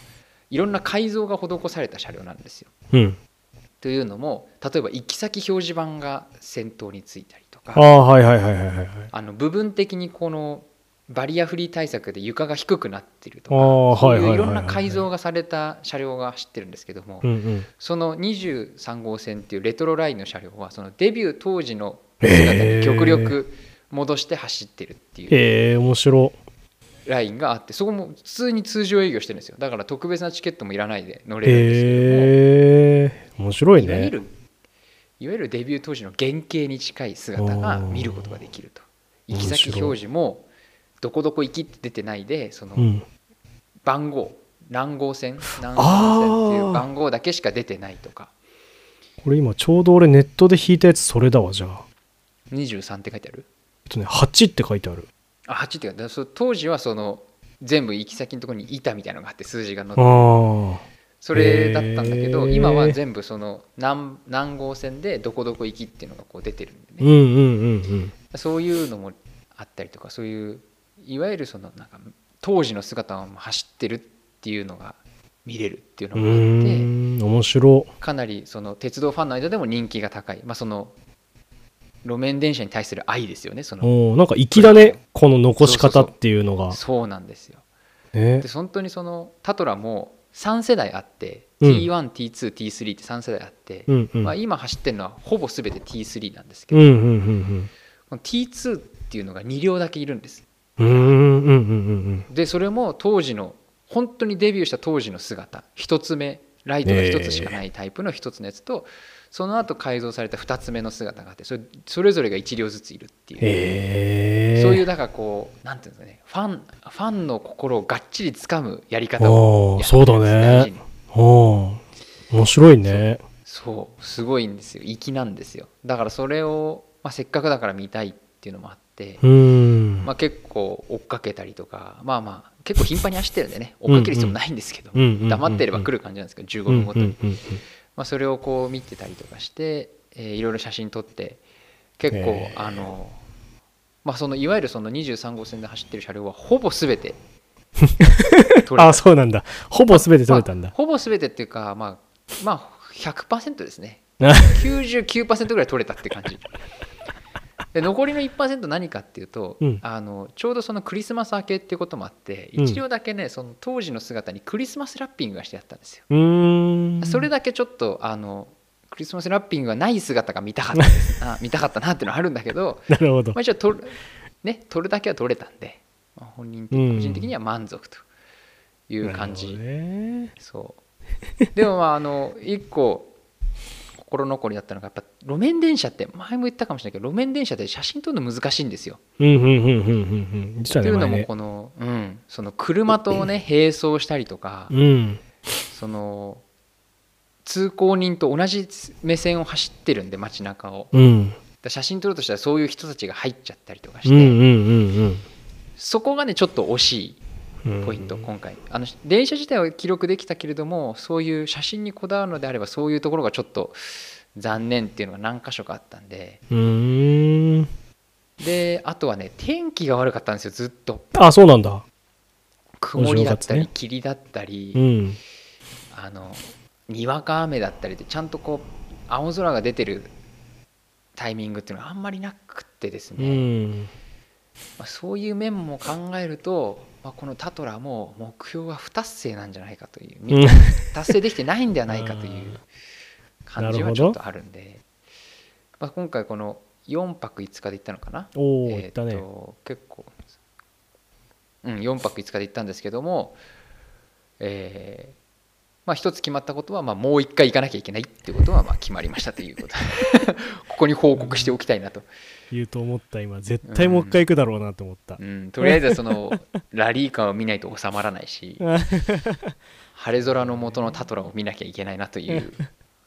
いろんな改造が施された車両なんですよ
うん
というのも例えば行き先表示板が先頭についたりとか
ああはいはいはいはいはいはい
あの部分的にこのバリアフリー対策で床が低くなってると
あー
かそう
はいはいはい
い
は
う
い
いろんな改造がされた車両が走ってるんですけども
うんうん
その23号線っていうレトロラインの車両はそのデビュー当時の
へー
姿に極力戻して走ってるっていう
ええ面白
ラインがあってそこも普通に通常営業してるんですよだから特別なチケットもいらないで乗れるんですけども。
ええ面白い
いわゆ
ね
るいわゆるデビュー当時の原型に近い姿が見ることができると
うん
行き先表示もどこどこ行きって出てないでその
うん
番号何号線何
あー
号線っていう番号だけしか出てないとか
これ今ちょうど俺ネットで引いたやつそれだわじゃあ
23って書いてある
えっとね8って書いてある
あ8って書いてあるそう当時はその全部行き先のところに板みたいなのがあって数字が載って
あ
それだったんだけど
へー
今は全部その何何号線でどこどこ行きっていうのがこう出てるんでね
うんうんうんうん
そういうのもああったりとかそういういわゆるそのなんか当時の姿を走ってるっていうのが見れるっていうの
う
があって。
ーん面白
かなりその鉄道ファンの間でも人気が高い、まあ、その路面電車に対する愛ですよねその
おーなんか粋だねこの残し方っていうのが
そうなんですよ
ね
で本当にそのタトラも3世代あって、
うん
T1T2T3 って3世代あって、
うんうん
まあ、今走ってるのはほぼ全て T3 なんですけ
うん
ど、
うんうん
この T2 っていうのが2両だけいるんです
うんうーんうんうんうん
でそれも当時の本当にデビューした当時の姿1つ目ライトが1つしかないタイプの1つのやつと、その後改造された2つ目の姿があってそれそれぞれが1両ずついるっていう、
へえ
そういううだからこうなんていうんですかねファンファンの心をがっちり掴むやり方
お
を
ー
やってる
そうだ
んです
ね
大事に
おー面白いね
そうすごいんですよ粋なんですよだからそれを、まあ、せっかくだから見たいっていうのもあって、
うーん
まあ、結構追っかけたりとかまあまあ結構頻繁に走ってるんでね追っかける必要もないんですけど、
黙
黙ってれば来
る
る感じなんですけど15
うん
分
う
ご
ん
と
う
に、
んうん
まあ、それをこう見てたりとかして、えーいろいろ写真撮って結構、
へー
あのまあそのいわゆるその23号線で走ってる車両はほぼ全て撮
あそうなんだほぼ全て取れたん
まあ
だ
ほぼ全てっていうかまあまあ100%ですね
[LAUGHS] あ
99%ぐらい取れたって感
[LAUGHS]
じで残りの1%何かっていうと、
うん
あのちょうどそのクリスマス明けっていうこともあって
うん
一両だけねその当時の姿にクリスマスラッピングがしてあったんですよ、
うーん
それだけちょっとあのクリスマスラッピングがない姿が見たかったです
[LAUGHS]
あ見たかったなっていうのはあるんだけど、
なるほど
まあ、一応取る,、ね、取るだけは取れたんで、まあ本人的
うん
個人的には満足という感じ、
なるほどね
そうでもまああの一個心残りだったのがやっぱ路面電車って前も言ったかもしれないけど路面電車って写真撮るの難しいんですよ。
うんうんうんうんうんうん実は
とい
ね
うの
前
も
ね
この,、うん、その車とね並走したりとか
うん
その通行人と同じ目線を走ってるんで街中を
うん
だから写真撮るとしたらそういう人たちが入っちゃったりとかし
うんう
て、
んうん
そこがねちょっと惜しい
うん
ポイント今回あの電車自体は記録できたけれどもそういう写真にこだわるのであればそういうところがちょっと残念っていうのが何箇所かあったんで
うーん
であとはね天気が悪かったんですよずっと
あそうなんだ
曇りだった
お正月
り
ね
霧だったり、
うん
あのにわか雨だったりでちゃんとこう青空が出てるタイミングっていうのがあんまりなくってです
う
ね、
ん
まあ、そういう面も考えると、まあ、このタトラも目標は不達成なんじゃないかという
うん
達成できてないんではないかと
[LAUGHS]
いう感じ
なるほ
は
ど
ちょっとあるんで、まあ、今回この4泊5日で行ったのかな、
[LAUGHS] おお
えー
いったね
と結構、うん、4泊5日で行ったんですけども、えーまあ、一つ決まったことは、まあ、もう一回行かなきゃいけないっていうことはまあ決まりましたということ
[LAUGHS]
ここに報告しておきたいなと、
言うと思った今絶対もう一回行くだろうなと思った
うん、とりあえずはその
[LAUGHS]
ラリーカーを見ないと収まらないし晴れ空の元のタトラを見なきゃいけないなという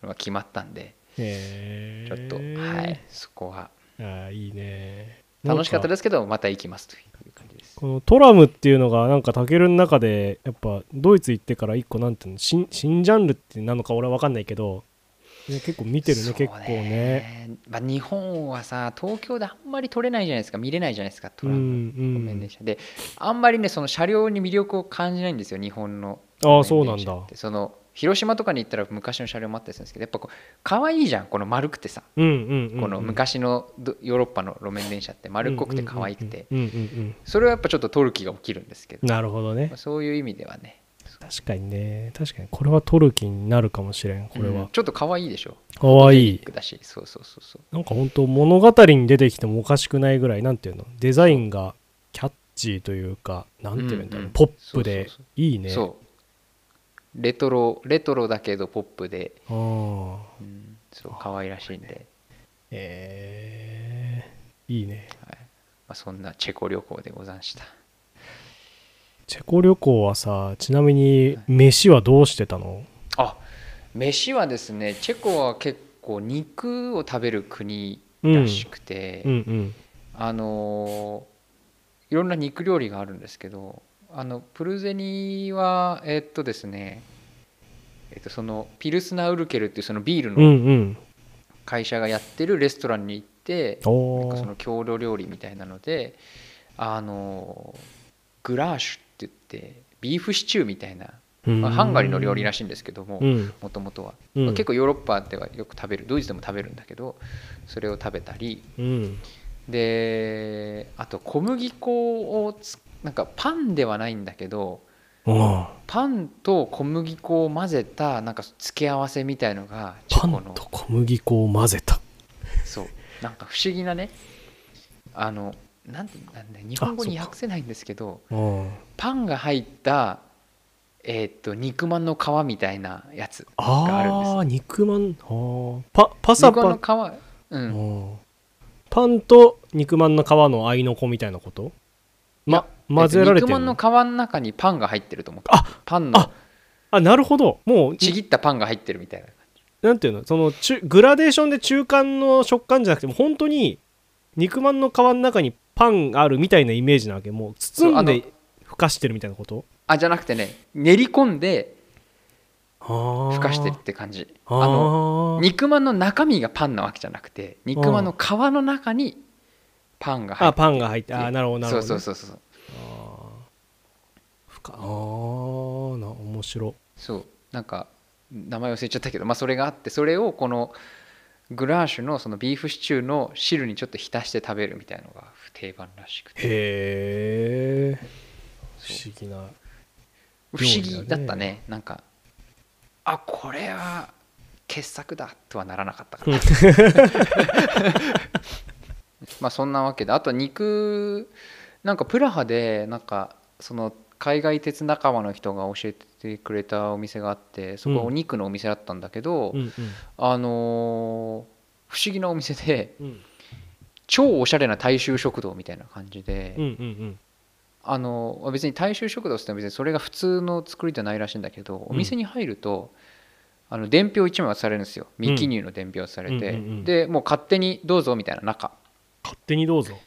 のが決まったんで。
へ
ちょっ
ー
と、はい、そこは
あーいいね
楽しかった
なん
ですけど、また行きますという感じです。
このトラムっていうのがなんかタケルの中でやっぱドイツ行ってから一個なんていうの新新ジャンルってなのか俺は分かんないけどいや結構見てるね
そう
結構ね。
まあ、日本はさ、東京であんまり撮れないじゃないですか、見れないじゃないですか、
う
ト
ん
ラ
う
ム、路面
ん
電車で、あんまりね、その車両に魅力を感じないんですよ、日本の
あーそうなんだ
路面電車ってその広島とかに行ったら昔の車両もあったりするんですけど、やっぱこう可愛いじゃん、この丸くてさ、
うんうんうん
この昔のどヨーロッパの路面電車って丸っこくて可愛くて、
うんうんうん
それはやっぱちょっと撮る気が起きるんですけ
うん
ど、
なるほどね
まあそういう意味ではね、
確かにね確かにこれはトルキになるかもしれんこれ
うん
は
ちょっと可愛いでしょ。
かわ
ジェ
い
ニ
い
ックだしそうそうそうそう
なんか本当物語に出てきてもおかしくないぐらいなんていうのデザインがキャッチーというかなんていうんだろ
うんう
うんポップ
そう
で
そう
いいね
そうレトロレトロだけどポップで、
あー
うん、そう可愛らしいんで、
えーいいね
はいまあ、そんなチェコ旅行でござんした
チェコ旅行はさちなみに飯はどうしてたの
あ飯はですねチェコは結構肉を食べる国
うん
らしくて、
うんうん
あのーいろんな肉料理があるんですけどあのプルゼニはえっとですねえっとそのピルスナウルケルっていうそのビール
う
の
んうん
会社がやってるレストランに行って、
お
なんかそ
ー
の郷土料理みたいなのであのグラーシュって言ってビーフシチューみたいな、
うん
まあハンガリーの料理らしいんですけども
うん
もともとは、
うん
まあ結構ヨーロッパではよく食べるドイツでも食べるんだけどそれを食べたり
うん
であと小麦粉をつなんかパンではないんだけど
おう
パンと小麦粉を混ぜたなんか付け合わせみたいのがチ
パ
ェコ
ン
の
と小麦粉を混ぜた
そうなんか不思議なねあのなんてなんだ日本語に
あそっか
訳せないんですけど
うん
パンが入ったえーっと肉まんの皮みたいなやつがあるんです
ああ肉まんあーパパサ
肉まんの
パ
皮うん
うんパンと肉まんの皮の合いの子みたいなこと
いや
ま混ぜら
えーっ
れて
と肉ま
る
んの
の
皮の中にパンが入ってると思った
あ
パンの
ああなるほどもう
ちぎったパンが入ってるみたいな
なんていうのその中グラデーションで中間の食感じゃなくてもう本当に肉まんの皮の中にパンがあるみたいなイメージなわけもう
そう
包
あ
ん
の
でふかしてるみたいなこと
あじゃなくてね練り込んで
ふ
ふかしてるって感じ
あー
あの肉まんの中身がパンなわけじゃなくて肉まんの皮の中にパンが入
あ
って
パンが入ってあーなるほどなるほど、ね、
そうそうそうそう
あーふかあーな面白
そうなんか名前忘れちゃったけど、まあ、それがあってそれをこのグラーシュのそのビーフシチューの汁にちょっと浸して食べるみたいのが定番らしくて
へえ不
そう
思議な
不思議
料理
だ
だね
ったねなんかあこれは傑作だとはならなかったかな [LAUGHS] まあそんなわけであと肉なんかプラハでなんかその海外鉄仲間の人が教えてくれたお店があってそこはお肉のお店だったんだけど、
うん
あのー不思議なお店で [LAUGHS]
うんうん
超おしゃれな大衆食堂みたいな感じで、
うんうん
あのー別に大衆食堂って言っても別にそれが普通の作りじゃないらしいんだけどお店に入ると、あの伝票1枚渡されるんですよ未記入の伝票渡されて、
うんうんうんうん
でもう勝手にどうぞみたいな中
勝手にどうぞ、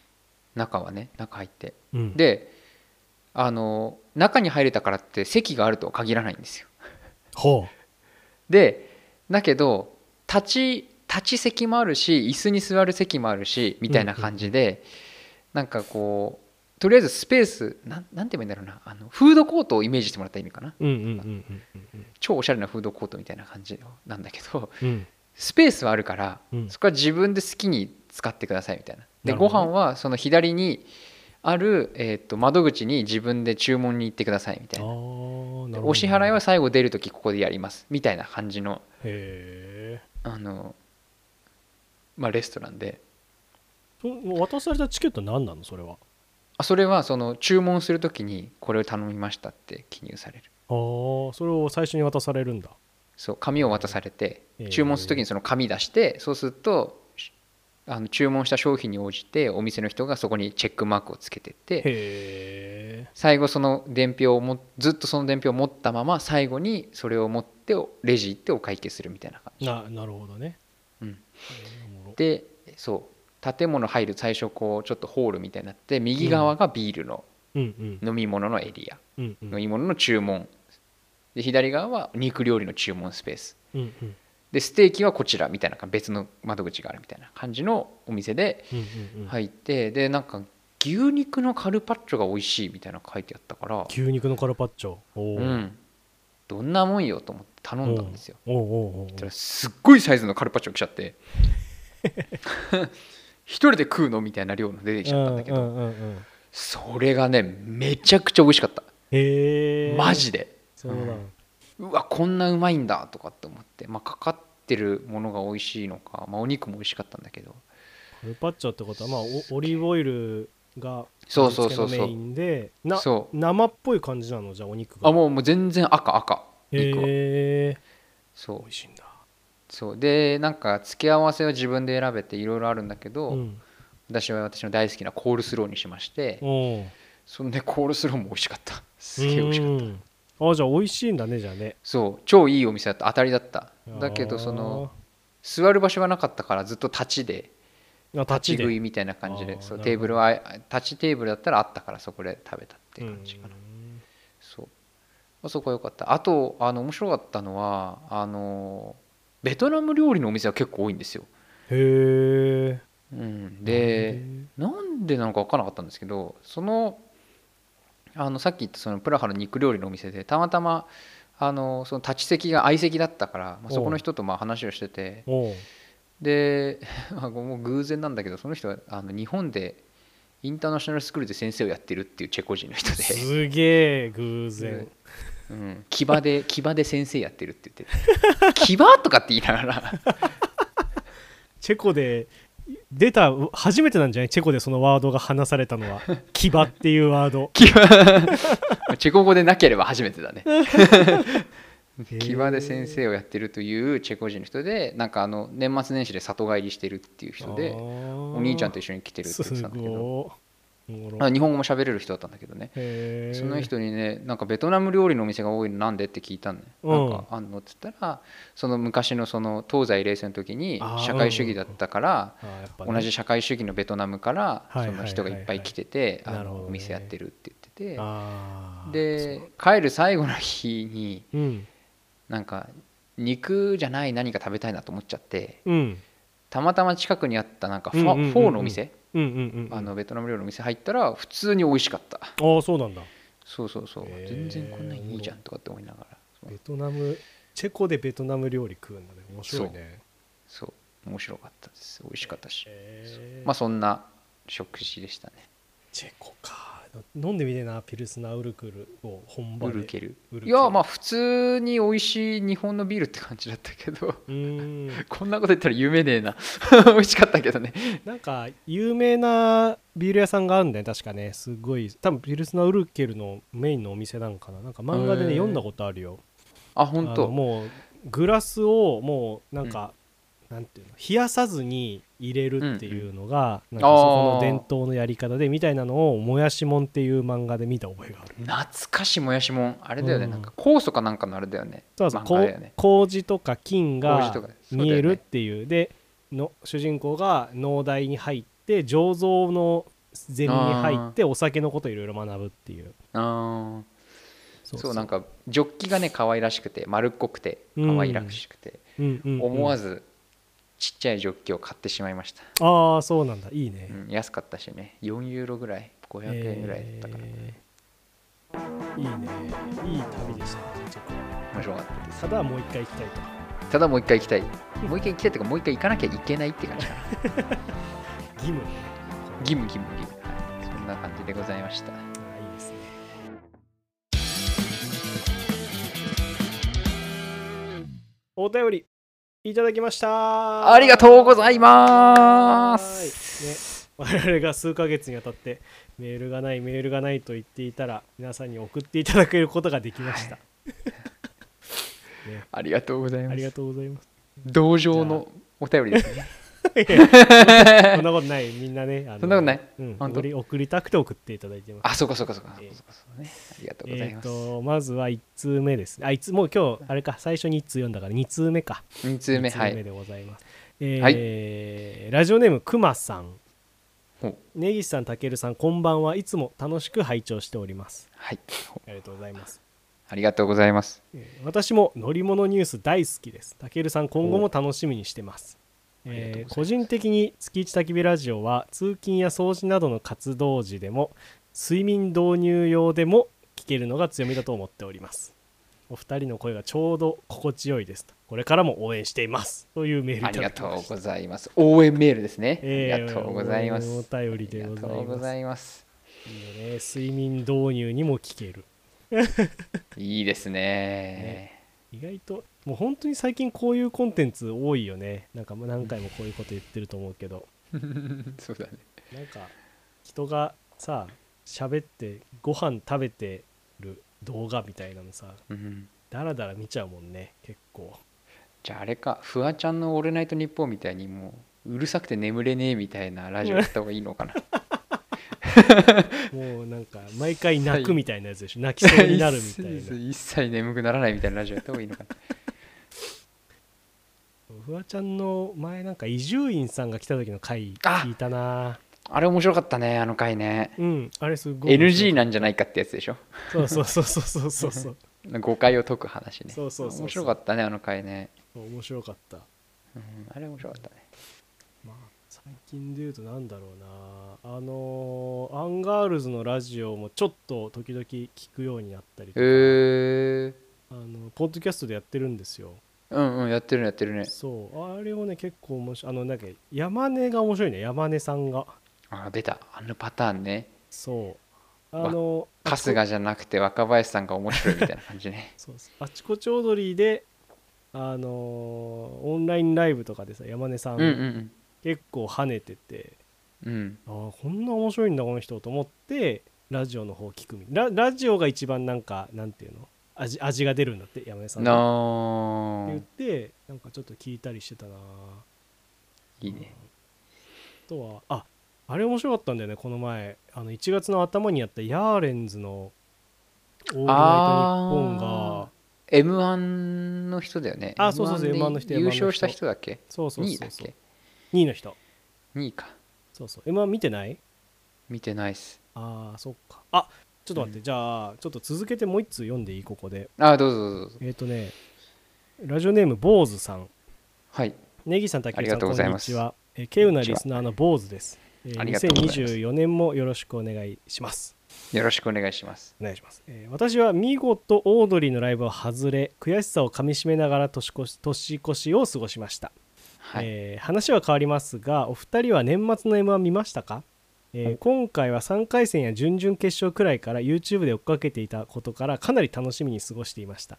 中はね中入って
うん、
であのー中に入れたからって席があるとは限らないんですよ
ほ
でだけど立ち立ち席もあるし椅子に座る席もあるしみたいな感じで、なんかこうとりあえずスペースなんなんて言えばいいんだろうなあのフードコートをイメージしてもらった意味かな
ううんうんうんうんうん
超おしゃれなフードコートみたいな感じなんだけど
うん
スペースはあるから、
うん
そこは自分で好きに使ってくださいみたいなで
なる
ご
ほど
飯はその左にある、えー、と窓口に自分で注文に行ってくださいみたい
あ
な
ーな
で
るほど
お支払いは最後出る時ここでやりますみたいな感じの
へえ
あの、まあ、レストランで
渡されたチケット何なのそれは
あそれはその注文するときにこれを頼みましたって記入される
ああそれを最初に渡されるんだ
そう紙を渡されて
えー
注文するときにその紙出してそうするとしあの注文した商品に応じてお店の人がそこにチェックマークをつけてって
へえ
最後その伝票をもずっとその伝票を持ったまま最後にそれを持っておレジ行ってお会計するみたいな感じ
ななるほどね
うん
えーおもろ
でそう建物入る最初こうちょっとホールみたいになって右側がビールの
うん
飲み物のエリア
うんうんうん
飲み物の注文で左側は肉料理の注文スペース
うんうん
でステーキはこちらみたいな別の窓口があるみたいな感じのお店で
うんうんうん
入ってでなんか牛肉のカルパッチョが美味しいみたいなの書いてあったから
牛肉のカルパッチョお
う
ー
んどんなもんよと思って頼んだんですよ
おうおうおう
そしたらすっごいサイズのカルパッチョ来ちゃって [LAUGHS] 一人で食うのみたいな量の出てきちゃったんだけ
う
ど
んうんうんうん
それがねめちゃくちゃ美味しかった
へえ
マジで
そうなの
うわこんなうまいんだとかって思って、まあ、かかってるものが美味しいのか、まあ、お肉も美味しかったんだけど
カルパッチョってことはまあおオリーブオイルが
そうそうそうそう
味付けのメインでな
そう
生っぽい感じなのじゃあお肉が
あもうもう全然赤赤肉は、
へえ
そ
美
う
味しいんだ
そうでなんか付け合わせは自分で選べていろいろあるんだけど、
うん
私は私の大好きなコールスローにしまして
おう
そのねコールスローも美味しかったすげえ美味しかった
ったあじゃあ美味しいんだねじゃあね
そう超いいお店だった当たりだっただけどその座る場所がなかったからずっと立ちで
あーあ
立
立
ち
ちで
食いみたいな感じで
あー
そう
なるほど
テーブルは立ちテーブルだったらあったからそこで食べたって感じかな、
うん
そうあそこは良かったあとあの面白かったのはあのベトナム料理のお店は結構多いんですよ
へえ
うん、でなんでなのか分からなかったんですけどそのあのさっき言ったそのプラハの肉料理のお店でたまたまあのその立ち席が相席だったから、まあ、そこの人とまあ話をしてて
おう
で [LAUGHS] あもう偶然なんだけどその人はあの日本でインターナショナルスクールで先生をやってるっていうチェコ人の人で、
すげえ偶然
うん、牙で牙で先生やってるって言って [LAUGHS] る牙とかって言いながら
チェコで出た初めてなんじゃないチェコでそのワードが話された
[LAUGHS]
のは「牙」っていうワード
牙
[LAUGHS]
チェコ語でなければ初めてだねキバで先生をやってるというチェコ人の人でなんかあの年末年始で里帰りしてるっていう人でお
お
兄ちゃんと
一
一緒に来てるって
す
言ってたんだけど
ごいおもろ
あ日本語も喋れる人だったんだけどね
へー
その人にねなんかベトナム料理のお店が多いのなんでって聞いたんだ
うん
よなんかあんのって言ったらその昔のその東西冷戦の時に
あー
社会主義だったから
あーやっぱね
同じ社会主義のベトナムから
は
そ
いはいはい
の人がいっぱい来ててあ
なるほど
の
ね
お店やってるって言って
あー
てで帰る最後の日に
そううん
なんか肉じゃない何か食べたいなと思っちゃって
うん
たまたま近くにあったなんかフ
うんうんうんう
ォ
ん
フォーのお店
うんうんうん
あのベトナム料理のお店入ったら普通に美味しかった
ああそうなんだ
そうそうそう
へー
全然こんなんいいじゃんとかって思いながらそう
ベトナムチェコでベトナム料理食うんだね面白いね
そう面白かったです美味しかったし
へー
まあそんな食事でしたね
チェコか飲んでみてえなピルスナーウルクルを本場
ウ
で
ルケル
ウルケル
いやまあ普通に美味しい日本のビールって感じだったけど
うーん
こんなこと言ったら有名ねえな [LAUGHS] 美味しかったけどね
なんか有名なビール屋さんがあるんだよね確かねすごい多分ピルスナーウルケルのメインのお店なんかななんか漫画
へ
でね
ー
読んだことあるよ
あ
あ
本
の
当
もうグラスをもうなんか、なんていうの冷やさずに入れるっていうのが、
ん
なんかそこの伝統のやり方でみたいなのを「もやしもん」っていう漫画で見た覚えがある
懐かしいもやしもんあれだよね、
うん
なんか酵素かなんかのあれだよね
そうそう
漫
こ
画
う
だよね
麹とか菌
麹
が
とかそうだよね
見えるっていうでの主人公が農大に入って醸造のゼミに入ってお酒のこといろいろ学ぶっていう
ああ
そ
そうなんかジョッキがね可愛らしくて丸っこくて
うん
可愛らしくて、
うんうんうん
思わずちっちゃいジョッキを買ってしまいました、
ああそうなんだいいね、
うん安かったしね4ユーロぐらい500円ぐらいだったから、
えーいいねいい旅でしたねちょっ
面白かったで
と
す
ただもう一回行きたいと
ただもう一回行きたいもう一回行きたいというかもう一回行かなきゃいけないって感じか
[LAUGHS]
な
義務
義務義務義務はいそんな感じでございました
あーいいですねお便りいただきました
ありがとうございます、
我々が数ヶ月にわたってメールがないメールがないと言っていたら皆さんに送っていただけることができました、
ありがとうござい
あ
ま
りが
す
とうございます
[LAUGHS] 同情のお便り
[LAUGHS]
ですね
いやそんなことないみんなねあの
そんなことない
うん、
本当
送り送りたくて送っていただいてます
あそうかそうかそうか、
えー
そうかそうねありがとうござい
えー、
ます、
とまずは1通目ですねあ一通もう今日あれか最初に1通読んだから2通目か
2通目
二
はい
でございます、えーラジオネームくまさん
ほう
根岸さんたけるさんこんばんはいつも楽しく拝聴しております
はい
ありがとうございます、
ありがとうございます
えー私も乗り物ニュース大好きですたけるさん今後も楽しみにしてます
ありがとう
え
ございま
ー
す
個人的に月一焚き火ラジオは通勤や掃除などの活動時でも睡眠導入用でも聞けるのが強みだと思っておりますお二人の声がちょうど心地よいですこれからも応援していますというメール
あ
いた
り
だ
が
きま
とう
した
ございます応援メールですね、
えー
ありがとうございます
お便りでご
あ
ざいます
りがとうございます
いいよね睡眠導入にも効ける
いいですね
意外ともう本当に最近こういうコンテンツ多いよねなんかもう何回もこういうこと言ってると思うけど
[LAUGHS] そうだね
なんか人がさ喋ってご飯食べてる動画みたいなのさ
うん
ダラダラ見ちゃうもんね結構
じゃああれかフワちゃんの「オールナイトニッポン」みたいにもううるさくて眠れねえみたいなラジオやった方がいいのか
[LAUGHS]
な
もうなんか毎回泣くみたいなやつでしょ泣きそうになるみたい
[LAUGHS] 一切
な
一切眠くならないみたいなラジオやった方がいいのかな
フワちゃんの前なんか伊集院さんが来た時の回
あ
聞いたな
あれ面白かったねあの回ね
うんあれすごい面白
NG
い
なんじゃないかってやつでしょ
そうそうそうそうそ
[LAUGHS]
うそう
誤解を解く話ね
そうそうそうそう
面白かったねあの回ね、
面白かった
うん、あれ面白かったね
まあ最最近で言うとなんだろうなあのーアンガールズのラジオもちょっと時々聞くようになったりとか、
へえ
あのポッドキャストでやってるんですよ
うんうんやってるねやってるね
そうあれをね結構面白いあのなんか山根が面白いね山根さんが
あー出たあのパターンね
そうあの
春日じゃなくて若林さんが面白いみたいな感じ
[LAUGHS]
ね
そうそうあちこち踊りであのーオンラインライブとかでさ山根さ
うんうんん
結構跳ねてて、
うんうん
ああこんな面白いんだこの人と思ってラジオの方聞くみララジオが一番なんかなんていうの味味が出るんだって山根さんのって
な
言っ
ー
てなんかちょっと聞いたりしてたなあ
いいね
とはああれ面白かったんだよねこの前あの1月の頭にやったヤーレンズの「オールナイトニッポン」が
あ M1 の人だよね
あそうそうそう
M1 で
M1 の人
優
M1 の
勝
人
した人だっけ
そうそう
2位
そ
だ
う
っ
そう
け
2位の人
2位か
そうそう M1 見てない
見てないっす
ああそっかあちょっと待って、じゃあちょっと続けてもう1通読んでいいここで
あどうぞどうぞどうぞ
えっ、とねラジオネーム坊主さん
はい
ネギさん、竹内
あり
さん、
がとう
こ
ご
ん
ざい
に
ま
ち
す
は。えー、稀有なリスナーの坊主です。えー
ありがとうございます
2024年もよろしくお願いします。
よろしくお願いします
お願いします、えー私は見事オードリーのライブを外れ悔しさをかみしめながら年越し年越しを過ごしました、
はい
えー話は変わりますがお二人は年末の m 1見ましたか、えー今回は3回戦や準々決勝くらいから YouTube で追っかけていたことからかなり楽しみに過ごしていました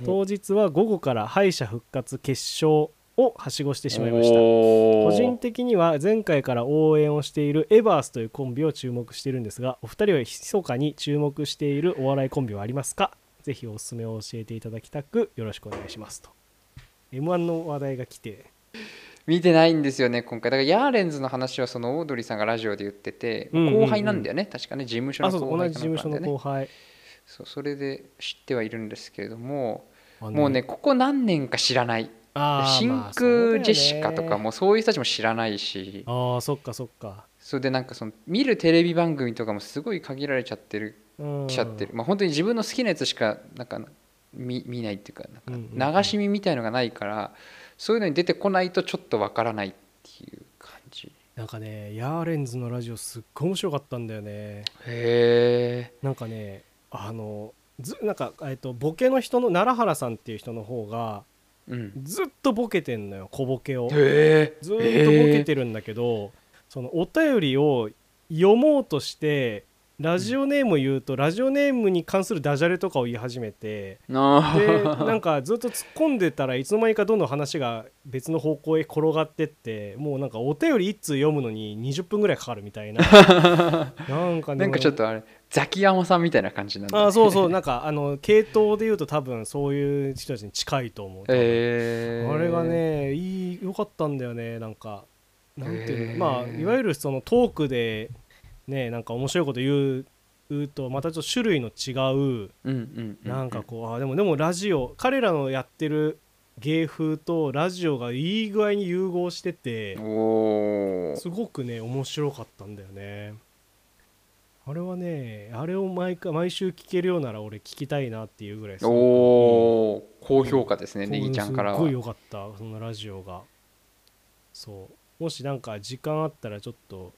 うん
当日は午後から敗者復活決勝をはしごしてしまいました
個
個人的には前回から応援をしているエバースというコンビを注目しているんですがお二人は密かに注目しているお笑いコンビはありますかぜひおすすめを教えていただきたくよろしくお願いしますと m 1の話題が来て
見てないんですよね今回だからヤーレンズの話はそのオードリーさんがラジオで言ってて、
うんうんうん
後輩なんだよね確かね事務所
あ
の
そう
後
同
輩
じ
か
事
なんか
務所
なんだ
の
よね
後輩
そうそれで知ってはいるんですけれども
あの
もうねここ何年か知らない
あー
真
まあ
空ジェシカとか
そうだよね
もそういう人たちも知らないし
ああそっかそっか
それでなんかその見るテレビ番組とかもすごい限られちゃってる
うん
来ちゃってる、まあ本当に自分の好きなやつしかなんか見見ないっていうか
うん
な
うん
ん
うん
か流し見みたいのがないからそういうのに出てこないとちょっとわからないっていう感じ
なんかねヤーレンズのラジオすっごい面白かったんだよね
へえ
なんかねあのずなんか、えっと、ボケの人の奈良原さんっていう人の方が
うん
ずっとボケてんのよ小ボケを
へえ
ずーっとボケてるんだけど、そのお便りを読もうとしてラジオネームを言うと、ラジオネームに関するダジャレとかを言い始めて
なあ [LAUGHS]
でなんかずっと突っ込んでたらいつの間にかどんどん話が別の方向へ転がってってもうなんかお便り1通読むのに20分ぐらいかかるみ
[LAUGHS]
たいななんかね
なんかちょっとあれザキヤマさんみたいな感じなんだね
あそうそうなんかあの系統で言うと多分そういう人たちに近いと思
へ
う。
え
あれがねいい良かったんだよねなんかなんていうの、
へー
まあいわゆるそのトークでねなんか面白いこと言う言うとまたちょっと種類の違う
うんうんう
なんかこう、あでもでもラジオ彼らのやってる芸風とラジオがいい具合に融合してて
おお
すごくね面白かったんだよねあれはねあれを毎回毎週聞けるようなら俺聞きたいなっていうぐらいすごく
おお高評価ですね
そう
ネギちゃんから
すっご
はい
良かったそのラジオがそうもしなんか時間あったらちょっと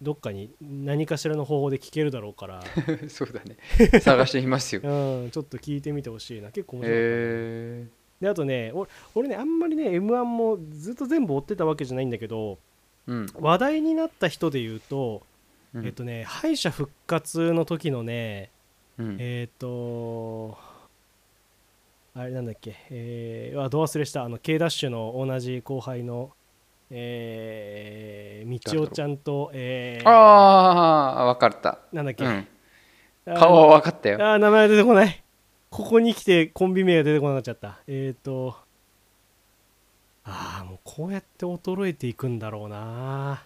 どっかに何かしらの方法で聞けるだろうから
[LAUGHS] そうだね探してみますよへ
うんちょっと聞いてみてほしいな結構面白い、
え
であとね俺俺ねあんまりね m 1もずっと全部追ってたわけじゃないんだけど
うん
話題になった人で言うと、
うん
えっとね敗者復活の時のね
うん
えっ、とあれなんだっけ、えー、あどう忘れした、あの、K ダッシュの同じ後輩の、えー、みちおちゃんと、えー、
ああ分かった、
なんだっけ、
うん、
あ
顔は分かったよ
あー、名前が出てこない。ここに来てコンビ名が出てこなくなっちゃった。えっ、ー、と、ああ、もうこうやって衰えていくんだろうな。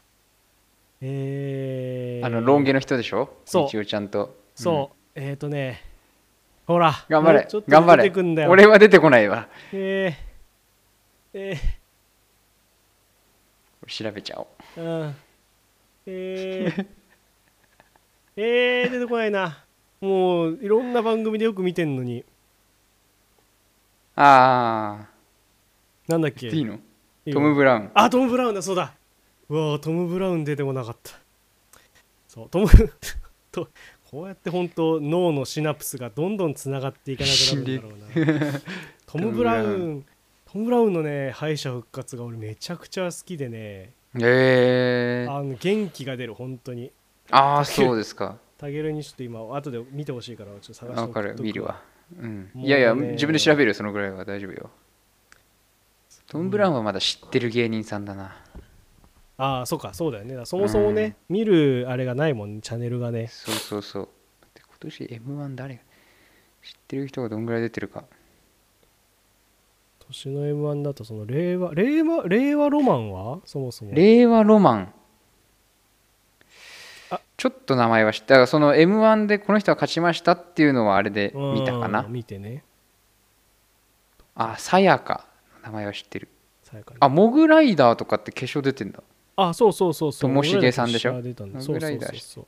えー、
あのロン毛の人でしょ
そう
みちおちゃんと
そう、えっ、ー、とね、ほら、
うん頑張
もう
れ
ちょっと
頑張
出てくんだ
れ
よ
俺は出てこないわ
えー、え
調べちゃおう
ー、うん。えー、えー、出てこないな。もういろんな番組でよく見てんのに。
ああ
なんだっけ
いいの
いいよ
トム・ブラウン
あ、トム・ブラウンだ、そうだ。うわートム・ブラウン出てもなかったそうトム [LAUGHS] とこうやって本当脳のシナプスがどんどんつながっていかなくなるんだろうなトム・ブラ
トムブラウ
ウントム・ブラウンのね敗者復活が俺めちゃくちゃ好きでね
えー、
あの元気が出る本当に
ああそうですか
タゲルにちょっと今後で見てほしいからちょっと探して
わか
送っ
る
とく
見るわ、うん、
もうね
いやいや自分で調べるよそのぐらいは大丈夫よトム・ブラウンはまだ知ってる芸人さんだな
ああそうかそうだよねだからそもそもね、見るあれがないもんねチャンネルがね
そうそうそうで今年 m 1誰が知ってる人がどんぐらい出てるか
年の m 1だとその令和令和令和ロマンはそもそも
令和ロマン
あ
ちょっと名前は知っただからその m 1でこの人は勝ちましたっていうのはあれで
うん
見たかな
見てね
あさやかの名前は知ってる
さやかに
あモグライダーとかって決勝出てんだ
あそうそうそうそう
ともしげさんでしょ
モグライダーの
モ
シ
グ
ャア
ライ
出
ダ
たんだ
ー
そうそうそう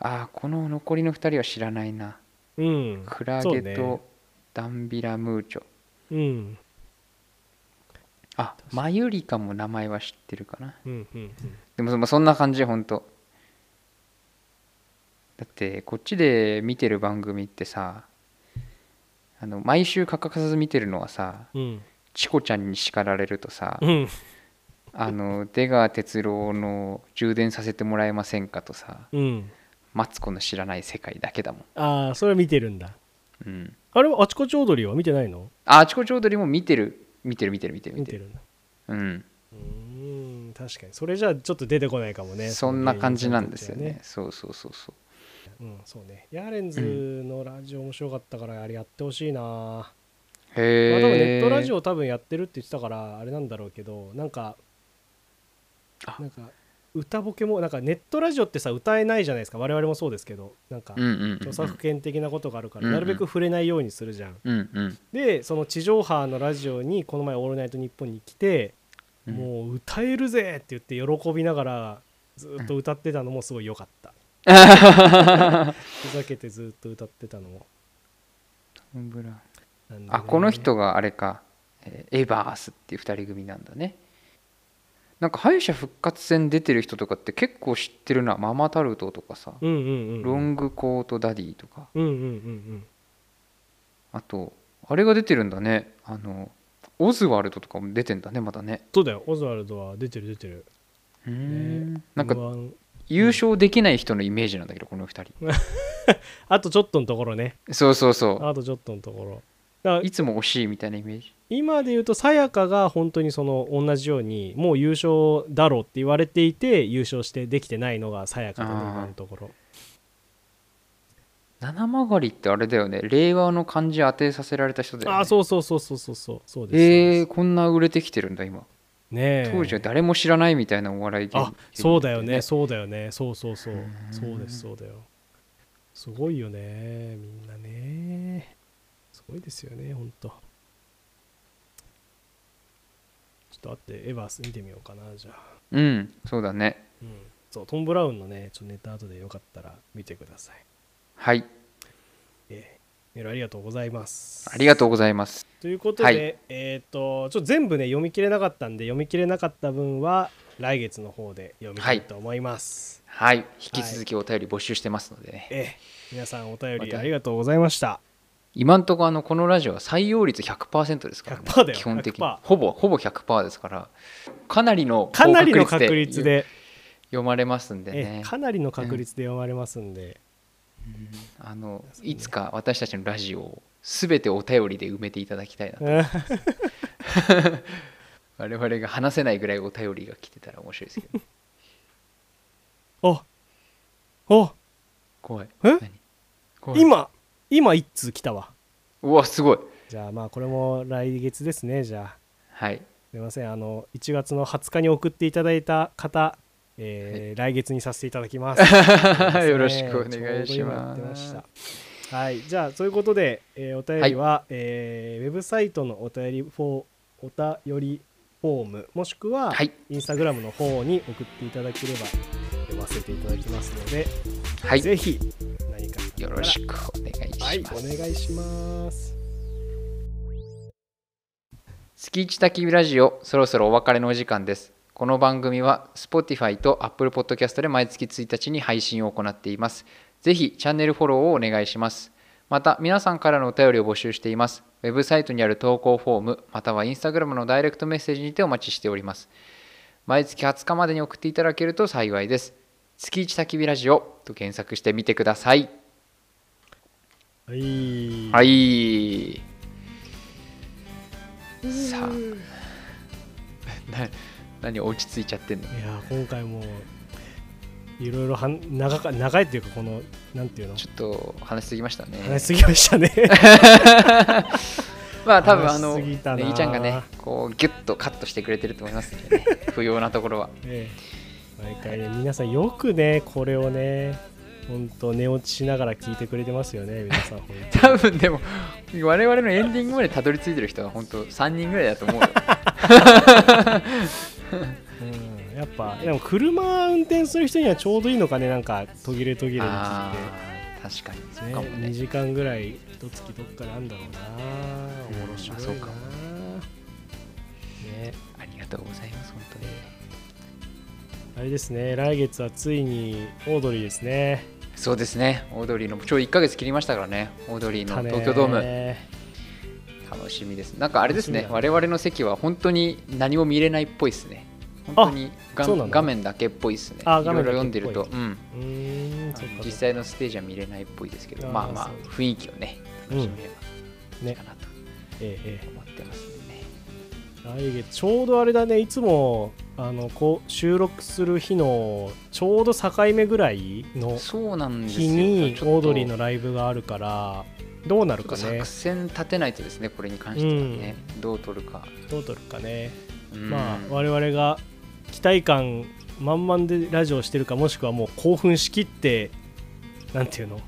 あーこの残りの2人は知らないな
そううん
クラ
そう
ゲ
ね
とダンビラムーチョ、
うん
あマユリカも名前は知ってるかな
うんうんうん
でもまあそんな感じほんとだってこっちで見てる番組ってさあの毎週欠かさず見てるのはさ
うん
チコちゃんに叱られるとさ
うん
あの出川哲朗の「充電させてもらえませんか」とさ
うん
マツコの知らない世界だけだもん、
ああそれは見てるんだ
うん、
あれはあちこち踊りは見てないの
あチコちょうどりも見てる見てる見てる見てる
見
見て
て
る
るんだ
うん
うーん確かにそれじゃあちょっと出てこないかもね
そんな感じなんですよ
その芸人さんにとって
ねそ
は
うそうそうそう
うん、そうね。ヤーレンズのラジオ面白かったから、あれやってほしいな。まあ、多
へえ、
分ネットラジオ多分やってるって言ってたから、あれなんだろうけど、なんか、
あ
なんか、歌ボケも、なんかネットラジオってさ、歌えないじゃないですか。我々もそうですけど、なんか
う、んうんうんうん
著作権的なことがあるか
うん
ら、
うん
なるべく触れないようにするじゃん。
うんうん
で、その地上波のラジオに、この前、オールナイトニッポンに来て、
うん
もう歌えるぜって言って喜びながらずっと歌ってたのもすごい良かった、ふざけてずっと歌ってたのも
トムブラウン
なんでね
あこの人があれか、えーエバースっていう2人組なんだねなんか敗者復活戦出てる人とかって結構知ってるなママタルトとかさ、
うんうんうん
ロングコートダディとか
うんうんうん
あとあれが出てるんだねあのオズワルドとかも出てんだねまだね
そうだよオズワルドは出てる出てる
うーん
ね
なんか
M1
優勝できない人のイメージなんだけどこの2人
あとちょっとのところね
そうそうそ
あとちょっとのところだ
う
から
いつも惜しいみたいなイメージ
今で言うとさやかが本当にその同じようにもう優勝だろうって言われていて優勝してできてないのがさやかだね
あー
今のところ
七曲りってあれだよね令和の漢字当てさせられた人だよね
ああそうそうそうそうそうそうそうです
え
そう
ー、こんな売れてきてるんだ今
ですねえ
当時は誰も知らないみたいなお笑い芸人
あそうだよねそうだよねそうそうそうそうですそうだよすごいよねみんなねすごいですよねほんとちょっとあってエヴァース見てみようかなじゃあ
うんそうだね
うんそうトム・ブラウンのねちょっとネタ後でよかったら見てください
はい
えーメールありがとうございます
ありがとうございます
ということで、
はい
えっ、とちょっと全部ね読み切れなかったんで読み切れなかった分は来月の方で読みたいと思います、
はい引き続きお便り募集してますのでね、
ええ、皆さんお便
ま
り
た
ありがとうございました。
今んとこあのこのラジオは採用率100%ですから、
100%だよ
基本的に
100%
ほぼほぼ100%ですからかなりの
かなりの
高
確率で、
読まれますんで
ええ
ね
かなりの確率で読まれますんで、
あの
そうね
いつか私たちのラジオを全てお便りで埋めていただきたいなと
[LAUGHS]
我々が話せないぐらいお便りが来てたら面白いですけど
[LAUGHS] あ、あ、
怖い
え
何怖い
今、今一通来たわ。
うわすごい
じゃあまあこれも来月ですね。じゃあ
はい
すみませんあの1月の20日に送っていただいた方、えー来月にさせていただきます。
よろしくお願いします
ちょうど今やってしたはい、じゃあそういうことで、えーお便りは、えーウェブサイトのお便りフォーお便りフォームもしくは、
はい
インスタグラムの方に送っていただければ読ませていただきますので、
はい
ぜひ何か
よろしくお願いします、
はいお願いします。
月一滝ラジオそろそろお別れのお時間ですこの番組は Spotify と Apple Podcast で毎月1日に配信を行っています。ぜひチャンネルフォローをお願いします。また皆さんからのお便りを募集しています。ウェブサイトにある投稿フォーム、または Instagram のダイレクトメッセージにてお待ちしております。毎月20日までに送っていただけると幸いです。月一焚き火ラジオと検索してみてください。
はい
はい。さあ。 [LAUGHS] な何落ち着いちゃってんの
いやー今回もいろいろはん長か長いっていうかこのなんていうの
ちょっと話しすぎましたね。
話しすぎましたね
まあ多分あ
話
の
しすぎたな
ねぎちゃんがねこうギュッとカットしてくれてると思いますん
[LAUGHS]
でね不要なところは
ええ毎回ね皆さんよくねこれをね本当寝落ちしながら聞いてくれてますよね皆さん本
[LAUGHS]
当
多分でも我々のエンディングまでたどり着いてる人は本当3人ぐらいだと思
[LAUGHS]
うよ
うんやっぱでも車運転する人にはちょうどいいのかねなんか途切れ途切れに聞
あ
い
ー確かにそ
て、
う
ね
かもね
2時間ぐらい一月どっかなんだろうな
うん
おもろし
あ
い
そう
な
かも
ね
ありがとうございます本当に
あれですね来月はついにオードリーですね
そうですねオードリーのちょうど1ヶ月切りましたからねオードリーの東京ドーム
ム
楽しみですなんかあれですね
楽しみ
我々の席は本当に何も見れないっぽいですね本当に画
そうなの
画面だけっぽいですねい
あ
ろい
画
ろ
面だけっ
読
ぽい
んでるとうん
うーんそっかそっか
実際のステージは見れないっぽいですけど
あー
まあまあ
そう
雰囲気をね楽しめればいいかなと
ええええ
思ってますんでね、
来月ちょうどあれだねいつもあのこう収録する日のちょうど境目ぐらいの
そうなんですよ
日に
ちょっと
オードリーのライブがあるからどうなるか
ちょっと
ね
作戦立てないとですねこれに関してはね、どう取るか、
どう取るかね、
うん
まあ我々が期待感満々でラジオしてるかもしくはもう興奮しきってなんていうの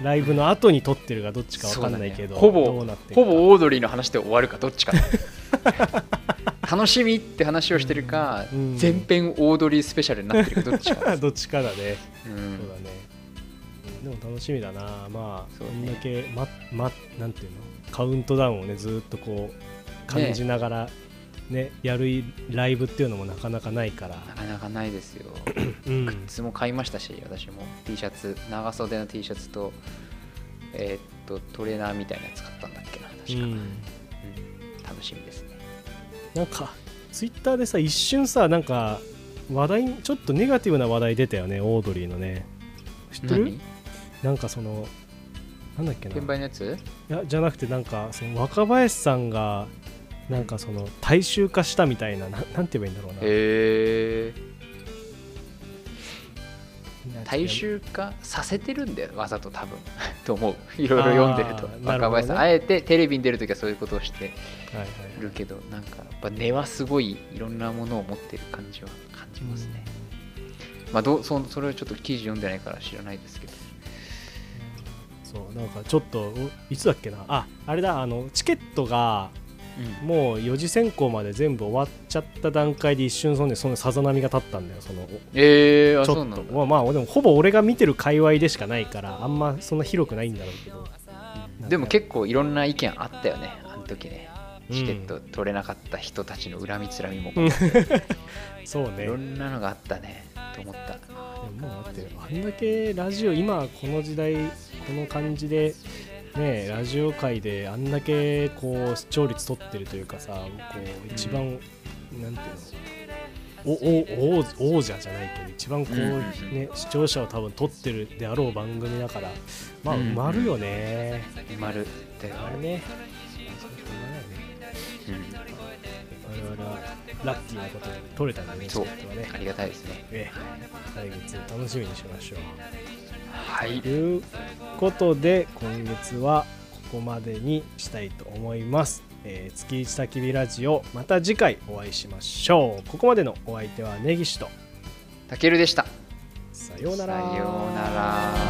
ライブの後に撮ってるかどっちかわかんないけど、
そうだね
どうなってるか
ほぼオードリーの話で終わるかどっちか楽しみって話をしてるか、
うん
全編オードリースペシャルになってるかどっち
[LAUGHS]
か
どっちかだね
う
そうだ
ん、
ね、うんでも楽しみだなまあ
そ
こ
うね
んだけままなんていうのカウントダウンをねずーっとこう感じながらねやるライブっていうのもなかなかないから、
なかなかないですよ
うん
グッズも買いましたし私も T シャツ長袖の T シャツと,、えーっとトレーナーみたいなやつ買ったんだっけな確か、
う
うん
ん
楽しみですね
なんかツイッターでさ一瞬さなんか話題ちょっとネガティブな話題出たよねオードリーのね知ってる
何
なんかそのなんだっけな
転売のやつ
いやじゃなくてなんかその若林さんがなんかその大衆化したみたいなななんて言えばいいんだろうな
へえ
なんて言えばいい
大衆化させてるんだよわざと多分 [LAUGHS] と思ういろいろ読んでると
あーなる
若
ほどね
林さん、あえてテレビに出るときはそういうことをして
はいはい
るけどなんかやっぱ根はすごいいろんなものを持ってる感じは感じますね、まあどうそそれはちょっと記事読んでないから知らないですけど
そうなんかちょっとおいつだっけなああれだあのチケットが
うん
もう4時選考まで全部終わっちゃった段階で一瞬そのそのさざ波が立ったんだよその
えー、あ
ちょっ
そうな
と
んだ
まあまあでもほぼ俺が見てる界隈でしかないからあんまそんな広くないんだろうけど
うんでも結構いろんな意見あったよねあの時ね
うん
チケット取れなかった人たちの恨みつらみも、
うん
い
そうね
ろんなのがあったねと思った
でももうだってあんだけラジオ今この時代この感じでねラジオ界であんだけこう視聴率取ってるというかさこう一番、なんていうのおお王王者じゃないけど一番こう、
うんうんうん
ね視聴者を多分取ってるであろう番組だからまあ
うんうん
埋まるよね、
埋まるだよ
あ
あ
れ
れ、
ねそれしょうがないね我々はラッキーなことに取れたんだ
う
ね
ん、そう
チケットはね
ありがたいですね
ええ来月楽しみにしましょう
はい
ということで今月はここまでにしたいと思います、えー月一焚き火ラジオまた次回お会いしましょうここまでのお相手は根岸と
たけるでした
さようなら
さようなら